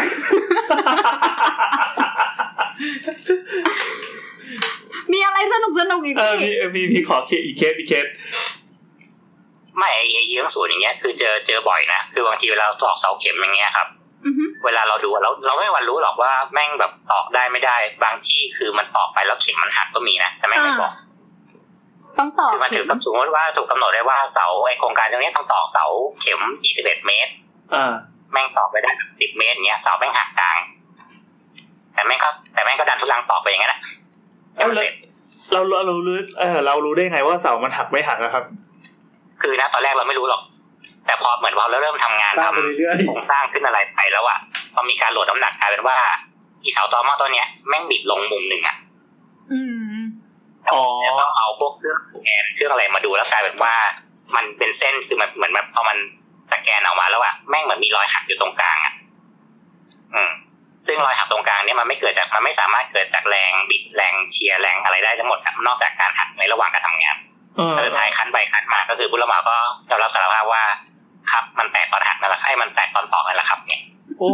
S3: มีอะไรสนุกสนุกๆอีก
S2: เออมี
S3: พี่
S2: มีมีขอเคสอีกเคสอีกเคส
S1: ไม่ไอ้ไอ้เยื้องศูนย์อย่างเงี้ยคือเจอเจอบ่อยนะคือบางทีเวลาเราตอกเสาเข็มอย่างเงี้ยครับ
S3: อือฮึ
S1: เวลาเราดูอะเราเราไม่มีวันรู้หรอกว่าแม่งแบบตอกได้ไม่ได้ บางที่คือมันตอกไปแล้วเข็มมันหักก็มีนะแต่แม่งไม่บอก
S3: ต้องต่อ
S1: คือมัน
S3: เข็
S1: ถือ
S3: ม
S1: กับสมมติว่าถูกกำหนดไว้ว่าเสาไอโครงการตรงเนี้ยต้องตอกเสาเข็ม 21 เมตร
S2: อ่า
S1: แม่งตอกไปได้ 10 เมตรเนี้ยเสาแม่งหักกลาง แต่แม่งก็แต่แม่งก็ดันทุลังตอกไปอย่างนั้นแหละยังไม่เสร็จ
S2: เราเราเรารู้เออเรารู้ได้ไงว่าเสามันหักไม่หักอะครับ
S1: คือนะตอนแรกเราไม่รู้หรอก แต่พอเหมือนว่าเราเริ่มทำงาน
S4: สร้าง
S1: ทำ
S4: ไปเรื่อยๆ
S1: โครงสร้างขึ้นอะไรไปแล้วอะพอมีการโหลดน้ำหนักกลายเป็นว่าอีเสาตอหมอต้นเนี้ยแม่งบิดลงมุมหนึ่งอะ
S3: อืม
S2: อ๋อ
S1: แล้วก็เอาพวกเครื่องสแกนเครื่องอะไรมาดูแล้วกลายเป็นว่า มันเป็นเส้นคือมันเหมือนแบบพอมันสแกนออกมาแล้วอะแม่งเหมือนมีรอยหักอยู่ตรงกลางอะอืม ซึ่งรอยหักตรงกลางเนี่ยมันไม่เกิดจากมันไม่สามารถเกิดจากแรงบิดแรงเชียร์แรงอะไรได้ทั้งหมดครับนอกจากการหักในระหว่างการทำงาน
S2: เออ
S1: แต่สุดท้ายคันไปคันมาก็คือผู้รับเหมาก็ยอมรับสารภาพว่า ครับมันแตกตอนหักนั่นแหละไอ้มันแตกตอนตอกนั่นแหละครับเนี่ย
S2: โอ้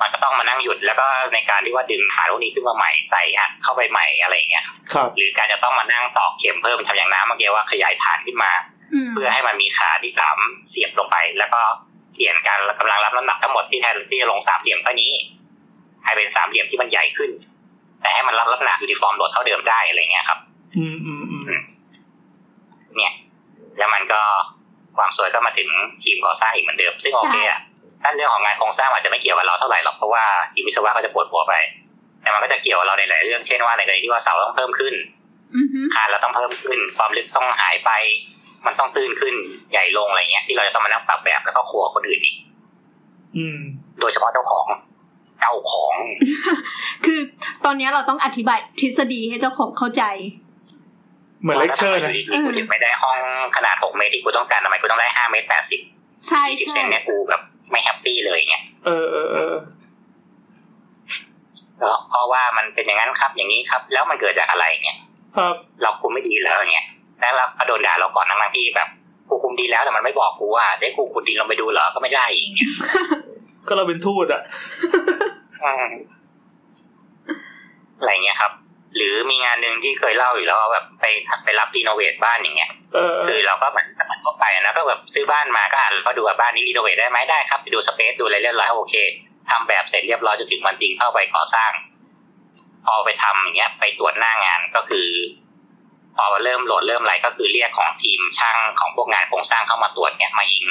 S1: มันก็ต้องมานั่งหยุดแล้วก็ในการที่ว่าดึงขาพวกนี้ขึ้นมาใหม่ใส่อัดเข้าไปใหม่อะไรอย่างเงี้ย
S2: ครับ
S1: หรือการจะต้องมานั่งตอกเข็มเพิ่มทำอย่างน้ำเมื่อกี้ว่าขยายฐานขึ้นมา
S3: อืม
S1: เพื่อให้มันมีขาที่สามเสียบลงไป แล้วก็ เปลี่ยนการกำลังรับน้ำหนักทั้งหมดที่แทนที่จะลงสามเหลี่ยมเท่านี้ให้เป็นสามเหลี่ยมที่มันใหญ่ขึ้น แต่ให้มันรับน้ำหนักยูนิฟอร์มโหลดเท่าเดิมได้อะไรเงี้ยครับ
S2: อืมอืมอืม
S1: เนี่ย แล้วมันก็ความสวยก็มาถึงทีมก่อสร้างอีกเหมือนเดิมซึ่งโอเคอะถ้าเรื่องของงานโครงสร้างอาจจะไม่เกี่ยวกับเราเท่าไหร่หรอกเพราะว่าอยู่วิศวะก็จะปวดหัวไป แต่มันก็จะเกี่ยวกับเราในหลายเรื่องเช่นว่าในกรณีที่ว่าเสาต้องเพิ่มขึ้น
S3: อือฮึ
S1: คานเราต้องเพิ่มขึ้น ความลึกต้องหายไป มันต้องตื้นขึ้นใหญ่ลงอะไรเงี้ยที่เราจะต้องมานั่งปรับแบบแล้วก็ครัวคนอื่นอีก
S2: อืม
S1: โดยเฉพาะเจ้าของเจ้าของ
S3: คือตอนเนี้ยเราต้องอธิบายทฤษฎีให้เจ้าของเข้าใจ
S2: เหมือนเลคเชอร์
S1: ว่า
S2: นะ
S1: ถ้าทำไมยู่ดีๆกูถึงไม่ได้ห้องขนาดหกเมตรที่กูต้องการทำไมกูต้องได้ห้าเมตรแปดสิบ
S3: ใช่
S1: ยี่สิบเซ
S3: ใช่
S1: นเนี่ยกูแบบไม่แฮปปี้เลยเนี่ย
S2: เออเออเออ
S1: ก็เพราะว่ามันเป็นอย่างนั้นครับอย่างนี้ครับ แล้วมันเกิดจากอะไรเนี่ย
S2: ครับ
S1: เราคุมไม่ดีแล้วอย่างเงี้ยแล้วเราก็โดนด่าเราก่อนทั้งๆที่แบบกูคุมดีแล้วแต่มันไม่บอกกูว่าจะให้กูขุดดินลงไปดูเหรอก็ไม่ได้อีกเนี่ย
S2: ก็เราเป็นทูตอ่ะ
S1: อืมอะไรเงี้ยครับ หรือมีงานหนึ่งที่เคยเล่าอยู่แล้วว่าแบบไปไปรับรีโนเวทบ้านอย่างเงี้ย
S2: เออเอ
S1: คือ
S2: อ
S1: เราก็เหมือนเหมือนทั่วไปนะก็แบบซื้อบ้านมาก็อ่านก็ดูว่าบ้านนี้รีโนเวทได้ไหมได้ครับไปดูสเปซดูอะไรเรียบร้อยโอเคทำแบบเสร็จเรียบร้อยจนถึงวันจริงเข้าไปก่อสร้าง พอไปทำอย่างเงี้ย ไปตรวจหน้างานก็คือ พอเริ่มโหลดเริ่มอะไรก็คือเรียกของทีมช่างของพวกงานโครงสร้างเข้ามาตรวจเนี้ยมายิง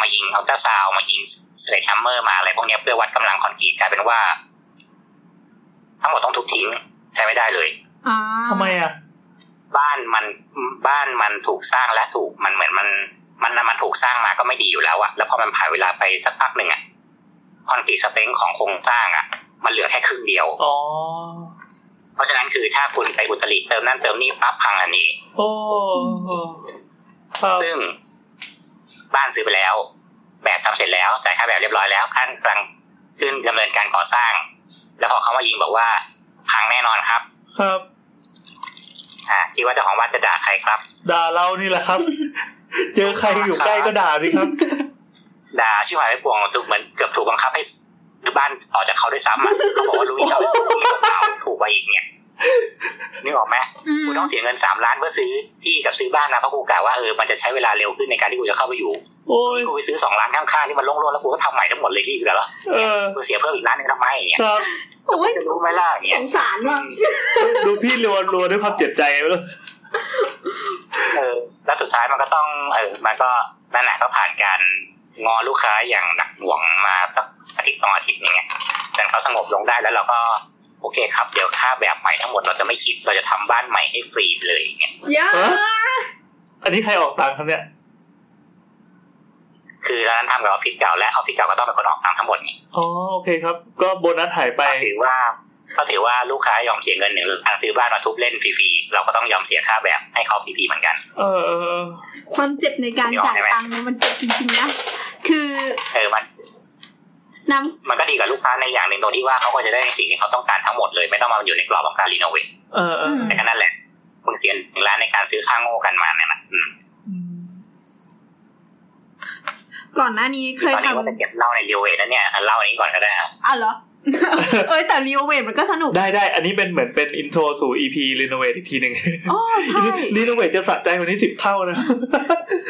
S1: มายิงอัลตราซาวมายิงสเลทฮัมเมอร์มาอะไรพวกเนี้ยเพื่อวัดกำลังคอนกรีตกลายเป็นว่า ทั้งหมดต้องทุบทิ้งใช้ไม่ได้เลย
S3: อ๋อ
S2: ทำไมอ่ะ
S1: บ้านมันบ้านมันถูกสร้างและถูกมันเหมือนมัน มันมันถูกสร้างมาก็ไม่ดีอยู่แล้วอะแล้วพอมันผ่านเวลาไปสักพักหนึ่งอะคอนกรีตสเปงของโครงสร้างอะมันเหลือแค่ครึ่งเดียว
S2: อ๋อ
S1: เพราะฉะนั้นคือถ้าคุณไปอุตริเติมนั่นเติมนี่ปั๊บพังอันนี้
S2: โอ้ครับ
S1: ซึ่งบ้านซื้อไปแล้ว แบบทำเสร็จแล้วจ่ายค่าแบบเรียบร้อยแล้วขั้นกำลังขึ้นดำเนินการก่อสร้าง แล้วพอเขามายิงบอกว่าพังแน่นอนครับ
S2: ครับ
S1: อ่าคิดว่าเจ้าของบ้านจะด่าใครครับ
S2: ด่าเรานี่แหละครับ เจอใครอยู่ใกล้ก็ด่าสิครับ
S1: ด่าชื่อหมายไม่ปวงถูกเหมือนเกือบถูกบังคับให้ซื้อบ้านออกจากเขาด้วยซ้ำอ่ะเขาบอกว่ารู้อีกเขาไปซื้อที่เก่าๆถูกไปอีกเนี่ยนึกออกไหม
S3: อืม
S1: กูต้องเสียเงินสามล้านเพื่อซื้อที่กับซื้อบ้านนะเพราะกูกะว่าเออมันจะใช้เวลาเร็วขึ้นในการที่กูจะเข้าไปอยู่
S2: โอ้ย
S1: กูไปซื้อสองล้านข้างๆนี่มันโล่งๆแล้วกูก็ทำใหม่ทั้งหมดเลยที่เหลือเหรอ
S2: เออ
S1: กูเสียเพิ่มอีกล้านหนึงทำไมอย่างเงี้ย
S2: ครับ
S3: โอ้ย
S1: จะรู้ไหมล่ะอย่าง
S3: ส
S1: เงี้ย
S3: งสารว่ะ
S2: ดูพี่รัวรัวด้วยความเจ็บใจไปแล้ว
S1: เออแล้วสุดท้ายมันก็ต้องเออมันก็นั่นแหละก็ผ่านการงอลูกค้าอย่างหนักหน่วงมาสักอาทิตย์สองอาทิตย์อย่างเงี้ย แต่เขาสงบลงได้แล้วเราก็โอเคครับ เดี๋ยวค่าแบบใหม่ทั้งหมดเราจะไม่คิดเราจะทำบ้านใหม่ให้ฟรีเลยอย่างเงี้ย
S3: เยอะ
S2: ฮะอันนี้ใครออกตังค์ครับเนี่ย
S1: คือตอนนั้นทำกับออฟฟิศเก่าและออฟฟิศเก่าก็ต้องเป็นคนออกตังค์ทั้งหมดไง
S2: อ๋อ โอเคครับ ก็โบนัสหายไป
S1: ถือว่าก็ถือว่าลูกค้ายอมเสียเงินหนึ่งอันซื้อบ้านมาทุบเล่นฟรีๆเราก็ต้องยอมเสียค่าแบบให้เขาฟรีๆเหมือนกัน
S2: เออเออ
S3: ความเจ็บในการจ่ายตังค์เนี่ยมันเจ็บจริงๆนะคือ
S1: เออมัน
S3: น้
S1: มันก็ดีกับลูกค้าในอย่างหนึ่งตรงที่ว่าเขาก็จะได้ในสิ่งที่เขาต้องการทั้งหมดเลยไม่ต้องมาอยู่ในกรอบของการรีโนเวท
S2: เออเออ
S1: แต่ก็นั่นแหละมึงเสียหนึ่งล้านในการซื้อค่าโง่กันมาเนี่ยนะอืม
S3: ำก่อนหน้านี้เคย
S1: ตอนนี้ว่าจะ
S3: ทำ
S1: เก็บเล่าในรีโนเวทนะเนี่ยอ่ะเล่าอันนี้ก่อนก็ได้อ่ะ
S3: อ่ะเห รอ เอ้ยแต่รีโอเวทมันก็ส นุก
S2: ได้ได้ อันนี้เป็นเหมือนเป็นอินโทรสู่ EP รีโนเวทอีกทีหนึ่ง
S3: อ๋อใช่
S2: รี โนเวทจะสะใจกว่านี้สิบเท่า นะ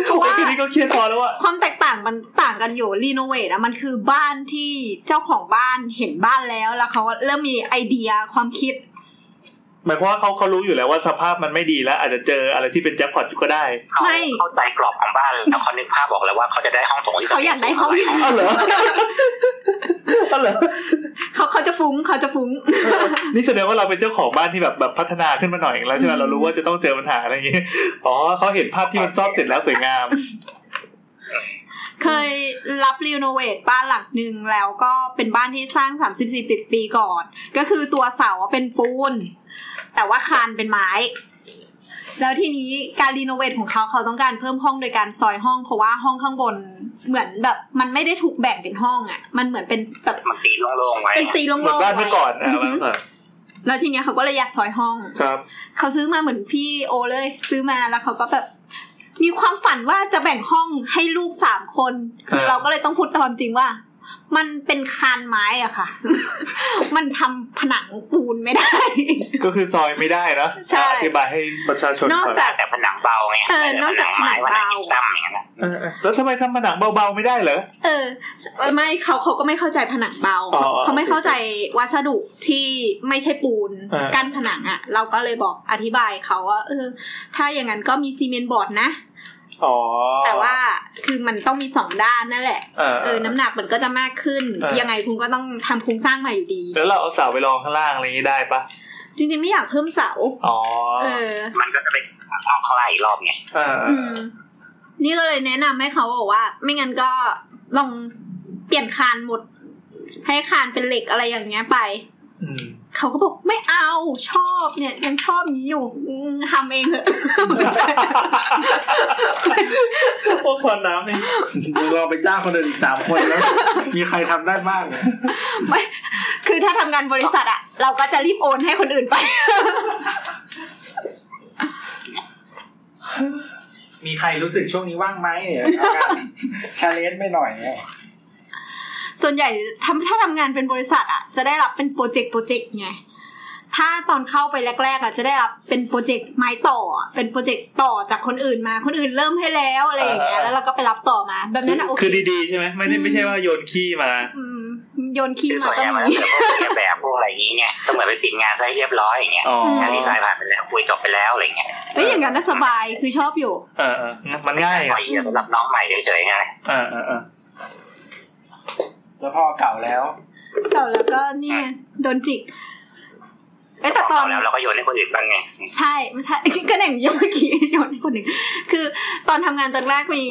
S3: เพราะว่า
S2: โอ้ยแค่นี้ก็เครียดพอแล้วอะ
S3: ความแตกต่างมันต่างกันอยู่รีโนเวทอะมันคือบ้านที่เจ้าของบ้านเห็นบ้านแล้วแล้วเขาเริ่มมีไอเดียความคิด
S2: หมายความว่าเขาเขารู้อยู่แล้วว่าสภาพมันไม่ดีแล้ว อาจจะเจออะไรที่เป็นแจ็คพอตอยู่ก็ ได้
S1: เขา
S3: ไม่
S1: เข้าใจกรอบของบ้านแล้วเขานึกภาพบอกแล้วว่าเขาจะได้ห้องโถงที่สำ
S3: เขาอ
S1: เร็จ
S3: ยากได้ห้อง อยู่
S2: อ้าวเหร ออ้าวเหรอ
S3: เขาเขาจะฟุ้งเขาจะฟุ้ง
S2: นี่แสดงว่าเราเป็นเจ้าของบ้านที่แบบแบบพัฒนาขึ้นมาหน่อยแล้วใช่ไหมเรารู้ว่าจะต้องเจอปัญหาอะไรอย่างงี้อ๋อเขาเห็นภาพที่มันซ่อมเสร็จแล้วสวยงาม
S3: เคยรับรีโนเวทบ้านหลังหนึ่งแล้วก็เป็นบ้านที่สร้าง 30 40ปีก่อน ก็คือตัวเสาเป็นปูน แต่ว่าคานเป็นไม้ แล้วทีนี้การรีโนเวทของเขาเขาต้องการเพิ่มห้องโดยการซอยห้องเพราะว่าห้องข้างบนเหมือนแบบมันไม่ได้ถูกแบ่งเป็นห้องอะ่ะ มันเหมือนเป็นแบบ
S1: มันตีโล่งๆไว้
S3: เป็นตีโล่งๆ
S2: เหมือนบ้านเมื่อก่อนอ่ะ
S3: ไว้
S2: บ้านเมื่อก่อน
S3: แล้วทีเนี้ยเขาก็เลยอยากซอยห้อง
S2: ครับ
S3: เขาซื้อมาเหมือนพี่โอเลย ซื้อมาแล้วเขาก็แบบ มีความฝันว่าจะแบ่งห้องให้ลูกสามคน คือเราก็เลยต้องพูดตามจริงว่า มันเป็นคานไม้อะ ค่ะ มันทำผนังปูนไม่ได้
S2: ก็คือซอยไม่ได้นะ
S3: ใช่
S2: อธิบายให้ประชาชน
S3: นอกจาก
S1: แต่ผนังเบาไง
S3: เออนอกจากผนังเบา
S1: ผนังยิบซ้ำอย่างนั้นนะ
S2: เออเออแล้วทำไมทำผนังเบาๆไม่ได้เหรอ
S3: เออไม่เขาเขาก็ไม่เข้าใจผนังเบา
S2: อ๋อ
S3: เขาเขาไม่เข้าใจวัสดุที่ไม่ใช่ปูน
S2: อ่า
S3: กั้นผนังอะเราก็เลยบอกอธิบายเขาว่าเออ ถ้าอย่างนั้นก็มีซีเมนต์บอร์ดนะ
S2: อ๋อ
S3: แต่ว่าคือมันต้องมีสองด้านนั่นแหละ
S2: เออ
S3: เออ น้ำหนักมันก็จะมากขึ้น
S2: เออ
S3: ยังไงคุณก็ต้องทำโครงสร้างใหม่อยู่ดี
S2: แล้วเราเอาเสาไปรองข้างล่างอะไรอย่างนี้ได้ปะ
S3: จริงๆไม่อยากเพิ่มเสา
S2: อ๋อ
S3: เออ
S1: มันก็จะไปเข้าข้างล่างอีกรอบไง
S2: เออเอ
S3: อื
S2: อ
S3: ม นี่ก็เลยแนะนำให้เขาบอกว่า ไม่งั้นก็ลองเปลี่ยนคานหมด ให้คานเป็นเหล็กอะไรอย่างเงี้ยไป
S2: อืม
S3: เขาก็บอกไม่เอาชอบเนี่ย ยังชอบนี้อยู่อืมทำเองเถอะ ไม่ใช่
S2: โอ้พอน้ำนี่
S4: มึงลองไปจ้างคนอื่นอีกสามคนแล้ว มีใครทำได้บ้างเนี่ย
S3: ไม่คือถ้าทำงานบริษัทอะเราก็จะรีบโอนให้คนอื่นไป
S4: มีใครรู้สึกช่วงนี้ว่างไหมเนี่ยชาเลนจ์ไม่หน่อยเนี่ย
S3: ส่วนใหญ่ทำถ้าทำงานเป็นบริษัทอ่ะ จะได้รับเป็นโปรเจกต์โปรเจกต์ไง ถ้าตอนเข้าไปแรก ๆอ่ะจะได้รับเป็นโปรเจกต์ไม้ต่ออะเป็นโปรเจกต์ต่อจากคนอื่นมา คนอื่นเริ่มให้แล้วอะไรอย่างเงี้ย แล้วเราก็ไปรับต่อมา แบบนั้นอ่ะโอเค
S2: คือดีๆใช่ไหมไม่ได้ไม่ใช่ว่าโยนขี้มา
S3: อืมโยนขี้
S1: คือส่
S3: มา
S1: วนให
S3: ก็
S1: ญ่มัน
S3: มี
S1: จะพวกเรียนแบบพวกอะไรอย่างนี้ไงต้องเหมือนไปปิดงานซะให้เรียบร้อยอย่างเงี้ย
S2: อ๋อ
S3: ม
S1: งานดีไซน์ผ่านไปแล้วคุยจบไปแล้วอะไรอย่างเงี้ย
S3: เอ้ยอย่างนั้นน่าสบาย คือชอบอยู่
S2: เออเออมันง่าย
S1: ปล่
S2: อ่ะ
S1: อยเหยื่อสำหรับน้องใหม่เฉยๆไง
S2: เออเออเออ
S4: แล้วพอเก่าแล้ว
S3: แต่แล้วก็เนี่ยโดนจิก เอ้ยแต่ตอน
S1: แล้วเราก็โยนให้คนอื่นบ้างไง
S3: ใช่ไม่ใช่จริงๆก็อย่างที่เมื่อกี้โยนให้คนหนึ่งคือตอนทำงานตอนแรกมี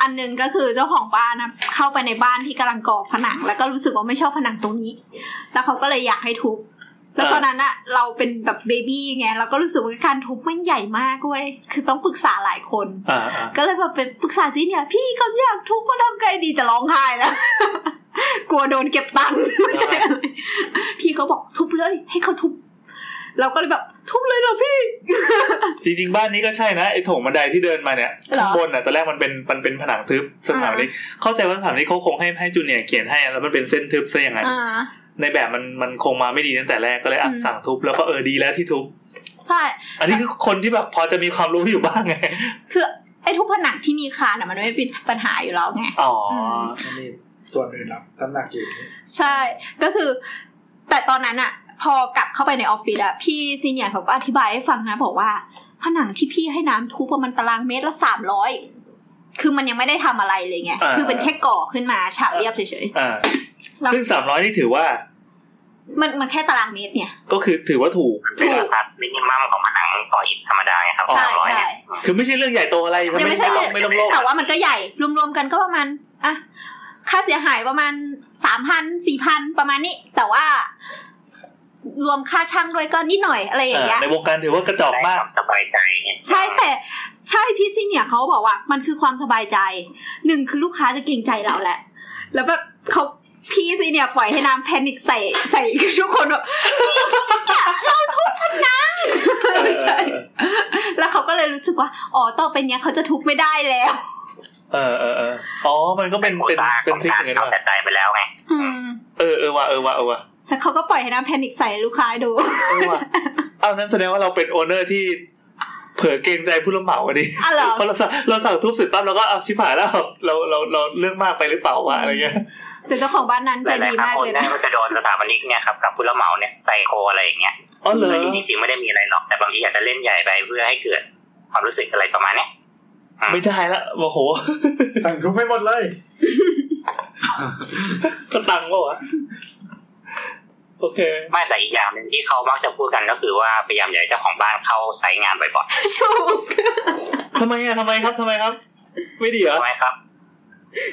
S3: อันหนึ่งก็คือเจ้าของบ้านนะเข้าไปในบ้านที่กำลังก่อผนัง แล้วก็รู้สึกว่าไม่ชอบผนังตรงนี้ แล้วเขาก็เลยอยากให้ทุบแล้วตอนนั้นอะเราเป็นแบบเบบี้ไงเราก็รู้สึกว่าการทุบมันใหญ่มากเว้ยคือต้องปรึกษาหลายคน
S2: เออเออ
S3: ก็เลยแบบไปปรึกษาซิเนี่ย พี่ก็อยากทุบก็ทำไงดีจะร้องไห้แล้ว กลัวโดนเก็บตังค์ไม่ใช่อะไรพี่เขาบอกทุบเลย ให้เขาทุบเราก็เลยแบบทุบเลยเหรอพี่
S2: จริงๆบ้านนี้ก็ใช่นะไอ้โถงบันไดที่เดินมาเนี่ย
S3: เหรอ
S2: ข้างบนอ่ะตอนแรกมันเป็นมันเป็นผนังทึบสถาปนิกเข้าใจว่าสถาปนิกเขาคงให้ให้จูเนียร์เขียนให้แล้วมันเป็นเส้นทึบซะอย่างนั้น
S3: อ่า
S2: ในแบบมันมันคงมาไม่ดีตั้งแต่แรกก็เลยอ่ะ
S3: อืม
S2: สั่งทุบแล้วก็เออดีแล้วที่ทุบ
S3: ใช่
S2: อันนี้คือคนที่แบบพอจะมีความรู้อยู่บ้างไง
S3: คือไอ้ทุบผนังที่มีคานอะมันไม่เป็นปัญหาอยู่แล้วไง
S2: อ๋ออ
S3: ม
S4: นี่ส่วนอื่นรับน้ำหนักอยู่นี่
S3: ใช่ ก็คือ แต่ตอนนั้นอะพอกลับเข้าไปในออฟฟิศอะพี่ซีเนียร์เขาก็อธิบายให้ฟังนะ บอกว่า ผนังที่พี่ให้น้ำทุบอะมันตารางเมตรละสามร้อยคือมันยังไม่ได้ทำอะไรเลยไง คือเป็นแค่ก่อขึ้นมาฉาบเรียบเฉย
S2: อ่า
S3: ๆแล้ว
S2: ซึ่งสามร้อยนี่ถือว่า
S3: มันมันแค่ตารางเมตรเนี่ย
S2: ก็คือถือว่าถูก
S1: มันเป็นราคามินิมัมของผนังก่ออิฐธรรมดาไงครับ
S2: อ๋อ
S3: ใช่
S1: สามร้อย
S3: ใช่
S1: เนี่ย
S2: คือไม่ใช่เรื่องใหญ่โตอะไรทำ
S3: ยัง
S2: ไม่
S3: ไม่ใช่
S2: ไม่
S3: เล
S2: ต้
S3: ย
S2: องไม่ต้องโลก
S3: แต่ว่ามันก็ใหญ่ รวมๆกันก็ประมาณอ่ะค่าเสียหายประมาณสามพันสี่พันประมาณนี้ แต่ว่า รวมค่าช่างด้วยก็นิดหน่อยอะไรอย่างเงี้ย
S2: ในวงการถือว่ากระจอก
S1: ได้
S2: มาก
S1: ความสบายใจไง
S3: ใช่แต่ใช่พี่ซีเนียร์เขาบอกว่า มันคือความสบายใจหนึ่งคือลูกค้าจะเกรงใจเราแหละ แล้วแบบเขาพี่ซีเนียร์ปล่อยให้น้ำแพนิคใส่ใส่ทุกคนแบบ พี่เนี่ยเราทุบพนังไม่ใช่แล้วเขาก็เลยรู้สึกว่าอ๋อต่อไปเนี้ยเขาจะทุบไม่ได้แล้ว
S2: เออเออเอออ๋อ มันก็เป็น
S1: โคว
S2: เป็น
S1: ต้าข
S2: เป็
S1: อน ง
S2: ทริค
S1: การ
S2: เหมือนกัน
S1: เอาแต่
S2: ว่า
S1: ใจไปแล้วไง
S3: อืม
S2: เออเออว่ะเออว่ะเออว่ะ
S3: แล้วเขาก็ปล่อยให้น้ำแพนิคใส่ลูกค้าดู
S2: เออว่ะเอานั้นแสดงว่าเราเป็นโอเนอร์ที่เผลอเกรงใจผู้รับเหมาอันนี้
S3: อ่ะเหรอ
S2: พ อเราสั่งเราสั่งทุบเสร็จปั๊บเราก็เอาชิบหายแล้ว เราเราเราเรื่องมากไปหรือเปล่าวะอะไรเงี้ย
S3: แต่เจ้าของบ้านนั้น
S1: ห
S3: ใจ
S1: ลาย
S3: ดี
S1: ๆครั้ง
S3: มาก
S1: โอ
S3: เลย
S1: เนอ
S3: นะ
S1: ร์ก็จะโดนสถาปนิกเนี่ยครับกับผู้รับเหมาเนี่ยไซโคอะไรอย่างเงี้ย
S2: อ๋อเหรอ
S1: คือจริงๆไม่ได้มีอะไรหรอกแต่บางทีอยากจะเล่นใหญ่ไปเพื่อให้เกิดความรู้สึกอะไรประมาณเนี้ย
S2: ไม่ได้ละโอ้โห
S4: สั่งทุบไม่หมดเลย
S2: ก็ตังค์ปะวะโอเค
S1: ไม่แต่อีกอย่างหนึ่งที่เขามักจะพูดกันก็คือว่าพยายามอยากให้เจ้าของบ้านเข้าไซต์งานบ่อย
S3: ชู
S2: ทำไมอะทำไมครับทำไมครับ ไม่ดีเหร
S1: ๆ
S2: อ
S1: ทำไมครับ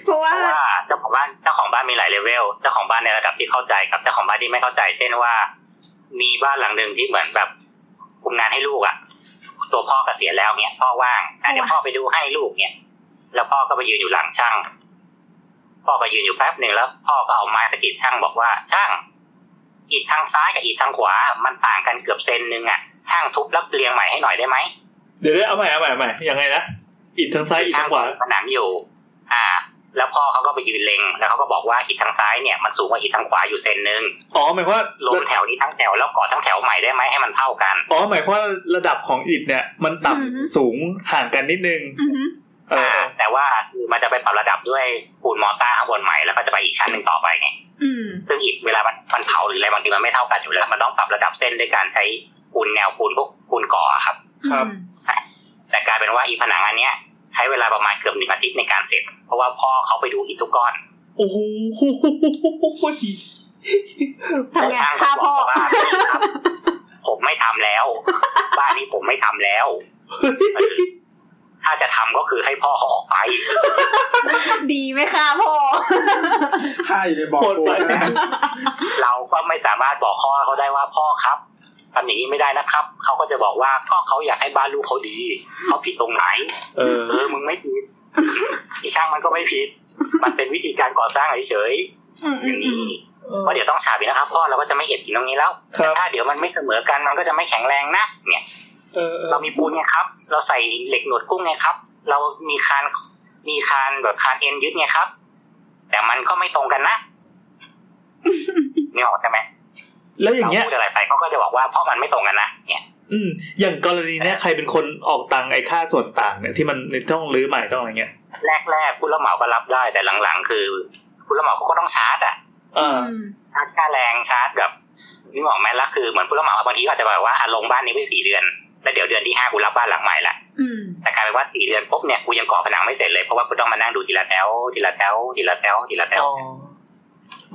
S3: เพราะ
S1: เพ
S3: ว่า
S1: ราะว่าเจ้าของบ้านเจ้าของบ้านมีหลายเลเวลเจ้าของบ้านในระดับที่เข้าใจกับเจ้าของบ้านที่ไม่เข้าใจ เช่นว่า มีบ้านหลังหนึ่งที่เหมือนแบบคุมงานให้ลูกอะตัวพ่อเกษียณแล้วเนี่ยพ่อว่างอ่ะเดี๋ยวพ่อไปดูให้ลูกเนี่ย แล้วพ่อก็ไปยืนอยู่หลังช่าง พ่อก็ยืนอยู่แป๊บหนึ่งแล้ว พ่อก็เอาไม้สะกิดช่างบอกว่า ช่างอิฐทางซ้ายกับอิฐทางขวา มันต่างกันเกือบเซนนึงอะช่างทุบแล้วเรียงใหม่ให้หน่อยได้ไหม
S2: เดี๋ยวเดี๋ยวเอาใหม่เอาใหม่เอาใหม่ยังไงนะอิดทางซ้ายอิด
S1: ช่า
S2: ทาง งขวา
S1: ผนังอยู่ อ่า แล้วพ่อเขาก็ไปยืนเล็ง แล้วเขาก็บอกว่าอิฐทางซ้ายเนี่ยมันสูงกว่าอิฐทางขวาอยู่เซนนึง
S2: อ๋อหมายความว่า
S1: ลงแถวนี้ทั้งแถวแล้วก่อทั้งแถวใหม่ได้ไหมให้มันเท่ากัน
S2: อ๋อหมายความว่าระดับของอิฐเนี่ย มันต่ำ
S3: อือฮึ
S2: สูงห่างกันนิดนึง
S3: อือฮึ
S2: เออ
S1: อ่า แต่ว่าคือมันจะไปปรับระดับด้วยปูนมอร์ตาร์ข้างบนใหม่แล้วก็จะไปอีกชั้นหนึ่งต่อไปไง
S3: อืม
S1: ซึ่งอิฐเวลามันมันเผาหรืออะไรบางทีมันไม่เท่ากันอยู่แล้ว มันต้องปรับระดับเส้นด้วยการใช้ปูนแนวปูนพวกปูนก่อครับ
S2: ครับ
S1: แต่กลายเป็นว่าอีผนังอันเนี้ยใช้เวลาประมาณเกือบหนึ่งอาทิตย์ในการเสร็จ เพราะว่าพ่อเขาไปดูอิฐทุกก้อน
S2: โอ้โห
S3: ทำงานฆ่าพ่อ
S1: แต่ช่างเขาบอกว่า ผมไม่ทำแล้ว บ้านนี้ผมไม่ทำแล้ว ถ้าจะทำก็คือให้พ่อเขาออกไป
S3: ดีไหมฆ่าพ่อ
S4: ค่าอยู่ในบ่อ
S2: โคตร
S4: ปู
S2: ไป
S4: นนะ
S1: เราก็ไม่สามารถบอกพ่อเขาได้ว่าพ่อครับทำอย่างนี้ไม่ได้นะครับ เขาก็จะบอกว่าก็เขาอยากให้บ้านลูกเขาดี เขาผิดตรงไหน
S2: เออ
S1: เออมึงไม่ผิดไอช่างมันก็ไม่ผิด มันเป็นวิธีการก่อสร้างเฉย
S3: อืม
S1: ๆอ
S3: อื
S1: ย่าม ง
S3: อื
S1: นี้
S3: ม
S1: เพราะเดี๋ยวต้องฉาบอีกนะครับพ่อเราก็จะไม่เห็นหินตรงนี้แล้ว
S2: ครับ
S1: แต่ถ้าเดี๋ยวมันไม่เสมอกันมันก็จะไม่แข็งแรงนะเนี่ย
S2: เออเออ
S1: เรามีปูนไงครับ เราใส่เหล็กหนวดกุ้งไงครับ เรามีคาน มีคานแบบคานเอ็นยึดไงครับ แต่มันก็ไม่ตรงกันนะ นี่ออกใช่ไหม
S2: แล้วอย่าง
S1: เรา
S2: เงี้ย
S1: พูดอะไรไปเขาก็จะบอกว่าเพราะมันไม่ตรงกันนะ เนี่ย
S2: อืม อย่างกรณีเนี้ยใครเป็นคนออกตังค์ไอ้ค่าส่วนต่างเนี่ยที่มันต้องรื้อใหม่ต้องอะไรเงี้ย
S1: แรกแรกๆผู้รับเหมาก็รับได้แต่หลังๆ คือผู้รับเหมาเขาก็ต้องชาร์จอะ
S2: เออ
S3: อืม
S1: ชาร์จค่าแรงชาร์จแบบนึกออกไหมละคือเหมือนผู้รับเหมาบางทีก็อาจจะแบบว่าอ่ะลงบ้านนี้ไว้สี่เดือน แล้วเดี๋ยวเดือนที่ห้ากูรับบ้านหลังใหม่ละ
S3: อืม
S1: แต่กลายเป็นว่าสี่เดือนปุ๊บเนี่ยกูยังก่อผนังไม่เสร็จเลยเพราะว่ากูต้องมานั่งดูทีละแถวทีละแถวทีละแถวทีละแถว
S2: อ๋อ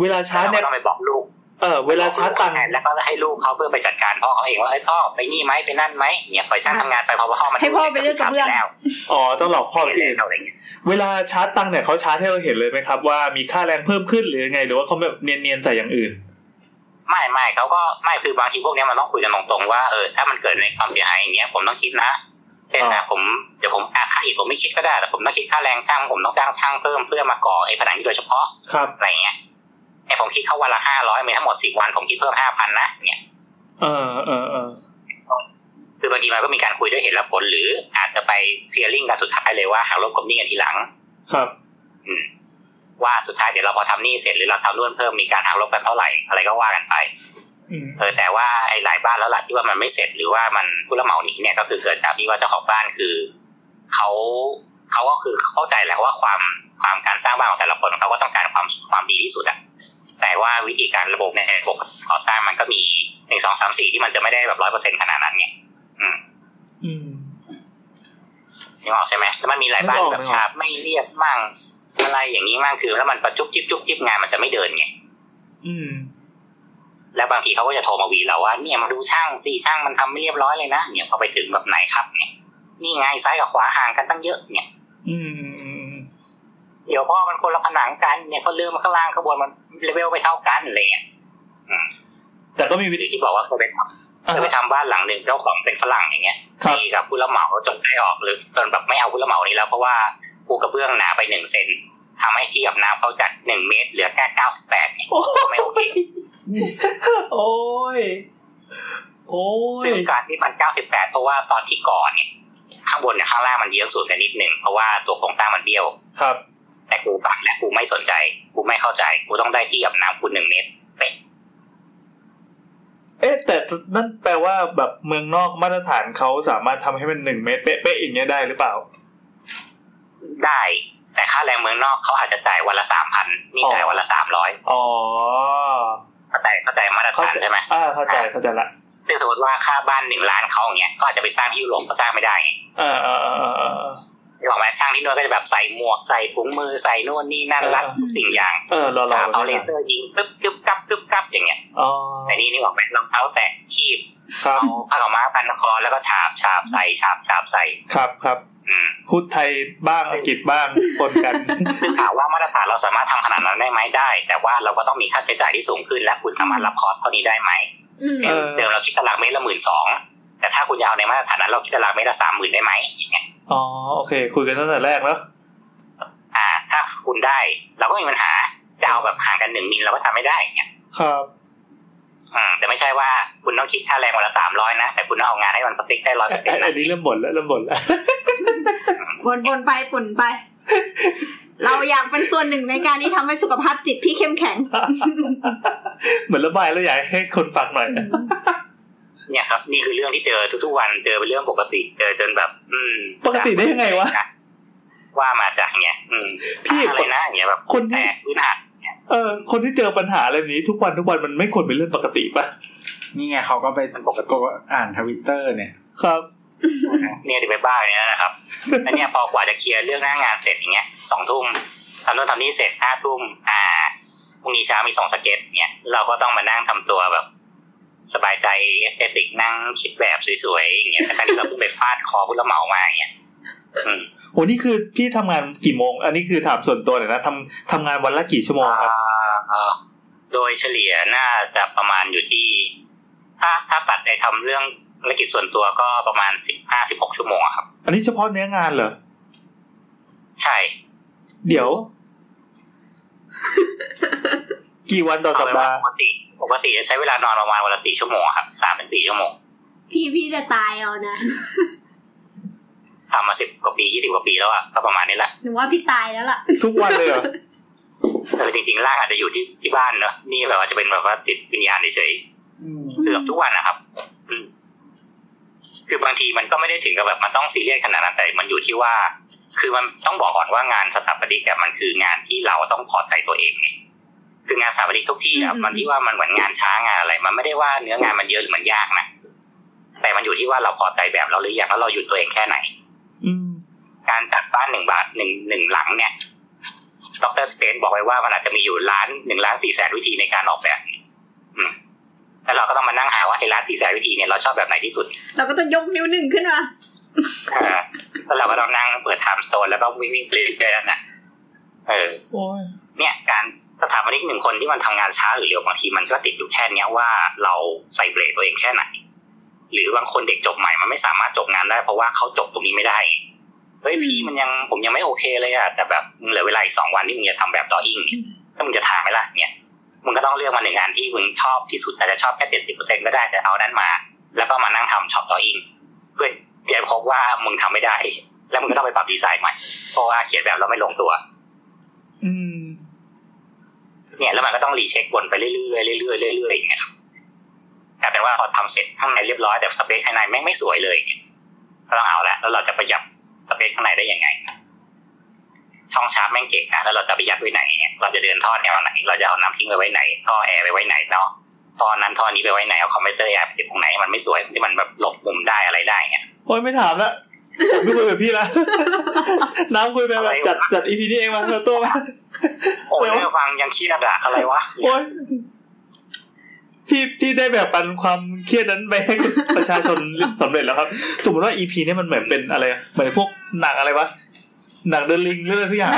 S2: เวลาชาร์จเนี่ย
S1: ต้องไปบอกลูก
S2: เออเวลาชาร์จตังค์
S1: แล้วก็ให้ลูกเขาเพื่อไปจัดการพ่อเขาเองว่าไอ้ยพ่อไปนี่ไหมไปนั่นไหมเนี่ยปล่อยช่างทำงานไปพอพ่อมัน
S3: ให้พ่อไปเลือกกระเบื้อง
S1: แล้ว
S2: อ๋อต้องหลอกพ่อที่
S1: เล่
S2: อื่น
S1: นอะไรเงี้ย
S2: เวลาชาร์จตังค์เนี่ยเขาชาร์จให้เราเห็นเลยไหมครับ ว่ามีค่าแรงเพิ่มขึ้นหรือยังไง หรือว่าเขาแบบเนียนๆใส่อย่างอื่น
S1: ไม่ไม่เขาก็ไม่คือบางทีพวกเนี้ยมันต้องคุยกันตรงๆว่าเออถ้ามันเกิดในความเสียหายอย่างเงี้ยผมต้องคิดนะเช่นนะผมเดี๋ยวผมอาค่าอีกผมไม่คิดก็ได้แต่ผมต้องคิดค่าแรงช่างผมต้องจ้างช่างเพิ่มเพื่อมาก่อไอ้ผนังนี้โดยเฉพาะ
S2: ครับ
S1: อะไรเงี้ยไอ้ผมคิดเขาวันละห้าร้อยมีทั้งหมดสิบวันผมคิดเพิ่มห้าพันนะเนี่ย
S2: เออเออเออ
S1: คือบางทีมันก็มีการคุยด้วยเหตุและผล หรืออาจจะไปเพียริ่งกันสุดท้ายเลยว่าหากลบกลมหนี้กันทีหลัง
S2: ครับ
S1: ว่าสุดท้ายเดี๋ยวเราพอทำหนี้เสร็จหรือเราทำร่วนเพิ่มมีการหักลบกันเท่าไหร่อะไรก็ว่ากันไป
S2: อืม
S1: เออแต่ว่าไอ้หลายบ้านแล้วล่ะที่ว่ามันไม่เสร็จหรือว่ามันผู้รับเหมาหนีเนี่ยก็คือเกิดจากที่ว่าเจ้าของบ้านคือเขาเขาก็คือเข้าใจแหละว่าความความการสร้างบ้านของแต่ละคนเขาก็ต้องการความความดีที่สุดอะแต่ว่าวิธีการระบบในระบบก่อสร้างมันก็มีหนึ่งสองสามสี่ที่มันจะไม่ได้แบบร้อยเปอร์เซ็นขนาดนั้นไง
S2: อืม
S1: นึกออกใช่ไหมแล้วมันมีหลายบ้าน
S2: นึกออก
S1: แบบ
S2: นึกออก
S1: ฉาบไม่เรียบมั่งอะไรอย่างนี้มั่งคือ แล้วมันประจุบจิบจุบจิบงานมันจะไม่เดินไง
S2: อืม
S1: แล้วบางทีเขาก็จะโทรมาวีเราว่าเนี่ยมาดูช่างสิช่างมันทำไม่เรียบร้อยเลยนะ เนี่ยพอไปถึงแบบไหนครับเนี่ย นี่ไงซ้ายกับขวาห่างกันตั้งเยอะเนี่ย
S2: อืมอืมอืม
S1: เดี๋ยวพ่อมันคนละผนังกันเนี่ยเขาเลื่อนมาข้างล่างข้างบนมันเลเวลไม่เท่ากันอะไรเงี้ย
S2: แต่ก็มีวิ
S1: หรือ
S2: ธี
S1: ที่บอกว่าเคยไปทำ
S2: อ่า
S1: เคยไปทำบ้านหลังหนึ่งเจ้าของเป็นฝรั่งอย่างเงี้ย
S2: ครับ
S1: ตีกับผู้รับเหมาจนได้ออกหรือจนแบบไม่เอาผู้รับเหมานี้แล้วเพราะว่าปูกระเบื้องหนาไปหนึ่งเซนทำให้ที่กับน้ำเขาจัดหนึ่งเมตรเหลือแค่เก้าสิบแปด
S2: โอ้
S1: ไม่โอเค
S2: โอ้ยโอ้ย
S1: ซึ่งการที่มัน 98 เพราะว่าตอนที่ก่อนเนี่ย ข้างบนกับข้างล่างมันเยื้องส่วนกันนิดหนึ่งเพราะว่าตัวโครงสร้างมันเบี้ยว
S2: ครับ
S1: แต่กูฝังและกูไม่สนใจ กูไม่เข้าใจ กูต้องได้ที่กับน้ำกูหนึ่งเมตร
S2: เอ๊ะแต่นั่นแปลว่าแบบเมืองนอกมาตรฐานเขาสามารถทำให้มันหนึ่งเมตรเป๊ะๆอย่างเงี้ยได้หรือเปล่า
S1: ได้ แต่ค่าแรงเมืองนอกเขาอาจจะจ่ายวันละสามพันนี่จ่ายวันละสามร้อย
S2: อ๋อ
S1: เข้าใจเข้าใจมาตร
S2: เข้า
S1: ฐาน
S2: ใจ
S1: ใช่ไหม
S2: อ่าเข้าใจเข้าใจละ
S1: ซึ่งสมมติว่าค่าบ้านหนึ่งล้านเขาอย่างเงี้ยก็อาจจะไปสร้างที่ยุโรปก็สร้างไม่ได้ไง
S2: เออเออเออเออ
S1: นี่บอกไหมช่างที่นู่นก็จะแบบใส่หมวกใส่ถุงมือใส่นู่นนี่นั่นรัดทุกสิ่งอย่าง
S2: เออรอรอ
S1: สา
S2: แบ
S1: ว
S2: บ
S1: เอาเล
S2: นี้
S1: เซ
S2: นะ
S1: อร์ยิงปึ๊บกึ๊บกับกึ๊บกับอย่างเงี้ย
S2: อ๋อ
S1: แต่นี่นี่บอกแม่รองเท้าแตะคีบ
S2: ครับ
S1: เอาผ้าขาวม้าพันคอแล้วก็ฉาบฉาบใส่ฉาบฉาบใส่
S2: ครับครับ
S1: อืม
S2: พูดไทยบ้างอังกฤษบ้างปนกัน
S1: ซึ่งถามว่ามาตรฐานเราสามารถทำขนาดนั้นได้ไหมได้ แต่ว่าเราก็ต้องมีค่าใช้จ่ายที่สูงขึ้น และคุณสามารถรับคอสเท่านี้ได้ไหม
S3: อืม
S1: เช่น
S2: เออ
S1: เดิมเราคิดตารางเมตรละหมื่นสองแต่ถ้าคุณจะเอาในมาตรฐานนั้นเราคิดตารางเมตรละสามหมื่นได้ไหมอย่างเงี้ย
S2: อ๋อโอเค คุยกันตั้งแต่แรกแล้ว
S1: อ่า ถ้าคุณได้เราก็ไม่มีปัญหาจะเอาแบบห่างกันหนึ่งมิลเราก็ทำไม่ได้อย่างเงี้ย
S2: ครับ
S1: อืมแต่ไม่ใช่ว่าคุณต้องคิดค่าแรงวันละสามร้อยนะแต่คุณต้องเอางานให้มันสติ๊กได้ร้อยเปอร์เซ็น
S2: อัน
S1: ต์
S2: อั
S1: นะ
S2: นนี้เริ่มบ่นแล้วเริ่มบ่นแล้ว
S3: วนวนไปปุ่นไป เราอยากเป็นส่วนหนึ่งในการที่ทำให้สุขภาพจิตพี่เข้มแข็ง
S2: เหมือนระบายแล้วอยากให้คนฟังหน่อย
S1: เนี่ยครับ นี่คือเรื่องที่เจอทุกๆวันเจอเป็นเรื่องปกติเจอจนแบบ อืม
S2: ปกติได้ยังไงวะ
S1: ว่ามาจากเนี่ยอืม
S2: พี่
S1: อะไรนะอย่างเงี้ยแบบ
S2: คน
S1: แต่
S2: ที่
S1: พื้นหัก
S2: เออคนที่เจอปัญหาอะไรแบบนี้ทุกวันทุกวันมันไม่ควรเป็นเรื่องปกติปะ
S4: นี่ไงเขาก็ไปอ่านทวิตเตอร์เนี่ย
S2: ครับ
S1: เนี่ยจะไปบ้าอย่างเงี้ย นะครับแล้วเนี่ยพอกว่าจะเคลียร์เรื่องหน้างานเสร็จอย่างเงี้ยสองทุ่มทำโน่นทำนี่เสร็จห้าทุ่มอ่าพรุ่งนี้เช้ามีส่งสเก็ตเนี่ยเราก็ต้องมานั่งทำตัวแบบ สบายใจเอสเตติกนั่งคิดแบบสวยๆอย่างเงี้ยทั้งที่เราเพิ่งไปฟาดคอผู้รับเหมามาอย่างเงี้ยอืม
S2: โหนี่คือพี่ทำงานกี่โมง อันนี้คือถามส่วนตัวหน่อยนะทำทำงานวันละกี่ชั่วโมงครับ
S1: อ่าโดยเฉลี่ยน่าจะประมาณอยู่ที่ ถ้าถ้าตัดไอ้ทำเรื่องธุรกิจส่วนตัวก็ประมาณสิบห้าสิบหกชั่วโมงอะครับ
S2: อันนี้เฉพาะเนื้องานเหรอ
S1: ใช่
S2: เดี๋ยว กี่วันต่อ
S1: เอา
S2: สัป
S1: เป็นว่า
S2: ดาห์
S1: ปกติปกติจะใช้เวลานอนประมาณวันละสี่ชั่วโมงอะครับสามเป็นสี่ชั่วโมง
S3: พี่พี่จะตายเอานะ
S1: ทำมาสิบกว่าปียี่สิบกว่าปีแล้วอะก็ประมาณนี้แหละ
S3: หนูว่าพี่ตายแล้วล่ะ
S2: ทุกวันเลยเหรอ
S1: เออจริงๆร่างอาจจะอยู่ที่ที่บ้านเนอะนี่แบบว่าจะเป็นแบบว่าจิตวิญญาณเฉยๆเกือบทุกวันนะครับ อืมคือบางทีมันก็ไม่ได้ถึงกับแบบมันต้องซีเรียสขนาดนั้นแต่มันอยู่ที่ว่า คือมันต้องบอกก่อนว่างานสถาปนิกอะมันคืองานที่เราต้องขอใจตัวเองไงคืองานสถาปนิกทุกที่อะ
S3: อืม
S1: มันที่ว่ามันเหมือนงานช้างานอะไร มันไม่ได้ว่าเนื้องานมันเยอะหรือมันยากนะแต่มันอยู่ที่ว่าเราพอใจแบบเราหรือยังแล้วเราหยุดตัวเองแค่ไหน
S2: อืม
S1: การจัดบ้านหนึ่งบาทหนึ่งหนึ่งหลังเนี่ยดรสเตนบอกไว้ว่ามันอาจจะมีอยู่ล้านหนึ่งล้านสี่แสนวิธีในการออกแบบอืมแล้วเราก็ต้องมานั่งหาว่าไอ้ล้านสี่แสนวิธีเนี่ยเราชอบแบบไหนที่สุด
S3: เราก็จะยกนิ้วหนึ่งขึ้นมา
S1: เออแล้วเราก็ต้องนั่งเปิดไทม์สโตนแล้วก็วิ่งวิ่งเรื่อยๆแล้วนะเออ
S2: โอ้ย
S1: เนี่ยการสถาปนิกหนึ่งคนที่มันทำงานช้าหรือเร็วบางทีมันก็ติดอยู่แค่เนี้ยว่าเราใส่เบรกตัวเองแค่ไหน หรือบางคนเด็กจบใหม่มันไม่สามารถจบงานได้เพราะว่าเขาจบตรงนี้ไม่ได้เฮ้ยพี่มันยังผมยังไม่โอเคเลยอะแต่แบบมึงเหลือเวลาอีกสองวันที่มึงจะทำแบบดออิ่งเนี่ยถ้ามึงจะทำไหมล่ะเนี่ยมึงก็ต้องเลือกมาหนึ่งงานที่มึงชอบที่สุดแต่จะชอบแค่เจ็ดสิบเปอร์เซ็นก็ได้แต่เอานั้นมา แล้วก็มานั่งทำช็อปดออิ่งเพื่อเดี๋ยวพบว่ามึงทำไม่ได้ แล้วมึงก็ต้องไปปรับดีไซน์ใหม่เพราะว่าเขียนแบบเราไม่ลงตัว
S2: อืม
S1: เนี่ยแล้วมันก็ต้องรีเช็ควนไปเรื่อยๆเรื่อยๆเรื่อยๆอย่างเงี้ยครับกลายเป็นว่าพอทำเสร็จข้างในเรียบร้อยแต่สเปซข้างในแม่งไม่สวยเลยอย่างเงี้ยก็ต้องเอาละแล้วเราจะประหยัดสเปซข้างในได้ยังไง ช่องชาร์จแม่งเกะกะแล้วเราจะไปยัดไว้ไหนเนี่ยเราจะเดินท่อแนวไหนเราจะเอาน้ำทิ้งไปไว้ไหนท่อแอร์ไปไว้ไหนเนาะท่อนั้นท่อนี้ไปไว้ไหนเอาคอมเพรสเซอร์แอร์ไปตรงไหนมันไม่สวยที่มันแบบหลบมุมได้อะไรได้เนี่ย
S2: โอ้ยไม่ถามละผมไม่คุยกับพี่ละ น้ำคุยไปแบบ
S1: อะไรวะ
S2: จัดจัดอีพีนี้เองมาเถอะตัวมา
S1: โอ้ยเรื่องฟังยังเครียดอะอะไรวะ
S2: โอ้ยพี่พี่ได้แบบปันความเครียดนั้นไปให้ประชาชนสำเร็จแล้วครับ สมมติว่าอีพีนี้ยมันเหมือนเป็นอะไรเหมือนพวกหนังอะไรวะหนังเดอะลิงหรืออะไรสักอย่าง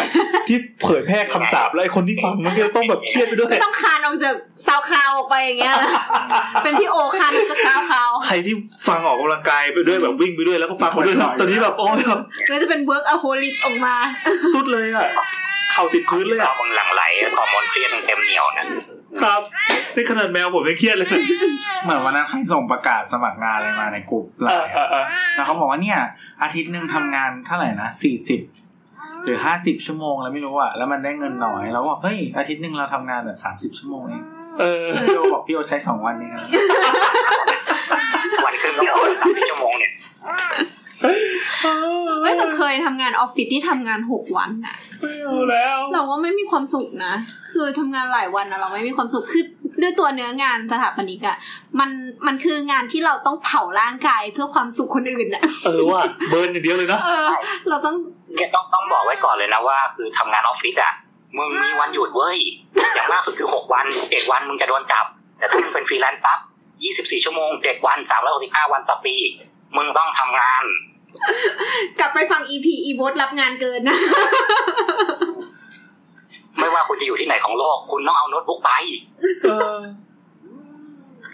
S2: ที่เผยแพร่คำสาปแล้วไอ้คนที่ฟังมันก็ต้องแบบเครียดไปด้วย
S3: ก็ต้องคานออกจากซาวคาวออกไปอย่างเงี้ย นะเป็นพี่โอคานออกจากซาวคาว
S2: ใครที่ฟังออกกำลังกายไปด้วยแบบวิ่งไปด้วยแล้วก็ฟังไปด้วยครับตอนนี้แบบโอ้ยแบบ
S3: ก็จะเป็นเวิร์กอะโฮลิกออกมา
S2: สุดเลยอ่ะเข่าติดพื้นเลย
S1: ชอ
S2: อะ
S1: บมึงหลังไหลฮอร์โมนเครียดมึงเต็มเหนียวนะครับ
S2: นี่ขนาดแมวผมยังเครียดเลย
S4: เหมือนวันนั้นใครส่งประกาศสมัครงานอะไรมาในกลุ่มไล
S2: อ่ะ
S4: น์
S2: อ่ะ
S4: อะ
S2: อ่ะ
S4: แล้วเขาบอกว่าเนี่ย อาทิตย์หนึ่งทำงานเท่าไหร่นะสี่สิบหรือห้าสิบชั่วโมงแล้วไม่รู้อะแล้วมันได้เงินน้อยแล้วบอกเฮ้ยอาทิตย์หนึ่งเราทำงานแบบสามสิบชั่วโมงเอง
S2: เออ
S4: พี่โอบอกพี่โอใช้สองวันเองนะ
S1: วันขึ้นต้องนอนสามสิบชั่วโมงเนี่ย
S3: เอ้ยแต่เคยทำงานออฟฟิศที่ทำงานหกวันอะ
S2: ไม่เอาแล้ว
S3: เราว่าไม่มีความสุขนะ คือทำงานหลายวันนะเราไม่มีความสุขคือด้วยตัวเนื้องานสถาปนิกอะมันมันคืองานที่เราต้องเผาร่างกายเพื่อความสุขคนอื่นอะ
S2: เออว่ะเบิร์นอย่างเดียวเลยเนาะ
S3: เออ เราต้อง
S1: เนี่ยต้องต้องบอกไว้ก่อนเลยนะว่า คือทำงานออฟฟิศอ่ะมึงมีวันหยุดเว้ย อย่างมากสุดคือหกวันเจ็ดวันมึงจะโดนจับ แต่ถ้ามึงเป็นฟรีแลนซ์ปั๊บยี่สิบสี่ชั่วโมงเจ็ดวันสามร้อยหกสิบห้าวันต่อปี มึงต้องทำงาน
S3: กลับไปฟัง EP อีโวตรับงานเกินนะ
S1: ไม่ว่าคุณจะอยู่ที่ไหนของโลก คุณต้องเอาโน้ตบุ๊กไป
S2: เออ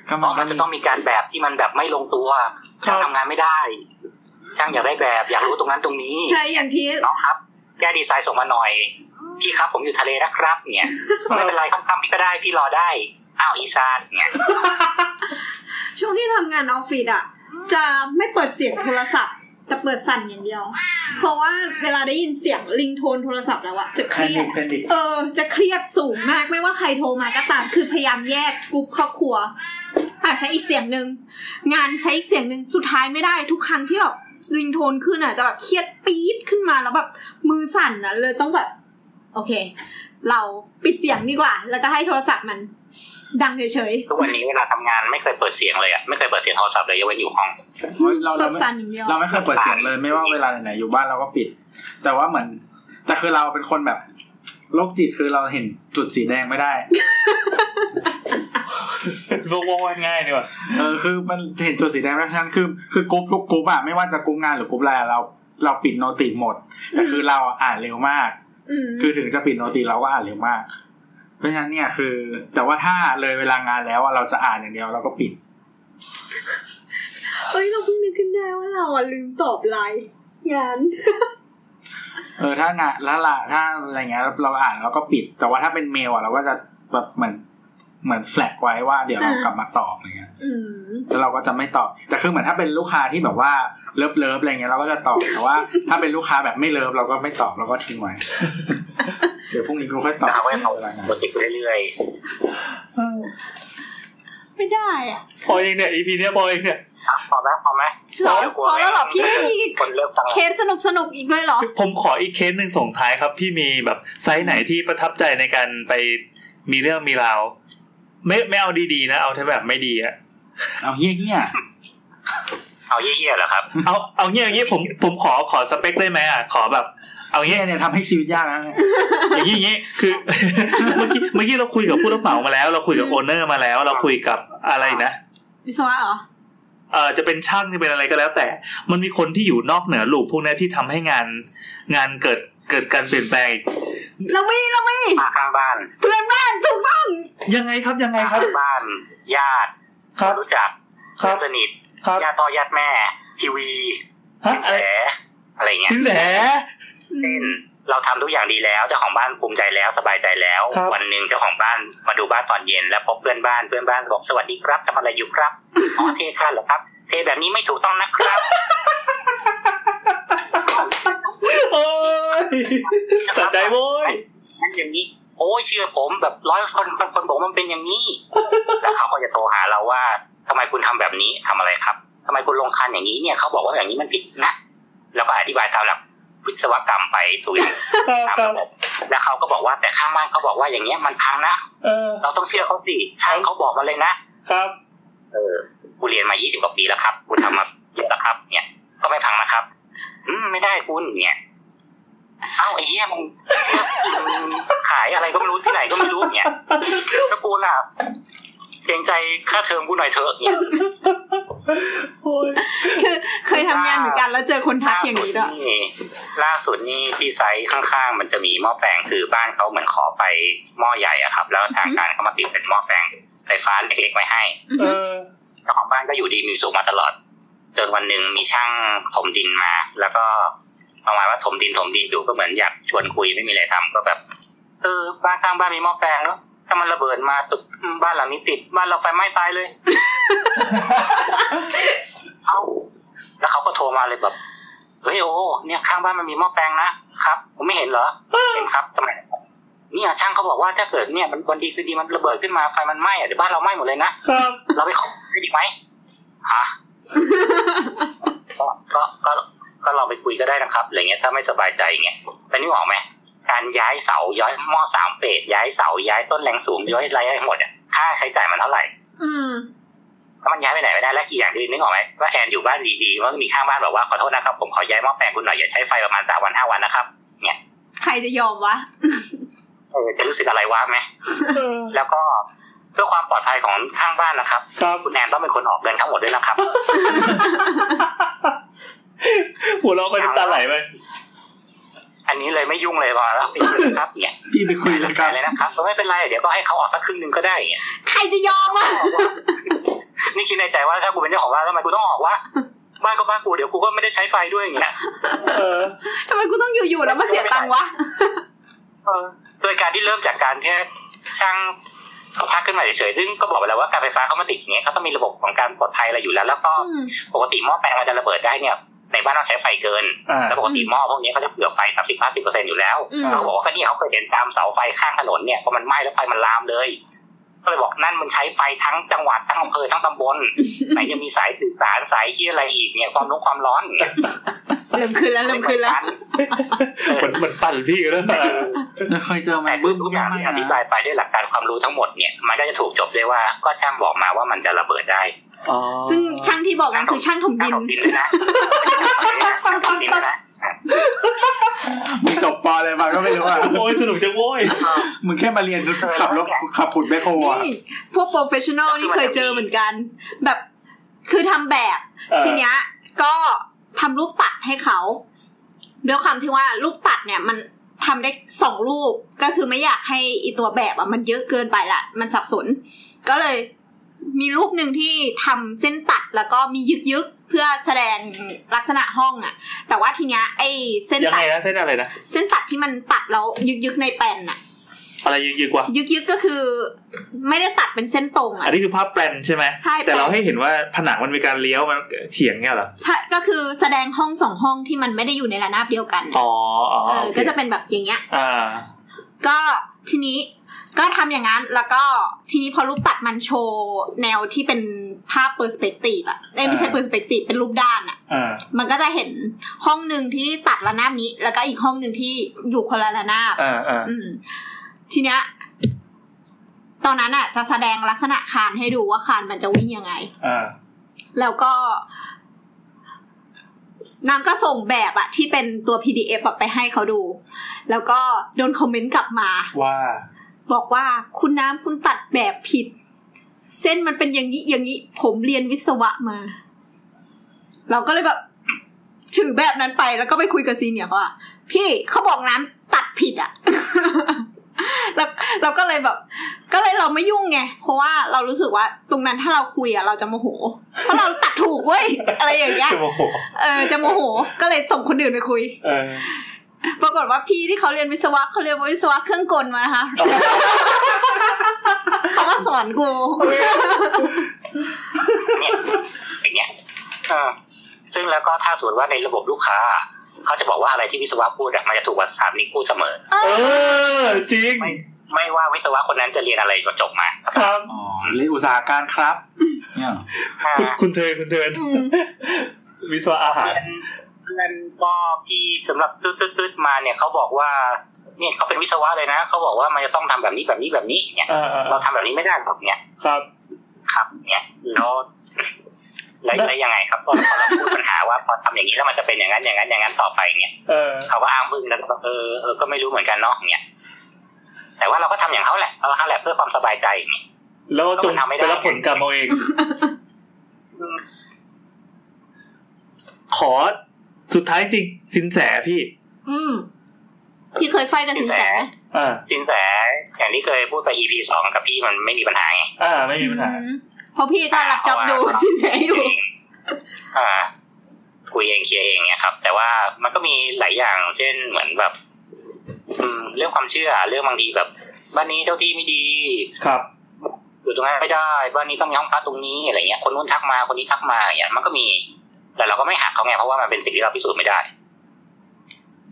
S4: ก็
S1: เพ
S4: มัน
S1: ราะมันจะต้องมีการแบบที่มันแบบไม่ลงตัวช่างทำงานไม่ได้ ช่างอยากได้แบบ อยากรู้ตรงนั้นตรงนี้
S3: ใช่อย่างที่
S1: น้องครับ แก้ดีไซน์ส่งมาหน่อย พี่ครับผมอยู่ทะเลนะครับ เนี่ย ไม่เป็นไรค่ำๆพี่ก็ได้พี่รอได้อ้าวอีซานเนี่ย
S3: ช่วงที่ทำงานออฟฟิศอะจะไม่เปิดเสียงโทรศัพท์ แต่เปิดสั่นอย่างเดียว เพราะว่าเวลาได้ยินเสียงลิงโทนโทรศัพท์แล้วอะจะเครียด
S4: แพนิค
S3: เออ จะเครียดสูงมากไม่ว่าใครโทรมาก็ตาม คือพยายามแยกกลุ่มครอบครัวอาจใช้อีกเสียงหนึ่งงานใช้อีกเสียงหนึ่งสุดท้ายไม่ได้ทุกครั้งที่แบบลิงโทนขึ้นอ่ะจะแบบเครียดปี๊ดขึ้นมาแล้วแบบมือสั่นอ่ะเลยต้องแบบ โอเค เราปิดเสียงดีกว่า แล้วก็ให้โทรศัพท์มัน ดังเฉย
S1: ทุกวันนี้เวลาทำงานไม่เคยเปิดเสียงเลยอ่ะไม่เคยเปิดเสียงโทรศัพท์เลยยกเว้นอยู่ห้อง
S4: โอ้ยเรา
S3: ๆเปิ
S4: เรา
S3: ด
S4: ไม่
S3: สั่นอย่างเดียว
S4: เราไม่เคยเปิดเสียงเลยไม่ว่าเวลาไหนๆอยู่บ้านเราก็ปิด แต่ว่าเหมือนแต่คือเราเป็นคนแบบโรคจิตคือเราเห็นจุดสีแดงไม่ได้
S2: โลกว่างง่ายดีกว่า
S4: เออคือมันเห็นจุดสีแดงเพราะฉะนั้นคือคือกรุ๊ปทุกกรุ๊ปอะไม่ว่าจะกรุ๊ปงานหรือกรุ๊ปอะไรอะเรา เราปิดโนติหมดแต่คือเราอ่านเร็วมาก
S3: อืม
S4: คือถึงจะปิดโนติเราก็อ่านเร็วมาก เพราะฉะนั้นเนี่ยคือ แต่ว่าถ้าเลยเวลางานแล้วอะเราจะอ่านอย่างเดียวเราก็ปิด
S3: เอ้ยเราเพิ่งนึกขึ้นได้ว่าเราอ่ะลืมตอบไลน์งาน
S4: เออถ้างานถ้าละถ้าอะไรเงี้ยเราอ่านเราก็ปิด แต่ว่าถ้าเป็นเมลอะเราก็จะแบบเหมือนเหมือนแฟลกไว้ว่าเดี๋ยวเรา
S3: อ่า
S4: กลับมาตอบอะไรเงี้ย
S3: อืม
S4: แล้วเราก็จะไม่ตอบแต่คือเหมือนถ้าเป็นลูกค้าที่แบบว่าเลิฟเลิฟอะไรเงี้ยเราก็จะตอบแต่ว่า ถ้าเป็นลูกค้าแบบไม่เลิฟเราก็ไม่ตอบเราก็ทิ้งไว้ เดี๋ยวพรุ่งนี้กูค่อยตอบ
S1: เอาไว้เอา
S4: เวลางาน
S1: กดติดไปเรื่อย
S3: ไม่ได้อ่ะ
S2: พอเองเนี่ย EP เนี้ยพอเองเนี่ย
S1: ๆอ่ะพอไหมพอไหม
S3: หรอ
S1: ลั
S3: พอแล้วเหรอ
S1: ไม
S3: พี่ไม่มี
S1: คนเริ่มฟัง
S3: เคสสนุกสนุกๆอีกด้วยเหรอ
S2: ผมขออีกเคสหนึ่งส่งท้ายครับ พี่มีแบบไซส์ไหนที่ประทับใจในการไปมีเรื่องมีราว ไม่ไม่เอาดีๆนะ เอาที่แบบไม่ดีอะ
S4: เอาเฮี้ยเฮี้ย
S1: เอาเยี่ยๆเหรอครับ
S2: เอาเอาเงี้ยอย่างเงี้ยผมผมขอขอสเปคได้ไหมอ่ะ ขอแบบ เอา
S4: เฮี้
S2: เงี้ย
S4: ยเนี่ยทำให้ชีวิตยากนะ
S2: อย่างงี้อย่างงี้คือ เมื่อกี้เมื่อกี้เราคุยกับผู้รับเหมามาแล้ว เราคุยกับโอเนอร์มาแล้ว เราคุยกับอะไรนะ
S3: วิศวะเหรอ
S2: เออจะเป็นช่างจะเป็นอะไรก็แล้ว แต่ มันมีคนที่อยู่นอกเหนือลูปพวกเนี้ยที่ทำให้งานงานเกิดเกิดการเปลี่ยนแปลงอีก
S3: เรามีเรามี
S1: ป้าข้างบ้าน
S3: เพื่อนบ้านถูกต้อง
S2: ยังไงครับยังไง
S1: ป้า
S2: ครับ
S1: ข้างบ้าน ญาติ
S2: ครับ
S1: รู้จัก
S2: ครับ
S1: เพื่อนสนิท
S2: ครับ
S1: ญาติพ่อญาติแม่ ทีวี
S2: ฮะ
S1: สินแส
S2: อะไร
S1: อะไรเงี้ย
S2: สินแส
S1: เช่นเราทำทุกอย่างดีแล้วเจ้าของบ้านภูมิใจแล้วสบายใจแล้ว
S2: ครับ
S1: วันหนึ่งเจ้าของบ้านมาดูบ้านตอนเย็น แล้วพบเพื่อนบ้านเพื่อนบ้านบอกสวัสดีครับทำอะไรอยู่ครับอ๋อเทค่าเหรอครับ เทแบบนี้ไม่ถูกต้องนะครับ
S2: โอ้ยสะใจโว้ย
S1: นั่นอย่างนี้ โอ้ยเชื่อผมแบบร้อยคนพันคนบอกว่ามันเป็นอย่างนี้ แล้วเขาก็จะโทรหาเราว่าทำไมคุณทำแบบนี้ทำอะไรครับทำไมคุณลงคันอย่างนี้เนี่ยเขาบอกว่าอย่างนี้มันผิดนะแล้วก็อธิบายตามหลักวิศวกรรมไปถูกอย่าง
S2: ครับ
S1: ตาม
S2: ครั
S1: ระ
S2: บบ
S1: บบแล้วเขาก็บอกว่าแต่ข้างบ้านเขาบอกว่าอย่างเงี้ยมันพังนะ
S2: เออ
S1: เราต้องเชื่อเขาสิช่างเขาบอกมาเลยนะ
S2: ครับ
S1: เออ กูเรียนมา 20 กว่าปีแล้วครับ กูทำมาเยอะแล้วครับ เนี่ย ก็ไม่พังนะครับ อืม ไม่ได้คุณ เนี่ย เอ้าไอ้เหี้ยมึงเชื่อมึงขายอะไรก็ไม่รู้ที่ไหนก็ไม่รู้ เนี่ยถ้ากูล่ะเกรงใจค่าเทอมกูหน่อยเถอะ เนี่ย
S2: โอ้ย
S3: คือเคยทำงานเหมือนกันแล้วเจอคนทักอย่างนี้ด้วย
S1: นี่ล่าสุดนี่ที่ไซต์ข้างๆ มันจะมีหม้อแปลงคือบ้านเขาเหมือนขอไฟหม้อใหญ่อะครับ แล้วทางการเขามาติดเป็นหม้อแปลงไฟฟ้าเล็กๆไว้ให้
S3: อือ
S2: เอ
S3: ฮึ
S2: อ
S1: เจ้าของบ้านก็อยู่ดีมีสุขมาตลอด จนวันหนึ่งมีช่างถมดินมา แล้วก็ประมาณว่าถมดินถมดินอยู่ก็เหมือนอยากชวนคุยไม่มีอะไรทำก็แบบเออบ้านข้างบ้านมีหม้อแปลงเนาะถ้ามันระเบิดมาตึกบ้านหลังนี้ติดบ้านเราไฟไหม้ตายเลย เอ้าแล้วเขาก็โทรมาเลยแบบเฮ้ยโอ้เนี่ยข้างบ้านมันมีหม้อแปลงนะครับผมไม่เห็นเหรอเห็นครับทำไมเนี่ยช่างเขาบอกว่าถ้าเกิดเนี่ยมันวันดีคืนดีมันระเบิดขึ้นมาไฟมันไหม้อะเดี๋ยวบ้านเราไหม้หมดเลยนะ
S2: ครับ
S1: เราไปขอได้ดีไหมฮะ ก็ก็ ก็ ก็ลองไปคุยก็ได้นะครับ อะไรเงี้ย ถ้าไม่สบายใจอย่างเงี้ยแต่นี่บอกไหม การย้ายเสา ย้ายหม้อสามเฟสย้ายเสา ย้ายต้นแรงสูง ย้ายอะไรให้หมดอ่ะ ค่าใช้จ่ายมันเท่าไหร่
S3: อืม
S1: ถ้ามันย้ายไปไหนไม่ได้ และกี่อย่างที่นึกออกไหมว่าแอนอยู่บ้านดีๆว่ามีข้างบ้านบอกว่าขอโทษนะครับ ผมขอย้ายหม้อแปลงคุณหน่อย อย่าใช้ไฟประมาณสามวันห้าวันนะครับ เนี่ย
S3: ใครจะยอมวะ
S1: เออจะรู้สึกอะไรวะไหม
S2: เออ
S1: แล้วก็เพื่อความปลอดภัยของข้างบ้านนะครับ
S2: ครับ
S1: คุณแอนต้องเป็นคนออกเงินทั้งหมดด้วยนะครับ
S2: หัวเราะไปน้ำตาไหลไป
S1: อันนี้เลยไม่ยุ่งเลยพอแล้วไปคุยนะครับ เนี่ย
S4: พี่ไปคุยแล้วกัน
S1: อะไรนะครับก็ไม่เป็นไรเดี๋ยวก็ให้เขาออกสักครึ่งหนึ่งก็ได้เนี่ย
S3: ใครจะยอมวะ
S1: นี่คิดในใจว่าถ้ากูเป็นเจ้าของบ้านทำไมกูต้องออกวะบ้านก็บ้านกูเดี๋ยวกูก็ไม่ได้ใช้ไฟด้วยอย่างเงี้ย
S2: เออ
S3: ทำไมกูต้องอยู่ๆแล้วมาเสียตังค์วะ
S1: เออโดยการที่เริ่มจากการแค่ช่างเขาพักขึ้นมาเฉยๆซึ่งก็บอกไปแล้วว่าการไฟฟ้าเขามาติดอย่างเงี้ยเขาต้องมีระบบของการปลอดภัยอะไรอยู่แล้ว แล้วก็
S3: อืม
S1: ปกติหม้อแปลงมันจะระเบิดได้เนี่ย ในบ้านเราใช้ไฟเกิน
S2: อ่า
S1: แล้วปกติหม้อพวกนี้เขาจะเผื่อไฟสามสิบห้าสิบเปอร์เซ็นอยู่แล้ว
S3: อืม
S1: เขาก็บอกว่าก็เนี่ยเขาเคยเห็นตามเสาไฟข้างถนนเนี่ยพอมันไหม้แล้วไฟมันลามเลย ก็เลยบอกนั่นมันใช้ไฟทั้งจังหวัดทั้งอำเภอทั้งตำบล ไหนจะมีสายสื่อสารสายที่อะไรอีกเนี่ยความร้อนความร้อนเนี่ย
S3: เริ่มขึ้นแล้วเริ่มขึ้นแล้ว
S2: มันมันปั่นพี่แล้วนะ
S4: แล้วเคยเจอไหม
S1: แต่
S4: บึ้ม
S1: ทุ
S4: ก็
S1: กอ
S4: ไม่
S1: ย่าง
S4: ไหม้
S1: ที่อธิบา
S4: นะ
S1: ยไปด้วยหลักการความรู้ทั้งหมดเนี่ยมันก็จะถูกจบด้วยว่าก็ช่างบอกมาว่ามันจะระเบิดได้
S2: อ๋อ
S3: ซึ่งช่างที่บอกนั่นคือช่างถม
S1: ช่าง
S3: ดิน
S1: ถมดินเลยนะช่างถมดินเลยนะ
S4: มึงจบปออะไรมาก็ไม่รู้อ่ะ
S2: โอ้ยสนุกจังโว้ย
S4: มึงแค่มาเรียนขับรถขับขุดแมคโครอ่ะ
S3: นี่พวกโปรเฟชชั่นอลนี่เคยเจอเหมือนกัน แบบคือทำแบบ ทีเนี้ยก็ทำรูปตัดให้เขาด้วยความที่ว่ารูปตัดเนี่ยมันทำได้สองรูปก็คือไม่อยากให้อีตัวแบบอ่ะมันเยอะเกินไปละมันสับสน ก็เลยมีรูปหนึ่งที่ทำเส้นตัดแล้วก็มียึกยึกๆเพื่อแสดงลักษณะห้องอ่ะ แต่ว่าทีเนี้ยไอ้เส้น
S2: ยัง
S3: ตั
S2: ไง
S3: ด
S2: นะเส้นอะไรนะ
S3: เส้นตัดที่มันตัดแล้วยึกยึกๆในแปลนอ่ะ
S2: อะไรยืดๆกว่า
S3: ยึกยึกๆก็คือ ไม่ได้ตัดเป็นเส้นตรงอ่ะ
S2: อันนี้คือภาพแปลนใช่ไหม
S3: ใช่
S2: แต่เราให้เห็นว่าผนังมันมีการเลี้ยวมันเฉียงเงี้ยเหรอ
S3: ใช่ก็คือแสดงห้องสองห้องที่มันไม่ได้อยู่ในระนาบเดียวกันน่ะ
S2: อ๋ออ๋อ
S3: เออ
S2: โอเค
S3: ก็จะเป็นแบบอย่างเงี้ย
S2: อ่า
S3: ก็ทีนี้ก็ทำอย่างนั้นแล้วก็ทีนี้พอรูปตัดมันโชว์แนวที่เป็นภาพเปอร์สเปกตีฟอะเอ้ยไม่ใช่
S2: อ่า
S3: เปอร์สเปกตีฟเป็นรูปด้านอะ
S2: อ่า
S3: มันก็จะเห็นห้องหนึ่งที่ตัดระนาบนี้ แล้วก็อีกห้องหนึ่งที่อยู่คนละระนาบ
S2: อ่าอ่า
S3: อืมทีเนี้ยตอนนั้นอะจะแสดงลักษณะคานให้ดูว่าคานมันจะวิ่งยังไง
S2: อ่า
S3: แล้วก็นางก็ส่งแบบอะที่เป็นตัว PDF อะไปให้เขาดู แล้วก็โดนคอมเมนต์กลับมา
S2: ว่า
S3: บอกว่าคุณน้ำคุณตัดแบบผิด เส้นมันเป็นอย่างนี้อย่างนี้ ผมเรียนวิศวะมา เราก็เลยแบบถือแบบนั้นไปแล้วก็ไปคุยกับซีเนียร์เขาว่า พี่เขาบอกน้ำตัดผิดอะ แล้วเราก็เลยแบบ ก็เลยเราไม่ยุ่งไง เพราะว่าเรารู้สึกว่าตรงนั้นถ้าเราคุยอะเราจะโมโห เพราะเราตัดถูกเว้ยอะไรอย่างเงี้ย
S2: จะโมโห
S3: เออจะโมโห ก็เลยส่งคนอื่นไปคุย
S2: เออ
S3: ปรากฏว่าพี่ที่เขาเรียนวิศวะเขาเรียนวิศวะเครื่องกลมานะคะ เขามาสอนกู
S1: เนี่ยอย่างเงี้ยเออซึ่งแล้วก็ถ้าสมมติว่าในระบบลูกค้า เขาจะบอกว่าอะไรที่วิศวะพูดอะมันจะถูกกว่าสถาปนิกพูดเสมอ
S2: เออจริง
S1: ไม่ว่าวิศวะคนนั้นจะเรียนอะไรก็จบมา
S2: ครับ
S4: อ๋อเรียนอุตสาหการครับเนี่ยเหรอ
S1: อ่า
S2: คุณคุณเทินคุณเทิน
S3: อืม
S2: วิศวะอาหาร
S1: เพื่อนก็พี่สำหรับตืดตืดๆๆมาเนี่ยเขาบอกว่าเนี่ยเขาเป็นวิศวะเลยนะเขาบอกว่ามันจะต้องทำแบบนี้แบบนี้แบบนี้เนี่ย
S2: เออเออเอ
S1: เรา
S2: อ
S1: ทำแบบนี้ไม่ได้หรอกเนี่ย
S2: ครับ
S1: ครับเนี่ยแล้วแล้วแล้วยังไงครับพอพอเราพูดปัญหาว่าพอทำอย่างนี้แล้วมันจะเป็นอย่างนั้นอย่างนั้นอย่างนั้นต่อไปเนี่ย
S2: เออ
S1: เขาก็อ้างบึ้งแล้วก็เออเออก็ไม่รู้เหมือนกันเนาะเนี่ยแต่ว่าเราก็ทำอย่างเขาแหละเราทำแหละเพื่อความสบายใจเนี่ย
S2: แล้วจง
S1: ก็มันทำไม่ได้
S2: ไปรับผลกรรมเอาเอง
S1: อืม
S2: ขอสุดท้ายจริงสินแสพี่
S3: อืมพี่เคยไฟกับสินแสไหม
S2: อ่า
S1: สินแสอย่างที่เคยพูดไป EP สองกับพี่มันไม่มีปัญหาไง
S2: อ่าไม่มีปัญหา
S3: อืมเพราะพี่ก็รับจ็อบดูสินแสอยู่
S1: เองอ่าคุยเองเคลียร์เองเนี่ยครับ แต่ว่ามันก็มีหลายอย่างเช่นเหมือนแบบ อืมเรื่องความเชื่อเรื่องบางทีแบบบ้านนี้เจ้าที่ไม่ดี
S2: ครับ
S1: อยู่ตรงนั้นไม่ได้บ้านนี้ต้องมีห้องพักตรงนี้อะไรเงี้ย คนนู้นทักมาคนนี้ทักมาอย่างเงี้ยมันก็มี แต่เราก็ไม่หักเขาไงเพราะว่ามันเป็นสิ่งที่เราพิสูจน์ไม่ได้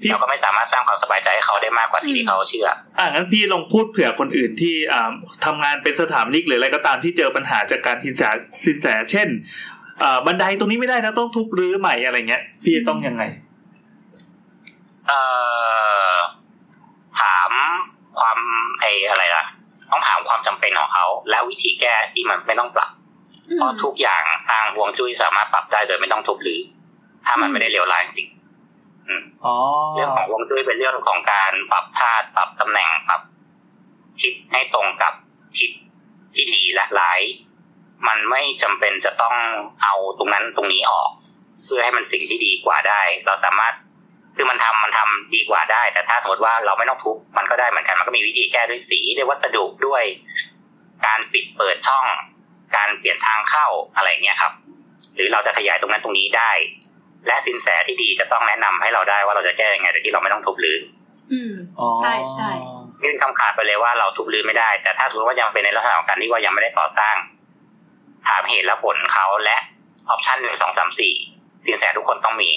S2: พี่
S1: เราก็ไม่สามารถสร้างความสบายใจให้เขาได้มากกว่าสิ่งที่เขาเชื่อ
S2: อ่างั้นพี่ลองพูดเผื่อคนอื่นที่อ่าทำงานเป็นสถานนิกหรืออะไรก็ตามที่เจอปัญหาจากการสินแสสินแสเช่นอ่าบันไดตรงนี้ไม่ได้นะต้องทุบรื้อใหม่อะไรเงี้ย พี่ต้องยังไง
S1: เอ่อถามความไออะไรล่ะ ต้องถามความจำเป็นของเขา และวิธีแก้ที่มันไม่ต้องปรับเพราะทุกอย่างทางฮวงจุ้ยสามารถปรับได้โดยไม่ต้องทุบหรือ ถ้ามันไม่ได้เลวร้ายจริง
S2: อ๋อ
S1: เรื่องของฮวงจุ้ยเป็นเรื่องของการปรับธาตุปรับตำแหน่งปรับทิศให้ตรงกับทิศที่ดีและร้าย มันไม่จำเป็นจะต้องเอาตรงนั้นตรงนี้ออก เพื่อให้มันสิ่งที่ดีกว่าได้ เราสามารถคือมันทำมันทำดีกว่าได้ แต่ถ้าสมมติว่าเราไม่ต้องทุบมันก็ได้เหมือนกันมันก็มีวิธีแก้ด้วยสีด้วยวัสดุด้วย การปิดเปิดช่อง การเปลี่ยนทางเข้าอะไรอย่างเงี้ยครับ หรือเราจะขยายตรงนั้นตรงนี้ได้ และสินแสที่ดีจะต้องแนะนำให้เราได้ว่าเราจะแก้ยังไงโดยที่เราไม่ต้องทุบรื้อ
S3: อืม
S2: อ๋อ
S3: ใช่ใช่
S1: ยื่นคำขาดไปเลยว่าเราทุบรื้อไม่ได้ แต่ถ้าสมมติว่ายังเป็นในลักษณะของการที่ว่ายังไม่ได้ก่อสร้าง ถามเหตุและผลเขาและออปชันหนึ่งสองสามสี่สินแสทุกคนต้องมี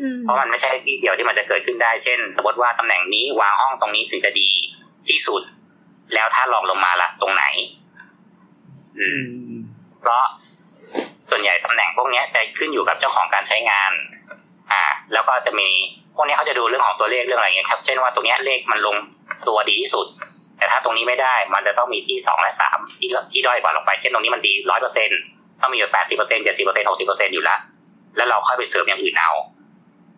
S3: อืม
S1: เพราะมันไม่ใช่ที่เดียวที่มันจะเกิดขึ้นได้เช่นสมมติว่าตำแหน่งนี้วางห้องตรงนี้ถึงจะดีที่สุด แล้วถ้าลองลงมาละตรงไหน อื
S2: อื
S1: ม
S2: ม
S1: เพราะส่วนใหญ่ตำแหน่งพวกเนี้ยจะขึ้นอยู่กับเจ้าของการใช้งาน อ่า แล้วก็จะมีพวกเนี้ยเขาจะดูเรื่องของตัวเลขเรื่องอะไรเงี้ยครับ เช่นว่าตรงเนี้ยเลขมันลงตัวดีที่สุด แต่ถ้าตรงนี้ไม่ได้ มันจะต้องมีที่สองและสามที่ที่ด้อยกว่าลงไป เช่นตรงนี้มันดีร้อยเปอร์เซ็นต้องมีอยู่แปดสิบเปอร์เซ็นเจ็ดสิบเปอร์เซ็นหกสิบเปอร์เซ็นอยู่ละแล้วเราค่อยไปเสริมอย่างอื่นเอา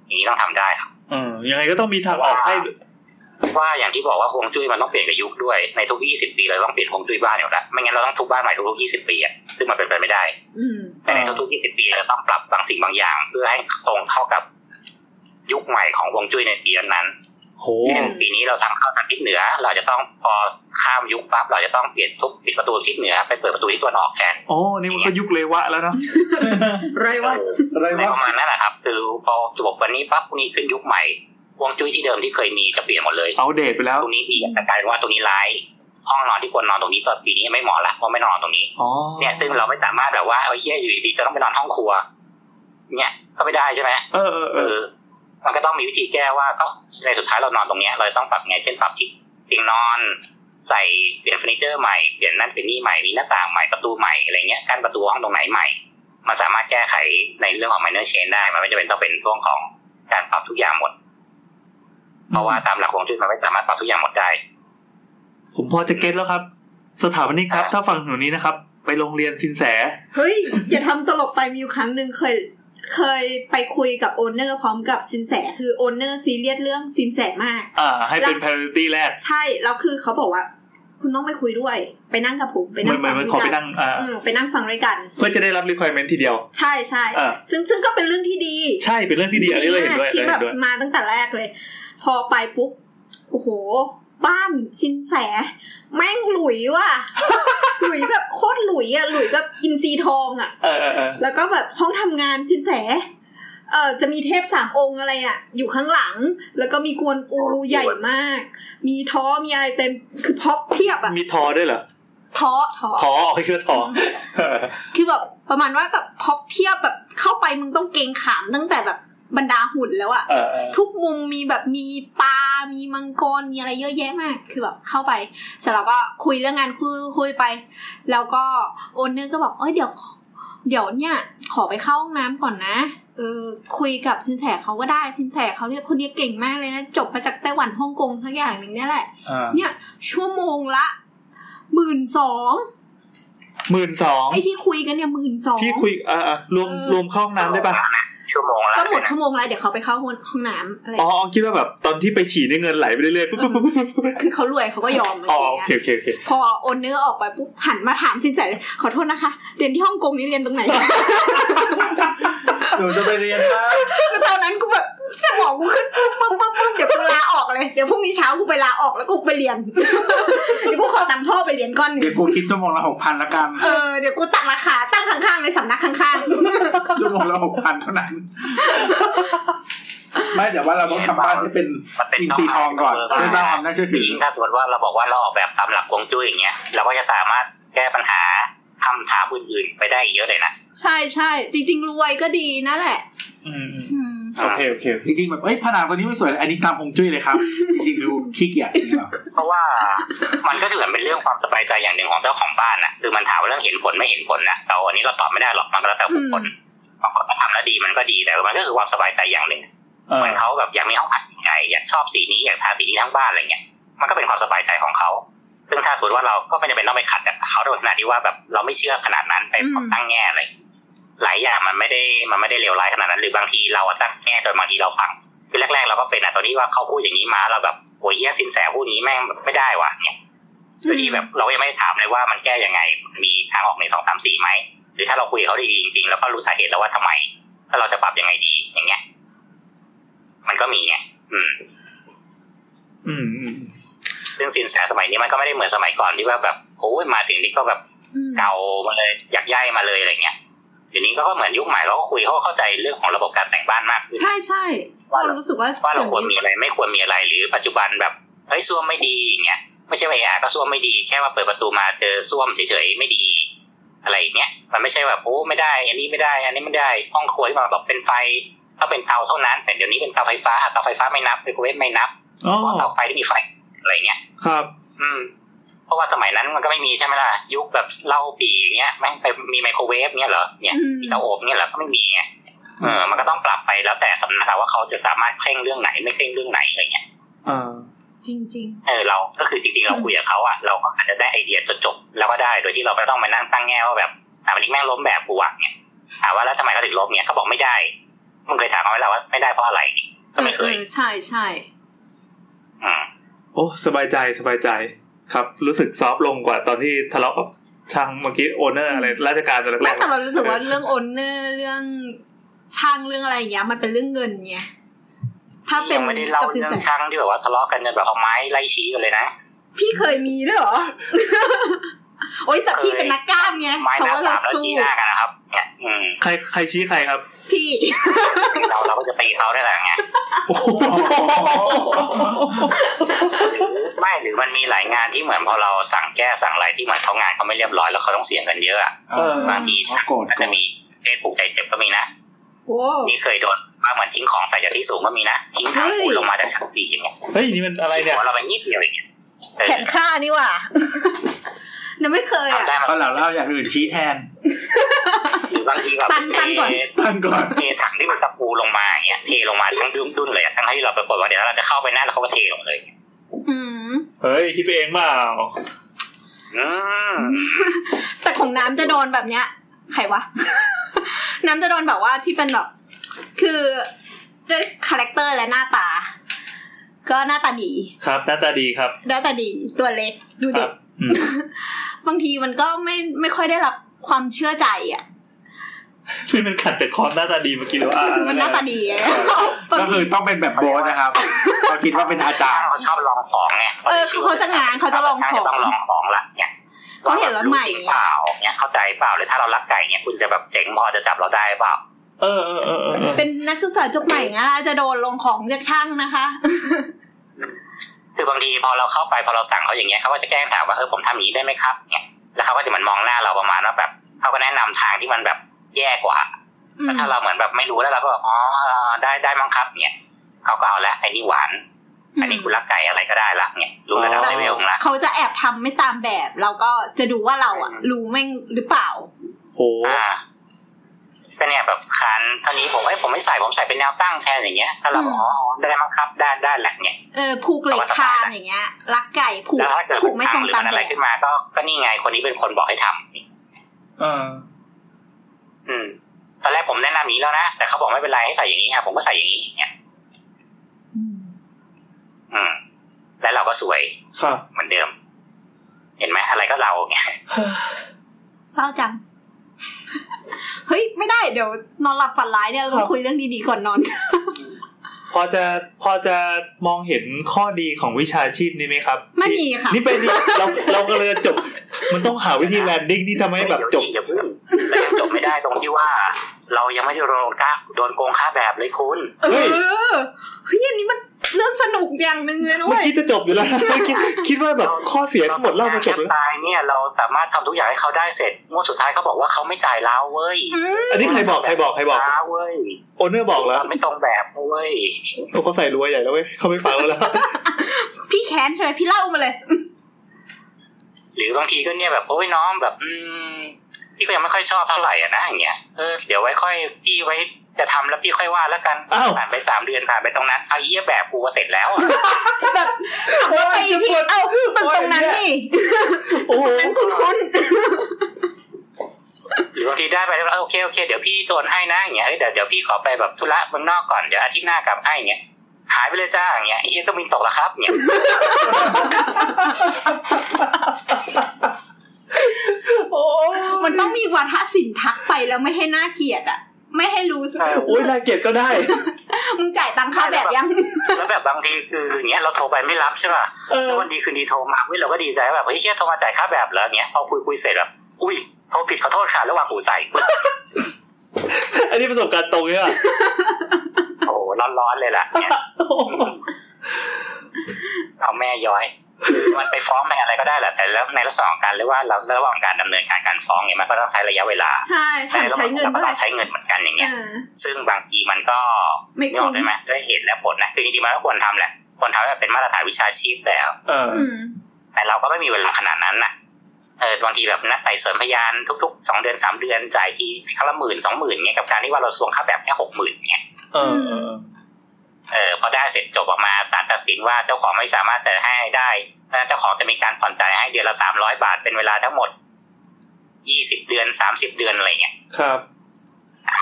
S1: อย่างนี้ต้องทำได้ครับ
S2: เออยังไงก็ต้องมีทางออกให้
S1: ว่าอย่างที่บอกว่าฮวงจุ้ยมันต้องเปลี่ยนกับยุคด้วยในทุกยี่สิบปีเราต้องเปลี่ยนฮวงจุ้ยบ้านอยู่แล้วไม่งั้นเราต้องทุบบ้านใหม่ทุกยี่สิบปีอะซึ่งมันเป็นไปไม่ได้
S3: อืม
S1: แต่ใน
S2: อ่า
S1: ทุกๆ20ปีเราต้องปรับบางสิ่งบางอย่าง เพื่อให้ตรงเข้ากับยุคใหม่ของฮวงจุ้ยในปีนั้น
S2: โห
S1: ๆเช่นปีนี้เราทำเข้าทางทิศเหนือ เราจะต้องพอข้ามยุคปั๊บเราจะต้องเปลี่ยนทุกปิดประตูทิศเหนือไปเปิดประตูที่ตะวันออกแทน
S2: โอ้นี่มันก็ยุคเลวะแล้วเนาะ
S3: ไรวะ
S4: อะไร
S1: ใน
S4: วะ
S1: ประมาณนั้นแหละครับ คือพอจบวันนี้ปั๊บพรุ่งนี้ขึ้นยุคใหม่ฮวงจุ้ยที่เดิมที่เคยมีจะเปลี่ยนหมดเลย
S2: เอาเดทไปแล้ว
S1: ตรงนี้ดีแต่กลายเป็นว่าตรงนี้ร้ายห้องนอนที่ควรนอนตรงนี้ตอนปีนี้ไม่เหมาะละเพราะไม่นอนตรงนี้
S2: อ๋อ
S1: เนี่ยซึ่งเราไม่สามารถแบบว่าเอาเฮียอยู่ดีๆจะต้องไปนอนห้องครัว เนี่ยก็ไม่ได้ใช่ไหม
S2: เออเออเอ
S1: เอ
S2: อ
S1: อมันก็ต้องมีวิธีแก้ว่าก็ในสุดท้ายเรานอนตรงเนี้ยเราต้องปรับไงเช่นปรับที่เตียงนอน ใส่เปลี่ยนเฟอร์นิเจอร์ใหม่เปลี่ยนนั่นเป็นนี่ใหม่มีหน้าต่างใหม่ประตูใหม่อะไรเงี้ยกั้นประตูห้องตรงไหนใหม่ มันสามารถแก้ไขในเรื่องของ minor change ได้มันไม่จำเป็นต้องเป็นช่วงของการปรับทุกอย่างหมด เพราะว่าตามหลักฮวงจุ้ยมันไม่สามารถปรับทุกอย่างหมดได้
S2: ผมพอจะเก็ตแล้วครับ สถาปนิกครับ
S1: อ่ะ
S2: ถ้าฟังหนูนี้นะครับ ไปโรงเรียนสินแส
S3: เฮ้ย อย่าทำตลกไปมีอยู่ครั้งหนึ่งเคย เคยไปคุยกับโอนเนอร์พร้อมกับสินแสคือโอนเนอร์ซีเรียสเรื่องสินแสมาก
S2: อ่า ให้เป็น p r i o r i t y แรก
S3: ใช่ แล้วคือเขาบอกว่า คุณต้องไปคุยด้วย ไปนั่งกับผมไป
S2: เหมื
S3: นั่
S2: อง นเหมื
S3: ฟั
S2: อ
S3: ด้ว
S2: ง นเหมือนขอ
S3: ย
S2: ไป
S3: กัน
S2: นั่งอ่า
S3: เออไปนั่งฟังด้วยกัน
S2: เพื่อจะได้รับ requirement ทีเดียว
S3: ใช่ใช่
S2: อ่า
S3: ซึ่งซึ่งก็เป็นเรื่องที่ดี
S2: ใช่เป็นเรื่องที่ดีอันนี้เราเห็นด้วย
S3: ที่
S2: เรา
S3: แบบ
S2: เห็นด้วย
S3: มาตั้งแต่แรกเลย พอไปปุ๊บ โอ้โห บ้านชินแส แม่งหลุย ว่ะ หลุยแบบโคตรหลุยอะหลุยแบบอินซีทองอะ
S2: เออเออเออ
S3: แล้วก็แบบห้องทำงานชินแส เออจะมีเทพสามองค์อะไรอะอยู่ข้างหลัง แล้วก็มีกวนอูใหญ่มาก มีท้อมีอะไรเต็มคือพร็อพเพียบอะ
S2: มีทอด้วยเหรอ
S3: ท้อท้อ
S2: ทอ อ๋อคือทอเออ
S3: คือแบบประมาณว่าแบบพร็อพเพียบแบบเข้าไปมึงต้องเกรงขามตั้งแต่แบบบรรดาหุ่นแล้วอะ
S2: เออเออ
S3: ทุกมุมมีแบบมีปลา มีมังกร มีอะไรเยอะแยะมาก คือแบบเข้าไป เสร็จแล้วก็คุยเรื่องงานคุยคุยไป แล้วก็โอนเนอร์ก็บอก เอ้ยเดี๋ยว เดี๋ยวเนี่ย ขอไปเข้าห้องน้ำก่อนนะ เออ คุยกับซินแถเขาก็ได้ซินแถเขาเนี่ยคนเนี้ยเก่งมากเลยนะ จบมาจากไต้หวันฮ่องกงทักอย่างหนึ่งเนี่ยแหละ
S2: อ่า
S3: เนี่ย ชั่วโมงละหมื่นสอง
S2: หมื่นสอง
S3: ไอ้ที่คุยกันเนี่ยหมื่นสอง
S2: ที่คุยเออเออรวม
S3: เออ
S2: รวมเข้าห้องน้ำได้ปะ
S1: ชั่วโมงละ
S3: ก็หมดชั่วโมงแล้วเดี๋ยวเขาไปเข้าห้องน้ำอะไร
S2: อ๋ออ๋อคิดว่าแบบตอนที่ไปฉี่ในยเงินไหลไปเรื่อยๆปุ๊บปุ๊บปุ๊บปุ๊บปุ๊บ
S3: คือเขารวยเขาก็ยอมอะไร
S2: อ๋อ
S3: อย่าง
S2: โอ
S3: เงี้ย
S2: เคโอเคโอเค
S3: พอโอนเนื้อออกไปปุ๊บหันมาถามสินแสเลยขอโทษนะคะ เรียนที่ฮ่องกงนี่เรียนตรงไหน
S4: หนูจะไปเรียนบ้าง
S3: ก็ตอนนั้นกูแบบสมองกูขึ้นปุ๊บปุ๊บปุ๊บปุ๊บเดี๋ยวกูลาออกเลยเดี๋ยวพรุ่งนี้เช้ากูไปลาออกแล้วกูไปเรียน เดี๋ยวกูขอตังค์พ่อไปเรียนก้อนห
S4: เดี๋
S3: นึ่
S4: ยว
S3: ง
S4: กูคิดชั่วโมงละหกพันละกัน
S3: เออเดี๋ยวกูตัดราคาตั้งข้างๆในสำนักข้าง
S4: ชั่วโมงละหกพันเท่านั้น ไม่แต่ว่าเราต้องทำบ้านให้เป็น
S1: มันเป็น
S4: อินทรีย์ทองก่อน
S1: เ
S4: เพื่อสร้างความน่าเชื่อถือ
S1: ยิ่งถ้าสมมติว่าเราบอกว่าเราออกแบบตามหลักฮวงจุ้ยอย่างเงี้ยเราก็จะสามารถแก้ปัญหาคำถามอื่นๆ ไปได้อีกเยอะเลยนะ
S3: ๆ ใช่ใช่จริง ๆ รวยก็ดีนั่นแหละ
S2: อืมอืม
S3: อืม
S2: โอเคโอเคโอเค
S4: จริงๆแบบเอ้ยผนังตัวนี้ไม่สวยเลยอันนี้ตามฮวงจุ้ยเลยครับ จริงๆคือขี้เกียจอย่างนี้หรอ
S1: เพราะว่า มันก็ถือเป็นเรื่องความสบายใจอย่างหนึ่งของเจ้าของบ้านนะคือมันถามว่าเรื่องเห็นผลไม่เห็นผลนะเราอันนี้เราตอบไม่ได้หรอกมันก็แล้วแต่บุคคลบางคนก็ทำแล้วดีมันก็ดีแต่มันก็คือความสบายใจอย่างหนึ่ง
S2: เอ
S1: เหมื
S2: อ
S1: อนเขาแบบอยากมีห้องพักใหญ่อยากชอบสีนี้อยากทาสีนี้ทั้งบ้านอะไรเงี้ยมันก็เป็นความสบายใจของเขาซึ่งถ้าสมมติว่าเราก็ไม่จำเป็นต้องไปขัดกับเขาในขณะที่ว่าแบบเราไม่เชื่อขนาดนั้นไปตั้งแง่อะไรหลายอย่างมันไม่ได้มันไม่ได้เลวร้ายขนาดนั้น หรือบางทีเราอะตั้งแง่จนบางทีเราฟังคือแรกๆเราก็เป็นอะตอนนี้ว่าเขาพูดอย่างนี้มาเราแบบโอ้ยเหี้ยสินแสพูดอย่างนี้แม่งไม่ได้ว่ะเนี่ย โดยที่แบบเราก็ยังไม่ได้ถามเลยว่ามันแก้ยังไง มีทางออกหนึ่งสองสามสี่ไหม หรือถ้าเราคุยกับเขาดีๆจริงๆ แล้วก็รู้สาเหตุแล้วว่าทำไม แล้วเราจะปรับยังไงดี อย่างเงี้ย มันก็มีไง อืม
S2: อืมอืม
S1: เรื่องสินแสสมัยนี้มันก็ไม่ได้เหมือนสมัยก่อนที่ว่าแบบโอ้ยมาถึงนี่ก็แบบ
S3: อืม
S1: เก่ามาเลย อยากย่ายมาเลยอะไรเงี้ยเดี๋ยวนี้ก็เหมือนยุคใหม่เราก็คุยเขาก็เข้าใจเรื่องของระบบการแต่งบ้านมากขึ้น
S3: ใช่ใช่เรารู้สึกว่า
S1: ว่าเราควรมีอะไรไม่ควรมีอะไรหรือปัจจุบันแบบเฮ้ยส้วมไม่ดีอย่างเงี้ยไม่ใช่ว่าเออาก็ส้วมไม่ดีแค่ว่าเปิดประตูมาเจอส้วมเฉยๆไม่ดี อะไรอย่างเงี้ยมันไม่ใช่แบบโอ้ไม่ได้ อันนี้ไม่ได้ อันนี้ไม่ได้ห้องครัวที่มาแบบเป็นไฟ ต้องเป็นเตาเท่านั้น แต่เดี๋ยวนี้เป็นเตาไฟฟ้าเตาไฟฟ้าไม่นับไมโครเวฟไม่นับ
S2: อ๋อ
S1: เพราะเตาไฟที่มีไฟอะไรเงี้ย
S2: ครับ
S1: อืม เพราะว่าสมัยนั้นมันก็ไม่มีใช่ไหมล่ะยุคแบบเหล้าปีอย่างเงี้ยแม่งไปมีไมโครเวฟเงี้ยเหรอเนี่ย
S3: อืม
S1: มีเตาอบเงี้ยเหรอก็ไม่มีไงเออมันก็ต้องปรับไปแล้วแต่สำนักว่าเขาจะสามารถเคร่งเรื่องไหนไม่เคร่งเรื่องไหนอะไรเงี้ย
S2: เออ
S3: จริง
S1: เออเราก็คือจริงๆเราคุยกับเขาอะเราก็อาจจะได้ไอเดียจนจบแล้วก็ได้โดยที่เราไม่ต้องมานั่งตั้งแง่ว่าแบบอ่ะวันนี้แม่งล้มแบบกูอะเนี่ยถามว่าแล้วทำไมเขาถึงล้มเนี่ยเขาบอกไม่ได้มึงเคยถามเขาไหมล่ะว่าไม่ได้เพราะอะไร
S3: ๆเอ
S1: ก็
S3: อ
S1: ไม่เค
S3: เอย อใช่ใช่
S1: อืม
S2: โอ้สบายใจสบายใจครับ รู้สึกซอฟต์ลงกว่าตอนที่ทะเลาะกับช่างเมื่อกี้โอเนอร์อะไรราชการตอน
S3: ไม่
S2: แรกๆ
S3: แต่เรารู้สึกว่าเรื่องโอนเนอร์เรื่องช่างเรื่องอะไรอย่างเงี้ย มันเป็นเรื่องเงินไงถ้าเป็น
S1: ยังไม่ได้เล่า
S3: กับสิน
S1: เรื่อ
S3: แส
S1: งช่างที่แบบว่าทะเลาะกันจนแบบเอาไม้ไล่ชี้กันเลยนะ
S3: พี่เคยมีด้วยเหรอ โอ๊ยแต่พี่
S1: เคย
S3: เป็นนักกล้ามไง
S1: ไม้ห
S3: เขา
S1: น้า
S3: ก็จะ
S1: สามแล้ว
S3: สู้
S1: ชี้หน้ากันนะครับเนี่ยอืม
S2: ใครใครชี้ใครครับ
S3: พี่
S1: เราเราก็จะตีเขาได้แหละไง
S2: โอ้โห
S1: หรือไม่หรือมันมีหลายงานที่เหมือนพอเราสั่งแก้สั่งอะไรที่เหมือนเขางานเขาไม่เรียบร้อยแล้วเขาต้องเสี่ยงกันเยอะอะ
S4: เออบ
S1: างทีช่าง
S4: โกรธ
S1: มัน
S4: โกร
S1: จะ
S4: ธ
S1: มีเพศผูกใจเจ็บก็มีนะ
S3: โอ้
S1: นี่เคยโดนว่าเหมือนทิ้งของใส่จากที่สูงก็มีนะทิ้งถังปูนลงมาจากชั้นสี่อย่างเงี้ย
S2: เฮ้ยนี่มันอะไรเนี่ย
S1: หัวเราไปนิดเดียวอย่างเงี้ยเออ
S3: แผนฆ่านี่หว่ะ เนี่ยไม่เคยอ่ะ
S1: ทำได้มั้ย
S4: ก็เหล่าเล่าอย่างอื่นชี้แทน
S1: หรือบางทีแบบ
S3: ตันตันก่อน
S1: เท
S4: ท่านก่อน
S1: เทถังที่มันตะปูลงมาอย่างเงี้ยเทลงมาทั้งดุ้นดุ้นเลยอะทั้งที่เราไปกดว่าเดี๋ยวเราจะเข้าไปนั่นแล้วเขาก็เทลงเลย
S3: อืม
S2: เฮ้ยคิดไปเองเปล่า
S1: อืม
S3: แต่ของน้ำจะโดนแบบเนี้ย ใครวะ น้ำจะโดนแบบว่าที่เป็นแบบ คือด้วยคาแรคเตอร์และหน้าตา ก็หน้าตาดี
S2: ครับหน้าตาดีครับ
S3: หน้าตาดี ตัวเล็ก ดู
S2: ค
S3: เด็
S2: รั
S3: ก
S2: บอืม
S3: บางทีมันก็ไม่ไม่ค่อยได้รับความเชื่อใจอ่ะ
S2: นี่มันขัดแต่คอมหน้าตาดีเมื่อกี้หรือว่าะ
S3: คือมันหน้าตาดีไงบาง
S4: ก็
S3: ที
S4: คือต้องเป็นแบบโบทนะครับเขาคิดว่าเป็นอาจารย์
S1: เขาชอบลองของไง
S3: เออคือเขาจะงานเขาจะลองข
S1: เขา
S3: อ
S1: จะต้อง
S3: ง
S1: ลองของละเนี่ย
S3: เขาเห็นเราใหม่
S1: เปล่าเนี่ยเข้าใจเปล่าหรือถ้าเรารักไก่เนี่ยคุณจะแบบเจ๋งพอจะจับเราได้เปล่า
S2: เออเออเออเออเออ
S3: เป็นนักศึกษาจบใหม่นะจะโดนลงของจากช่างนะคะ
S1: คือบางทีพอเราเข้าไปพอเราสั่งเขาอย่างเงี้ยเขาก็จะแกล้งถามว่าเออผมทำอย่างนี้ได้ไหมครับเนี่ยแล้วเขาก็จะเหมือนมองหน้าเราประมาณว่าแบบเขาก็แนะนำทางที่มันแบบแย่กว่า
S3: อืม
S1: แล้วถ้าเราเหมือนแบบไม่รู้แล้วเราก็แบบอ๋อเออได้ได้มั้งครับเนี่ยเขาก็เอาละไอ้นี่หวานอันนี้คุณรักไก่อะไรก็ได้ละเนี่ยรู้ระดับเลเวลของละ
S3: เขาจะแอบทำไม่ตามแบบ เราก็จะดูว่าเราอ่ะ รู้แม่งหรือเปล่า
S2: โห
S1: อ่าก็เนี่ยแบบคานเท่านี้ผมไอ้ยผมไม่ใส่ผมใส่เป็นแนวตั้งแทนอย่างเงี้ยถ้าเราบอกอ๋ออ๋อได้มั้งครับได้ได้แหละเนี่ย
S3: เออผูกเหล็ก
S1: เอามาส
S3: คา
S1: ตา
S3: น
S1: ร์ทอะ
S3: อย่างเงี้ยรักไก่ผูก
S1: แล้วถ้าเกิด
S3: ผูกไม่ตรง
S1: หรือ
S3: ตาม
S1: มันอะ
S3: แบ
S1: ไร
S3: บ
S1: ขึ้นมาก็ก็นี่ไงคนนี้เป็นคนบอกให้ทำ
S2: เออ
S1: อืมตอนแรกผมแนะนำอย่างนี้แล้วนะแต่เขาบอกไม่เป็นไรให้ใส่อย่างนี้อ่ะผมก็ใส่อย่างนี้เนี่ย
S3: อืม
S1: อืม แล้วเราก็สวย
S2: ครับ
S1: เหมือนเดิม เห็นไหมอะไรก็เราเนี่ย
S3: เศร้าจัง เฮ้ย ไม่ได้เดี๋ยวนอนหลับฝันร้ายเนี่ยเราต้องคุยเรื่องดีๆก่อนนอน
S2: พอจะพอจะมองเห็นข้อดีของวิชาชีพนี้ไหมครับ
S3: ไม่มีค่ะ
S2: นี่เป็นเราเราก็เลยจบ มันต้องหาวิธีแลนดิ้งที่ทำให้แบบจบ
S1: อย่าเพิ่งแต่ยังจบไม่ได้ตรงที่ว่า เรายังไม่ได้โดนกล้าโดนโกงค่าแบบเลยคุณ
S3: เอ
S2: เฮ้ย
S3: อเฮ้ยอันนี้มันเรื่องสนุกอย่างหนึ่งเลยนะ
S2: เมื่
S3: เว้
S2: อ
S3: ย
S2: กี้จะจบอยู่แล้วนะเมื่อกี้คิดว่าแบบข้อเสียทั้งหมดเล่ามาจบแล้ว
S1: ตายเนี่ยเราสามารถทำทุกอย่างให้เขาได้เสร็จงวดสุดท้ายเขาบอกว่าเขาไม่จ่ายเราเว้ย
S3: อืม
S2: อันนี้ใครบอกใครบอกใครบอก
S1: ล้าเว้ย
S2: โอเนอร์บอกแล้ว
S1: มันไม่ตรงแบบเว้ย
S2: เขาใส่รั้วใหญ่แล้วเว้ยเขาไม่ฟังแล้วล่ะ
S3: พี่แค้นใช่ไหมพี่เล่ามาเลย
S1: หรือบางทีก็เนี่ยแบบโอ้ยน้องแบบ อืมพี่ก็ยังไม่ค่อยชอบเท่าไหร่อ่ะนะอย่างเงี้ยเออเดี๋ยวไว้ค่อยพี่ไว้จะทำแล้วพี่ค่อยว่าแล้วกัน
S2: อ้าว
S1: ผ่านไปสามเดือนผ่านไปตรงนั้นเอาเยี่ยแบบกูว่าเสร็จแล้วอะ
S3: แบบขับรถไปอีกทีเอ้าตึกตรงนั้นนี่
S2: โอ้โห
S3: นั้นคุณคุณ
S1: หรือบางทีได้ไปแล้วเออโอเคโอเคเดี๋ยวพี่โอนให้นะอย่างเงี้ยเอ้ยเดี๋ยวเดี๋ยวพี่ขอไปแบบธุระเมืองนอกก่อนเดี๋ยวอาทิตย์หน้ากลับให้อย่างเงี้ยหายไปเลยจ้าอย่างเงี้ยไอ้เฮียก็บินตกแล้วครับเนี่ย
S2: โอ้ย
S3: มันต้องมีวัฒนศิลป์ทักไปแล้วไม่ให้น่าเกลียดอ่ะ ไม่ให้รู้สึก
S1: เออ
S2: โอ้ยน่าเกลียดก็ได้
S3: มึงจ่ายตังค่าแบบยัง
S1: แล้วแบบบางทีคืออย่างเงี้ยเราโทรไปไม่รับใช่ป่ะ
S2: เออ
S1: แล้ววันดีคืนดีโทรมาเว้ยเราก็ดีใจแบบเฮ้ยเชี่ยโทรมาจ่ายค่าแบบแล้วเงี้ยพอคุยคุยเสร็จแบบอุ้ยโทรผิดขอโทษค่ะระหว่างหูใส่ ปึ๊บ
S2: อันนี้ประสบการณ์ตรงเนี่ยอะ
S1: โอ้ร้อนร้อนๆเลยล่ะเนี่ยเอาแม่ย้อย มันไปฟ้องไปอะไรก็ได้แหละแต่แล้วในระสองการหรือว่าเราระหว่างการดำเนินการการฟ้องเนี่ยมันก็ต้องใช้ระยะเวลา
S3: ใช่ถามใช้เงิน
S1: เราก็
S3: เมื่อไห
S1: ต้
S3: ร่
S1: องใช้เงินเหมือนกันอย่างเงี้ย
S3: เออ
S1: ซึ่งบางทีมันก็
S3: ไม่คุ้ม
S1: ยอมได้ไหมด้วยเหตุและผลนะคือจริงๆมันก็ควรทำแหละควรทำให้มันเป็นมาตรฐานวิชาชีพแล้ว
S2: เออ
S3: อืม
S1: แต่เราก็ไม่มีเวลาขนาดนั้นน่ะ เออบางทีแบบนัดไต่สวนพยานทุกๆสองเดือนสามเดือนจ่ายทีครั้งละหมื่นสองหมื่นเงี้ยกับการที่ว่าเราสวงค่าแบบแค่หกหมื่นเงี้ย
S2: เออ
S3: เออ
S1: เออพอได้เสร็จจบออกมาศาลตัดสินว่าเจ้าของไม่สามารถจะให้ได้เพราะฉะนั้นเจ้าของจะมีการผ่อนจ่ายให้เดือนละสามร้อยบาทเป็นเวลาทั้งหมดยี่สิบเดือนสามสิบเดือนอะไรเงี้ย
S2: ครับ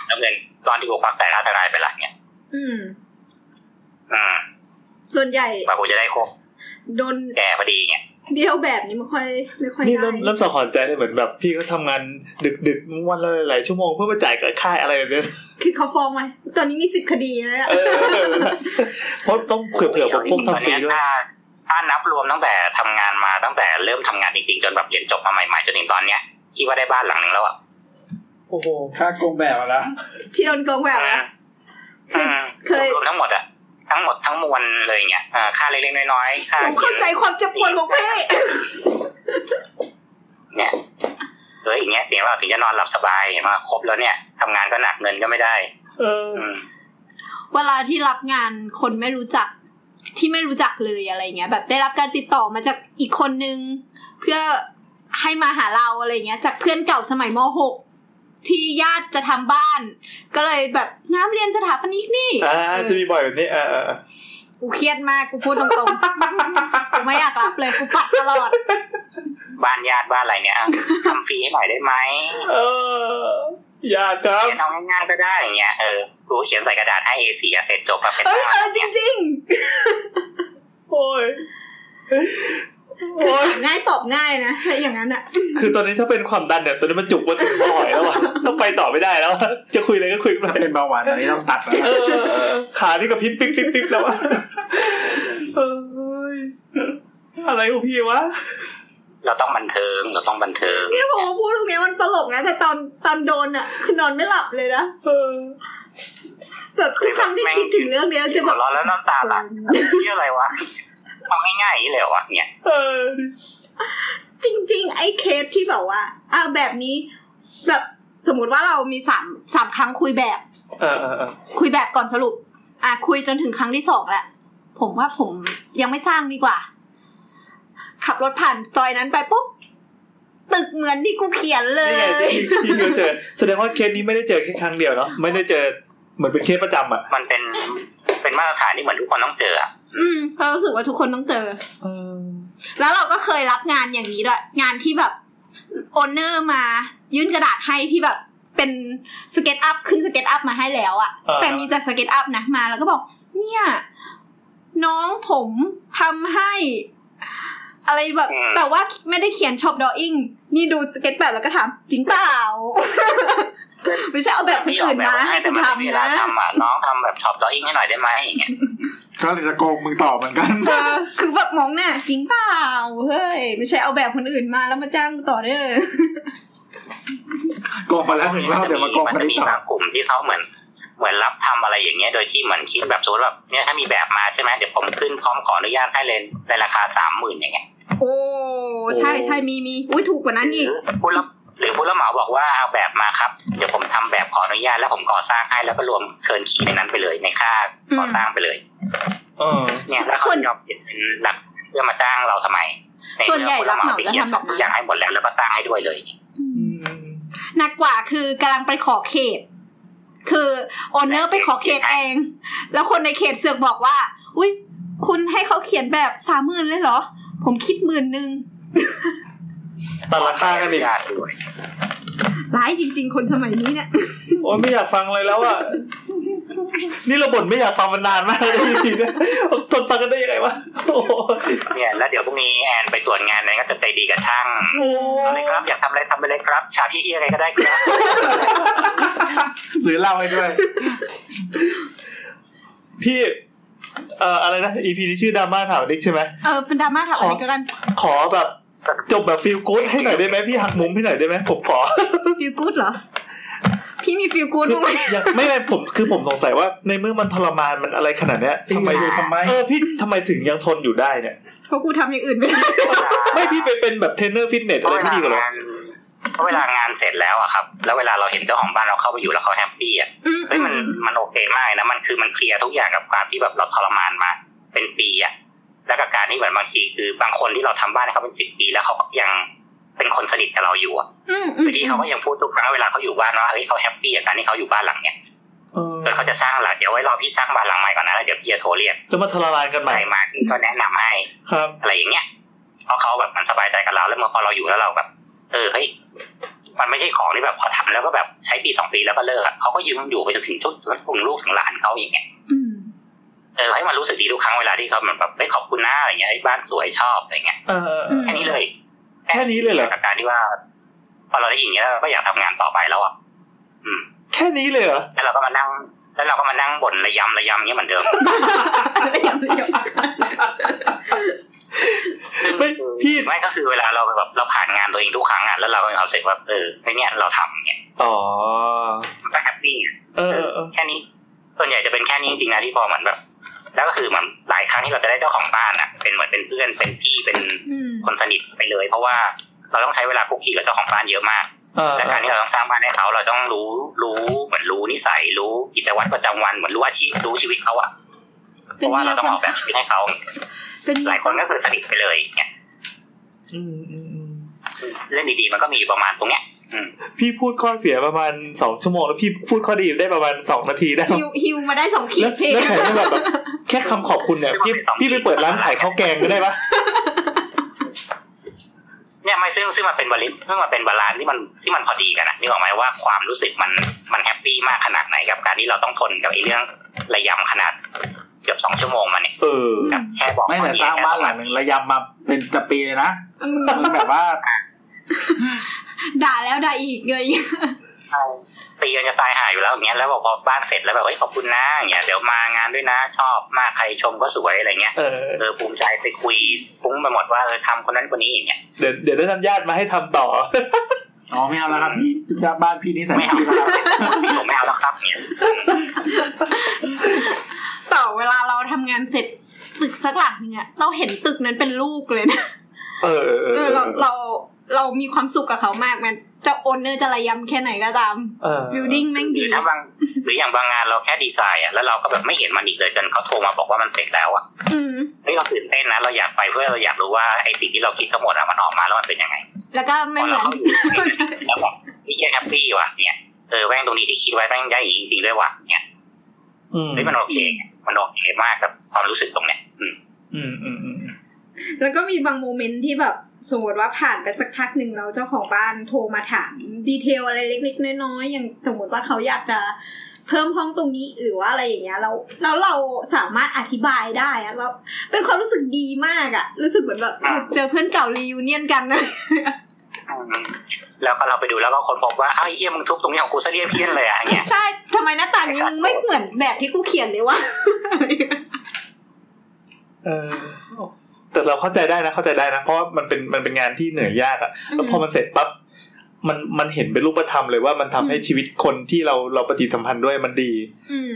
S1: แล้วเงินก้อนที่กูควักจ่ายค่าทนายไปละเงี้ย
S3: อืม
S1: อืม
S3: ส่วนใหญ่
S1: กว่ากูจะได้ครบ
S3: โดน
S1: แกพอดีเงี้ย
S3: เบี้ยวแบบนี้ไม่ค่อย ไม่ค่อย
S2: นี่
S3: ได้
S2: เริ่มเริ่มสะหอนใจเลยเหมือนแบบ พี่ก็ทำงานดึกดึกๆวันละหลายชั่วโมงเพื่อมาจ่ายกับค่ายอะไรแบบเนี้ย
S3: คือเขาฟ้องไหมตอนนี้มีสิบคดีแล้วเนี่ย
S2: เออเพราะต้องเผื่อเผื่อๆผมพวกทำฟรีด้วย
S1: ตอนเนี้ยถ้าถ้านับรวมตั้งแต่ทำงานมาตั้งแต่เริ่มทำงานจริงๆจนแบบเรียนจบมาใหม่ๆจนถึงตอนเนี้ยคิดว่าได้บ้านหลังหนึ่งแล้วอ่ะ
S2: โอ้โห
S4: ค่าโกงแบบนะ
S3: ที่โดนโกงแบบนะ คือเคย
S1: รวมทั้งหมดอะทั้งหมดทั้งมวลเลยเนี่ยเอ่อค่าเล็กๆน้อยๆค่า
S3: ผมเข้าใจความเจ็บปวดของพี่
S1: เนี่ยเฮ้ยอย่างเงี้ยเสียงเราถึงจะนอนหลับสบายเห็นไหมครบแล้วเนี่ยทำงานก็หนักเงินก็ไม่ได้
S2: เออ
S1: อืม
S3: เวลาที่รับงานคนไม่รู้จักที่ไม่รู้จักเลยอะไรเงี้ย แบบได้รับการติดต่อมาจากอีกคนนึง เพื่อให้มาหาเราอะไรเงี้ย จากเพื่อนเก่าสมัยมหกที่ญาติจะทำบ้าน ก็เลยแบบน้ำเรียนสถาปนิกนี่
S2: อ่า
S3: เออ
S2: จะมีบ่อยแบบนี้เออเออเออ
S3: กูเครียดมาก กูพูดตรงๆ กูไม่อยากรับเลย กูปัดตลอด
S1: บ้านญาติบ้านอะไรเนี่ยอ่ะทำฟรีให้หน่อยได้ไหม
S2: เอออยากครับ
S1: เขียนเอาง่ายๆก็ได้อย่างเงี้ยเออกูเขียนใส่กระดาษให้ A4 อ่ะเสร็จจบมาเป็น
S3: เอ้ย
S1: บ้า
S3: เอน อจริง
S2: โอ้ย
S3: ๆ คือ
S2: โอ้ย
S3: ถามง่ายตอบง่ายนะถ้าอย่างนั้นอ่ะ
S2: คือตอนนี้ถ้าเป็นความดันเนี่ยตอนนี้มันจุกมาถึงคอหอยแล้วอะต้องไปต่อไม่ได้แล้วอะจะคุยอะไรก็คุยไม่ได้
S4: เป็นเบาหวานตอนนี้ต้องตัดแล้ว
S2: เอ
S4: นะ
S2: อขานี่กระพริบปิ๊กปิ๊กปิ๊กแล้วอะเอ้ยอะไรของพี่วะ
S1: เราต้องบันเทิงเราต้องบันเทิง
S3: เนี่ยบอกว่าพูดตรงเนี้ยมันตลกนะ แต่ตอนตอนโดนอ่ะ คือนอนไม่หลับเลยนะ
S2: เออ
S3: แบบทุกครั้งที่คิดถึงเรื่องเนี้ยจะ
S1: หั
S3: แบ
S1: ว
S3: บ
S1: เร้อนแล้วน้ำตาไหลเชื่ออะไรวะเอาง่ายๆอย่างนี้เลยวะเนี่ย
S2: เออ
S3: จริง ๆ ไอ้เคสที่แบบว่าอ่ะแบบนี้ แบบสมมติว่าเรามีสามสามครั้งคุยแบบ
S2: เออเออเออ
S3: คุยแบบก่อนสรุป อ่ะคุยจนถึงครั้งที่สองแหละ ผมว่าผมยังไม่สร้างดีกว่า ขับรถผ่านซอยนั้นไปปุ๊บ ตึกเหมือนที่กูเขียนเล
S2: นี่ไง
S3: ย
S2: ที่ที่เราเจอ แสดงว่าเคสนี้ไม่ได้เจอแค่ครั้งเดียวเนาะไม่ได้เจอเหมือนเป็นเคสประจำอ่ะ
S1: มันเป็นเป็นมาตรฐานที่เหมือนทุกคนต้องเจออะ
S3: อืมเรารู้สึกว่าทุกคนต้องเจอ
S2: เออ
S3: แล้วเราก็เคยรับงานอย่างนี้ด้วย งานที่แบบโอนเนอร์มา ยื่นกระดาษให้ที่แบบเป็นสเก็ตอัพขึ้นสเก็ตอัพมาให้แล้วอะแต่มีแต่สเก็ตอัพนะมาแล้วก็บอก เนี่ย น้องผมทำให้ อะไรแบบ
S1: อืม
S3: แต่ว่าไม่ได้เขียนช็อปดออิ่งนี่ดูสเก็ตแบบแล้วก็ถามจริงเปล่า ไม่ใช่เอาแบบคนอื่นมาให้
S1: แต่
S3: กู
S1: มันไม่มีเว
S3: ทำนะ
S1: ลาทำอ่ะน้องทำแบบช็อปดออิ่งให้หน่อยได้ไหมอย่างเงี้ย
S4: เขาเลยจะโกงมึงต่อเหมือนกัน
S3: เออคือแบบมองหน้าจริงเปล่าเฮ้ยไม่ใช่เอาแบบคนอื่นมาแล้วมาจ้างกูต่อเด้อ
S4: โกงไปแล้วหนึ่งรอบเดี๋ยวมาโกง
S1: มัน
S4: กัน
S1: จะมี
S4: อีกต่อบ
S1: างกลุ่มที่เขาเหมือน เหมือนรับทำอะไรอย่างเงี้ยโดยที่เหมือนคิดแบบสมมติแบบเนี่ยถ้ามีแบบมาใช่ไหมเดี๋ยวผมขึ้นพร้อมขออนุญาตให้เลยในราคาสามหมื่นอย่างเงี้ย
S3: โอ้ ใช่ใช่มีมีอุ้ยถูกกว่านั้นอีก
S1: ผู้รับหรือผู้รับเหมาบอกว่าเอาแบบมาครับเดี๋ยวผมทำแบบขออนุญาตแล้วผมก่อสร้างให้แล้วก็รวมเคิร์นคีย์ในนั้นไปเลย ในค่าก่อสร้างไปเลย
S2: เออ
S1: เนี่ยแล้ว
S3: ส่
S1: เขา
S3: วน
S1: ยอมเปลี่ยนเป็นหลักเพื่อมาจ้างเราทำไม
S3: ส่วนใหญ่รับเหมา
S1: ไป
S3: จะ
S1: เขียน
S3: ทำแบบนั้น
S1: ทุกอย่างให้หมดแล้วแล้วก็สร้างให้ด้วยเลย
S3: หนักกว่าคือกำลังไปขอเขต คือโอนเนอร์ไปขอเขตเอง แล้วคนในเขตเสือกบอกว่า อุ้ยคุณให้เขาเขียนแบบสามหมื่นเลยเหรอ ผมคิดหมื่นหนึ่ง
S2: ตัดราคากันอีก
S1: ด้วย
S3: ร้ายจริง ๆ คนสมัยนี้เนี่ย
S2: โอ้ยไม่อยากฟังเลยแล้วอ่ะ นี่เราบ่นไม่อยากฟังมันนานมากเลยจริงๆนะทนฟังกันได้ยังไงวะโอ้โห
S1: เนี่ยแล้วเดี๋ยวพรุ่งนี้แอนไปตรวจงานนั้นก็จะใจดีกับช่างเอาเลยครับ อยากทำอะไรทำไปเลยครับ ฉากที่เฮียอะไรก็ได้ครับ
S4: ซื้อเหล้าให้ด้วย
S2: พี่ เอ่ออะไรนะ EP นี้ชื่อดราม่าถามดิกใช่ไหม
S3: เออเป็นดราม่าถามอะไรกัน
S2: ขอแบบ จบแบบฟิลกู๊ดให้หน่อยได้ไหมพี่หักมุมให้หน่อยได้ไหมผมขอ
S3: ฟิลกูดเหรอ พี่มีฟิลกูด
S2: คือ
S3: บ้างไหม
S2: ยังไม่ไม่ผมคือผมสงสัยว่า ในเมื่อมันทรมานมันอะไรขนาดเนี้ย
S4: ทำไม
S2: เออพี่ทำไมถึงยังทนอยู่ได้เนี่ย
S3: เพราะกูทำอย่างอื่นไม่ได้
S2: ไม่พี่ไปเป็นแบบเทรนเนอร์ฟิตเนส
S1: เพ
S2: อะไร
S1: ราะเว
S2: ไม่
S1: ลา
S2: ดีกว่าเหรอง
S1: านเพราะเวลางานเสร็จแล้วอะครับ แล้วเวลาเราเห็นเจ้าของบ้านเราเข้าไปอยู่แล้วเขาแฮปปี้อะ
S3: อืม
S1: เฮ้ยมันมันโอเคมากเลยนะมันคือมันเคลียร์ทุกอย่างกับความที่แบบเราทรมานมา เป็นปีอะแล้วกับการที่เหมือนบางทีคือบางคนที่เราทำบ้านให้เขาเป็นสิบปี แล้วเขาก็ยังเป็นคนสนิทกับเราอยู่อะ
S3: อืมอืม
S1: คือที่เขาก็ยังพูดทุกครั้งเวลาเขาอยู่บ้านว่าเฮ้ยเขาแฮปปี้กับการที่เขาอยู่บ้านหลังเนี้ย
S2: เออ
S1: จนเขาจะสร้างหลังเดี๋ยวไว้รอพี่สร้างบ้านหลังใหม่ก่อนนะแล้วเดี๋ยวพี่จะโทรเรียก
S2: แล้วมาทรมานกันให
S1: ใค
S2: ม่
S1: รมาพี่ก็แนะนำให้
S2: ครับ
S1: อะไรอย่างเงี้ยเพราะเขาแบบมันสบายใจกับเราแล้วเมื่อพอเราอยู่แล้วเราแบบ เออเฮ้ยมันไม่ใช่ของที่แบบพอทำแล้วก็แบบใช้ปีสองปีแล้วก็เลิกอะเขาก็ยืมอยู่ไปจนถึงชุดถึงกลุ่มลูกถึงหลานเขาอย่างเงี้ย
S3: อืม
S1: เออให้มันรู้สึกดีทุกครั้งเวลาที่เขาเหมือนแบบไม่ขอบคุณหน้าอะไรเงี้ยเฮ้ยบ้านสวยชอบอะไรเงี้ย
S2: เออ
S1: แค่นี้เลย
S2: แค่นี้เลยเหรอ
S1: กับการที่ว่า พอเราได้ยินอย่างเงี้ยเราก็อยากทำงานต่อไปแล้วอะ
S2: แค่นี้เลยเหรอ
S1: แล้วเราก็มานั่ง แล้วเราก็มานั่งบ่นระยำระยำอย่างเงี้ยเหมือนเดิ ม
S3: อะไรอย่างเดี ยว
S2: ไม่พี่
S1: ไม่ก็คือเวลาเราแบบเราผ่านงานตัวเองทุกครั้งอะแล้วเราก็มีความรู้สึกว่าเออไอ้เนี่ยเราทำเนี่ย
S2: อ๋อ
S1: มันก็แฮปปี้
S2: เออเออเออ
S1: แค่นี้ส่วนใหญ่จะเป็นแค่นี้จริงๆนะที่พอเหมือนแบบ แล้วก็คือเหมือนหลายครั้งที่เราจะได้เจ้าของบ้านอ่ะ เป็นเหมือนเป็นเพื่อนเป็นพี่เป็น
S3: อืม
S1: คนสนิทไปเลย เพราะว่าเราต้องใช้เวลาคุกคีกับเจ้าของบ้านเยอะมาก
S2: เออ
S1: และการที่เราต้องสร้างบ้านให้เขาเราต้องรู้รู้เหมือนรู้นิสัยรู้กิจวัตรประจำวันเหมือนรู้อาชีพรู้ชีวิตเขาอ่ะเพราะว่าเราต้องออกแบบชีวิตให้เขา
S3: เป็น
S1: หลายคนก็คือสนิทไปเลยอย่างเงี้ย
S2: อืมอืมอืม
S1: เรื่องดีๆมันก็มีอยู่ประมาณตรงเนี้ยอืม
S2: พี่พูดข้อเสียประมาณสองชั่วโมงแล้วพี่พูดข้อดีได้ประมาณสองนาทีได้
S3: ฮิวฮิวมาได้สองขี
S2: แล้
S3: ด
S2: ว
S3: เพลง
S2: แล้วแถมยังแบบแบบแค่คำขอบคุณเนี่ยพี่พี่ไปเปิดร้านขายข้าวแกงก็ได้ปะ
S1: เนี่ยไม่ซึ่งซึ่งมันเป็นบาลานซ์ซึ่งมันเป็นบาลานซ์ที่มันที่มันพอดีกันนะนึกออกไหมว่าความรู้สึกมันมันแฮปปี้มากขนาดไหนกับการที่เราต้องทนกับไอ้เรื่องระยำขนาดเกือบสองชั่วโมงมาเนี่ย
S2: เออ
S1: กับแค่บอก
S4: ไม่แต่สร้างบ้านหลังหนึ่งระยำมาเป็นจะปีเลยนะมันแบบว่า
S3: ด่าแล้วด่าอีกเลย
S1: ตีกันจะตายหายอยู่แล้วอย่างเงี้ยแล้วบอกพอบ้านเสร็จแล้วแบบเฮ้ยขอบคุณนะอย่างเงี้ยเดี๋ยวมางานด้วยนะชอบมากใครชมก็สวยอะไรเงี้ย
S2: เออ
S1: เออภูมิใจไปคุยฟุ้งไปหมดว่าเออทำคนนั้นคนนี้อย่างเงี้ย
S2: เดี๋ยวเดี๋ยวได้ทำญาติมาให้ทำต่อ
S4: อ๋อไม่เอาแล้วครับพี่บ้านพี่นี่ใส่
S1: ไม่เอา
S4: พี่
S1: แล้วครับผมไม่เอาแล้วครับเนี่ย
S3: ต่อเวลาเราทำงานเสร็จตึกสักหลังหนึงอะเราเห็นตึกนั้นเป็นลูกเลยนะ
S2: เออเออเออ
S3: เออเราเราเรามีความสุขกับเขามากมันจะโอนเนอร์จะระยำแค่ไหนก็ตาม
S2: เออ
S3: บิวดิ้งแม่ง
S1: หรื
S3: ดี
S1: อถ้าบางหรืออย่างบางงานเราแค่ดีไซน์อ่ะแล้วเราก็แบบไม่เห็นมันอีกเลยจนเขาโทรมาบอกว่ามันเสร็จแล้วอ่ะ
S3: อืม
S1: เฮ้ยเราตื่นเต้นนะเราอยากไปเพื่อเราอยากรู้ว่าไอ้สิ่งที่เราคิดทั้งหมดอ่ะมันออกมาแล้วมันเป็นยังไง
S3: แล้วก็ไม่เหมือน
S1: แล้วแบบนี่แฮปปี้ว่ะเนี่ยเออแม่งตรงนี้ที่คิดไว้แม่งได้อย่างนี้จริงๆด้วยว่ะเนี่ย
S2: อืม
S1: เฮ้ยมันโอเคไงมันโอเคมากกับความรู้สึกตรงเนี้ยอืม
S2: อืมอืมอืม
S3: แล้วก็มีบางโมเมนต์ที่แบบสมมติว่าผ่านไปสักพักหนึ่งเราเจ้าของบ้านโทรมาถามดีเทลอะไรเล็กๆน้อยๆอย่างสมมติว่าเขาอยากจะเพิ่มห้องตรงนี้หรือว่าอะไรอย่างเงี้ยแล้วแล้วเราสามารถอธิบายได้อะเราเป็นความรู้สึกดีมากอะรู้สึกเหมือนแบบเออเจอเพื่อนเก่ารีวิเนียนกันนะ
S1: แล้วก็เราไปดูแล้วก็คนพบว่า อ้าวไอ้เหี้ยมึงทุบตรงนี้ของกูซะเรียบเพี้ยนเลยอะอย่างเงี้ย
S3: ใช่ทำไมหน้าต่างมึงไม่เหมือนแบบที่กูเขียนเลยวะ
S2: เออแต่เราเข้าใจได้นะเข้าใจได้นะเพราะมันเป็นมันเป็นงานที่เหนื่อยยากอะแล้วพอมันเสร็จปั๊บมันมันเห็นเป็นรูปธรรมเลยว่ามันทำให้
S3: อืม
S2: ชีวิตคนที่เราเราปฏิสัมพันธ์ด้วยมันดี
S3: อืม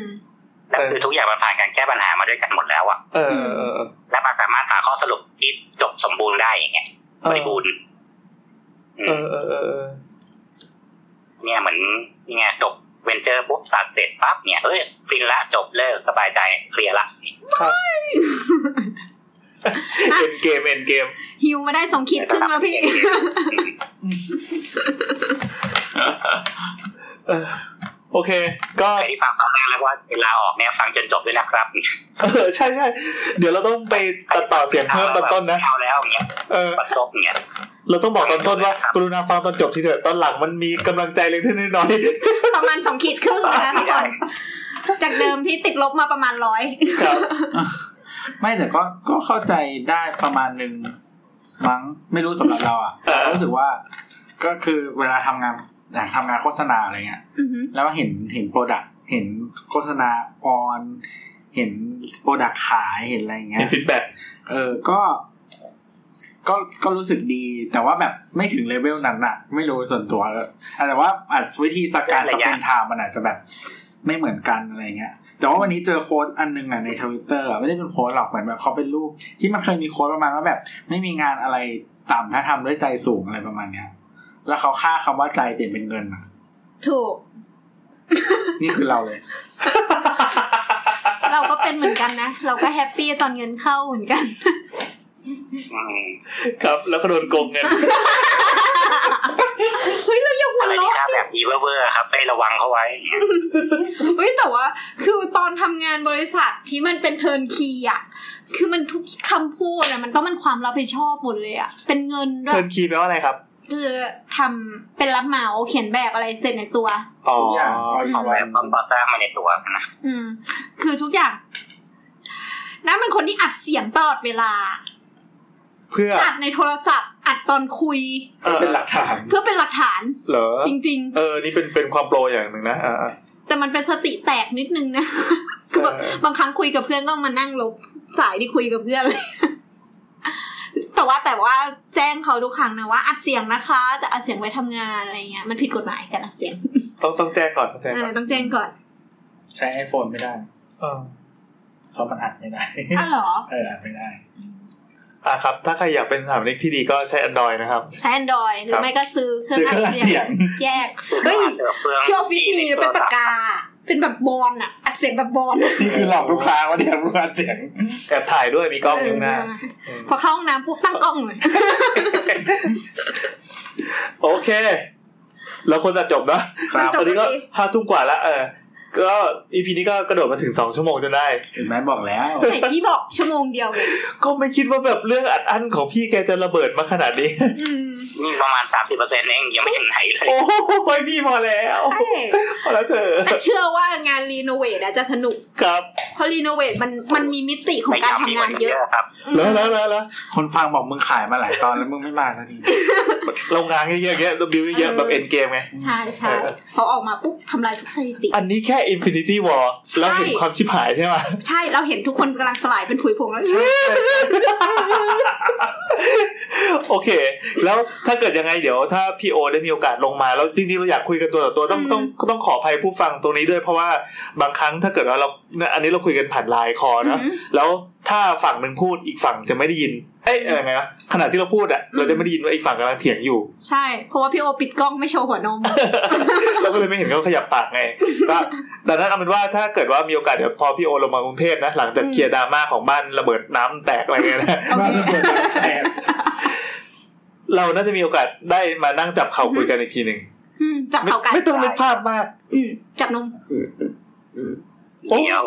S1: แล้วคือทุกอย่างมันผ่านการแก้ปัญหามาด้วยกันหมดแล้วอะ
S2: เออ
S3: อื
S2: อ
S3: ม
S2: เออเออ
S1: และมันสามารถหาข้อสรุปที่จบสมบูรณ์ได้อย่างเงี้ยบริบูรณ์
S2: เออเออเออเออ
S1: เนี่ยเหมือนเนี่ยจบเวนเจอร์ปุ๊บตัดเสร็จปั๊บเนี่ยเอ้ยฟินละจบเลิกสบายใจเคลียร์ละ
S2: ครับเอ็นเกมเอ็นเกม
S3: ฮิวมาได้สองขีดครึ่งแล้วพี่
S2: เออโอเค ก็
S1: ใครที่ฟังตอนแรกแล้วว่าเวลาออกเนี่ยฟังจนจบด้วยนะครับ
S2: เออใช่ใช่เดี๋ยวเราต้องไปตัดต่อเสียงเพิ่มตอนต้นนะ
S1: ไม่เอาแล้วอย่างเงี้ย
S2: เออ
S1: ปัดซบอย่างเงี้ย
S2: เราต้องบอกตอนต้นว่ากรุณาฟังตอนจบทีเถอะตอนหลังมันมีกำลังใจเล็กน้อย
S3: ประมาณสองขีดครึ่งนะคะทุกคนจากเดิมที่ติดลบมาประมาณร้อย
S2: ๆครับ
S4: ไม่แต่ก็ก็เข้าใจได้ประมาณหนึ่งมั้งไม่รู้สำหรับเราอ่ะ
S2: เออ
S4: รู้สึกว่า ก็คือเวลาทำงานอย่างทำงานโฆษณาอะไรเงี้ย
S3: อือหือ
S4: แล้วเห็นเห็นโปรดักเห็นโฆษณาออนเห็นโปรดักขายเห็นอะไรอย่างเงี้
S2: เห็
S4: ย
S2: นฟีดแบ็ก
S4: เออ ก็ ก็ ก็รู้สึกดี แต่ว่าแบบไม่ถึงเลเวลนั้นอะไม่รู้ส่วนตัวแล้วแต่ว่าอาจวิธีจัดการ
S1: เป็
S4: ส
S1: นระ
S4: เป
S1: ยะ
S4: นไทม์มันอาจจะแบบ ไม่เหมือนกันอะไรเงี้ย แต่ว่าวันนี้เจอโค้ดอันหนึงอ่ะในทวิตเตอร์ไม่ได้เป็นโค้ดหรอกเหมือนแบบเขาเป็นรูปที่มันเคยมีโค้ดประมาณว่าแบบ ไม่มีงานอะไรต่ำถ้าทำด้วยใจสูงอะไรประมาณเนี้ย แล้วเขาค่าคำว่าใจเปลี่ยนเป็นเงินอะ
S3: ถูก
S4: นี่คือเราเลย
S3: เราก็เป็นเหมือนกันนะ เราก็แฮปปี้ตอนเงินเข้าเหมือนกัน
S1: อืม
S2: ครับ แล้วก็โดนโกงเงิน
S3: เฮ้ยเรายกหั
S1: อะ
S3: ว
S1: ไร
S3: ล้
S1: ที่
S3: อ
S1: ค่าแบบนี้เว่อร์ๆครับให้ระวังเขาไว้
S3: เฮ้ยแต่ว่าคือตอนทำงานบริษัทที่มันเป็นเทิร์นคีอ่ะ คือมันทุกคำพูดอะมันต้องเป็นความรับผิดชอบหมดเลยอ่ะ เป็นเงินด้ว
S2: เทิ
S3: ย
S2: ร์นคีย์แปลว่าอะไรครับ
S3: คือทำเป็นรับเหมาเขียนแบบอะไรเสร็จในตัว
S2: อ๋อ
S4: ทุกอย่างเอาอยู่
S1: แบ
S4: ไว้
S1: บความก่อสร้างมาในตัวนะ
S3: อืม คือทุกอย่างนะเป็นคนที่อัดเสียงตลอดเวลา
S2: เพื่อ
S3: อัดในโทรศัพท์ อัดตอนคุย
S2: ออ
S4: เป็นหลักฐาน
S3: เพื่อเป็นหลักฐาน
S2: เหรอ
S3: จริง
S2: เออ นี่เป็นเป็นความโปรอย่างหนึ่งนะอ่า
S3: ๆ แต่มันเป็นสติแตกนิดนึงนะ คือแบบ
S2: เออ
S3: บางครั้งคุยกับเพื่อนก็มานั่งลบสายที่คุยกับเพื่อน เลย แต่ว่าแต่ว่าแจ้งเขาทุกครั้งนะว่าอัดเสียงนะคะ แต่อัดเสียงไว้ทำงานอะไรเงี้ยมันผิดกฎหมายกันอัดเสียง
S2: ๆต้องต้องแจ้งก่อนต้องแจ้ง
S3: เอ
S2: ก่
S3: อ
S2: อน
S3: ต้องแจ้งก่อน
S4: ใช้ไอโฟนไม่ได้
S2: เออ
S4: เพราะมันอัดไม่ได้
S3: อ้าวเหรอ
S4: เอออัดไม่ได้
S2: อ่าครับ ถ้าใครอยากเป็นสถามเล็กที่ดีก็ใช้ Android นะครับ
S3: ใช้ Android หรื
S2: ครั
S3: อบ ไม่ก็ซื้อเครื่อง
S4: ซื้อ
S3: อัด
S4: เครื่องอั
S3: เสี
S4: ดเสี
S3: ย
S4: ย
S3: ง
S4: ง
S3: แยก เฮ้ย
S1: เออเปลือง
S3: เที่ยวฟิตมีเป็นปากกา เป็นแบบบอลอะอัดเสียงแบบบอล
S4: นี่คือหลอกลูกค้าว่าเนี่ยลูกค้าเสียง
S2: แอบถ่ายด้วยมีกล้องอยู่ข้างหน้า
S3: เออพอเข้าห้องน้ำปุ๊บตั้งกล้องเลย
S2: โอเค เราควรจะจบนะ
S4: ครับ
S2: ตอนนี้ก็ห้าทุ่มกว่าละเออ ก็อีพีนี้ก็กระโดดมาถึงสองชั่วโมงจนได้
S4: เห็นไหมบอกแล้ว
S3: ไหนพี่บอกชั่วโมงเดียวเลย
S2: ก็ไม่คิดว่าแบบเรื่องอัดอั้นของพี่แกจะระเบิดมาขนาดนี้
S3: อืม
S1: นี่ประมาณสามสิบเปอร์เซ็นต์เองยังไม่ถึงไหนเลย
S2: โอ้ยพี่พอแล้ว
S3: ใช่
S2: พอแล้วเธอ
S3: แต่เชื่อว่างานรีโนเวทอะจะสนุก
S2: ครับ
S3: เพราะรีโนเวทมันมันมีมิติขอ
S1: พยา
S3: งาย
S1: การ ม
S3: ทำ
S1: มี
S3: งาน
S1: น
S3: เย
S1: เย
S3: อะ
S1: อะครับ
S2: แล้วแล้วแล้วแล้ว
S4: คนฟังบอกมึงขายมาหลายตอนแล้วมึงไม่มาสักที
S2: เรางานเยอะๆอย่างเงี้ยเราบิวเยอะๆแบบเอ็นเกมไง
S3: ใช่ใช่
S2: เออ
S3: พอออกมาปุ๊บทำลายทุกสถิติ
S2: อันนี้แค่ Infinity War
S3: ใช่
S2: เราเห็นความชิบหายใช่ไหม
S3: ใช่เราเห็นทุกคนกำลังสลายเป็นผุยผงแล้วใช่
S2: โอเค แล้วถ้าเกิดยังไงเดี๋ยวถ้าพี่โอได้มีโอกาสลงมาแล้วจริงๆเราอยากคุยกันตัวต่อตัวต้องต้องต้องขออภัยผู้ฟังตรงนี้ด้วยเพราะว่าบางครั้งถ้าเกิดว่าเราอันนี้เราคุยกันผ่านไลน์คอนะ
S3: อืม
S2: แล้วถ้าฝั่งหนึ่งพูดอีกฝั่งจะไม่ได้ยิน เอ๊ะอะไรไงวะขณะที่เราพูดอะ
S3: อืม
S2: เราจะไม่ได้ยินว่าอีกฝั่งกำลังเถียงอยู่
S3: ใช่ เพราะว่าพี่โอปิดกล้องไม่โชว์หัวนม
S2: เราก็เลยไม่เห็นเขาขยับปากไง ก็ดังนั้นเอาเป็นว่าถ้าเกิดว่ามีโอกาสเดี๋ยวพอพี่โอลงมากรุงเทพนะ หลังจาก
S3: อืม
S2: เคลียร์ดราม่าของบ้านระเบิดน้ำแตกอะไรเงี้ยนะ
S3: โอ
S4: มา
S3: เค
S4: ระเบิดแตก
S2: เราน่าจะมีโอกาสได้มานั่งจับเข่าคุยกันอีกทีหนึ่ง
S3: อืมจับ
S2: ไม่
S3: เข่ากัน
S2: ไม่ต้องนึกภาพมาก
S3: อืมจับนม
S2: โอ้
S1: เดียว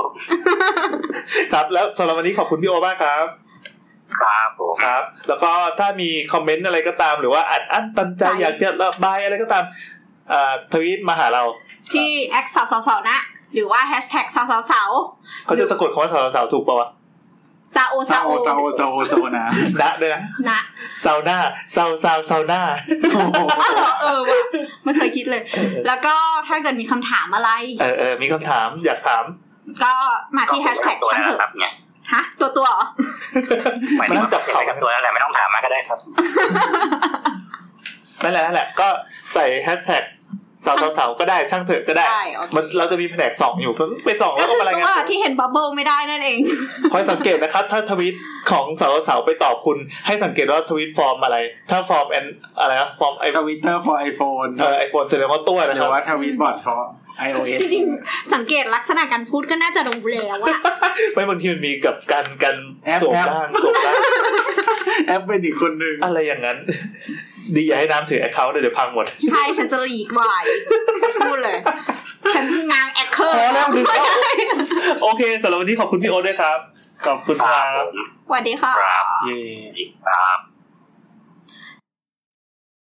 S2: ครับ แล้วสำหรับวันนี้ขอบคุณพี่โอมากครับ
S1: ครับผม
S2: ครับ แล้วก็ถ้ามีคอมเมนต์อะไรก็ตาม หรือว่าอัดอั้นตันใจ
S3: ใจ
S2: อยากจะระบายอะไรก็ตามอ่าทวีตมาหาเรา
S3: ที่แอคสาวสาวสาวนะ หรือว่าแฮชแท็กสาวสาวสาว
S2: เขาจะสะกดคำว่าสาวสาวๆถูกป่าวะ
S3: ซาโอ
S4: ซา
S3: ซา
S4: โอ
S3: โอ
S4: ซาโอซาโอซาโอนะ
S2: นะด้วยนะ
S3: นะ
S2: ซาวน่าซาวซาวซาวน่า
S4: โอ้โห
S3: อ๋อเหรอเออว่ะไม่เคยคิดเลย แล้วก็ถ้าเกิดมีคำถามอะไร
S2: เออเออมีคำถาม อยากถาม
S3: ก็มาที่
S1: ก็
S3: แฮชแท็ก
S1: ตัว
S3: ช่าง
S1: นั่นแห
S3: เถ
S1: ละครั
S3: อะ
S1: บเนี่ย
S3: ฮะ ตัวตัวเหรอ
S1: หมาย
S2: มา
S1: ถึง
S2: นั่ง
S1: ว่า
S2: จับเข่า
S1: กับตัวนั่นแหละไม่ต้องถามมาก็ได้ครับ
S2: นั่นแหละนั่นแหละก็ใส่แฮชแท็กสาวสาวสาวก็ได้ช่างเถอะก็ได้
S3: ได้โอเค
S2: มันเราจะมีแผนกสองอยู่ไปสอง
S3: ก็
S2: แล้วก็
S3: คือ
S2: มาราย
S3: ตั
S2: งาน
S3: ว
S2: ตัว
S3: ที่เห็นบับเบิลไม่ได้นั่นเอง
S2: คอยสังเกตนะครับ ถ้าทวิตของสาวสาวไปตอบคุณ ให้สังเกตว่าทวิตฟอร์มอะไร ถ้าฟอร์มแอนอะไรนะฟอร์มไอ
S4: ทวิตเตอร์ for iPhone
S2: เออไอโฟนแสดงว่าตัวนะ
S4: ห
S2: ค
S4: รื
S2: รับ
S4: อว่าทวิตบอร์ด for iOS
S3: จริงๆ สังเกตลักษณะการพูดก็น่าจะดงแล้วอะ
S2: ไม่บางทีมันมีกับการกัน
S4: แอป
S2: สวม
S4: แอป
S2: ด้านสวมด้าน
S4: แอปเป็นอีกคนนึง
S2: อะไรอย่างนั้น ดีอย่าให้น้ำถือแอคเคาท์เดี๋ยวพังหมด
S3: ใช่ฉันจะหลีกวายพูดเลย ฉันงางแอคเคอร์
S2: พอแล้วหนึ่งแล้ว โอเคสำหรับวันนี้ขอบคุณพี่โอ๊ตด้วยครับ ขอบคุณครับ
S3: สวัสดีค่ะ
S1: ครับ
S2: เย้
S1: ครับ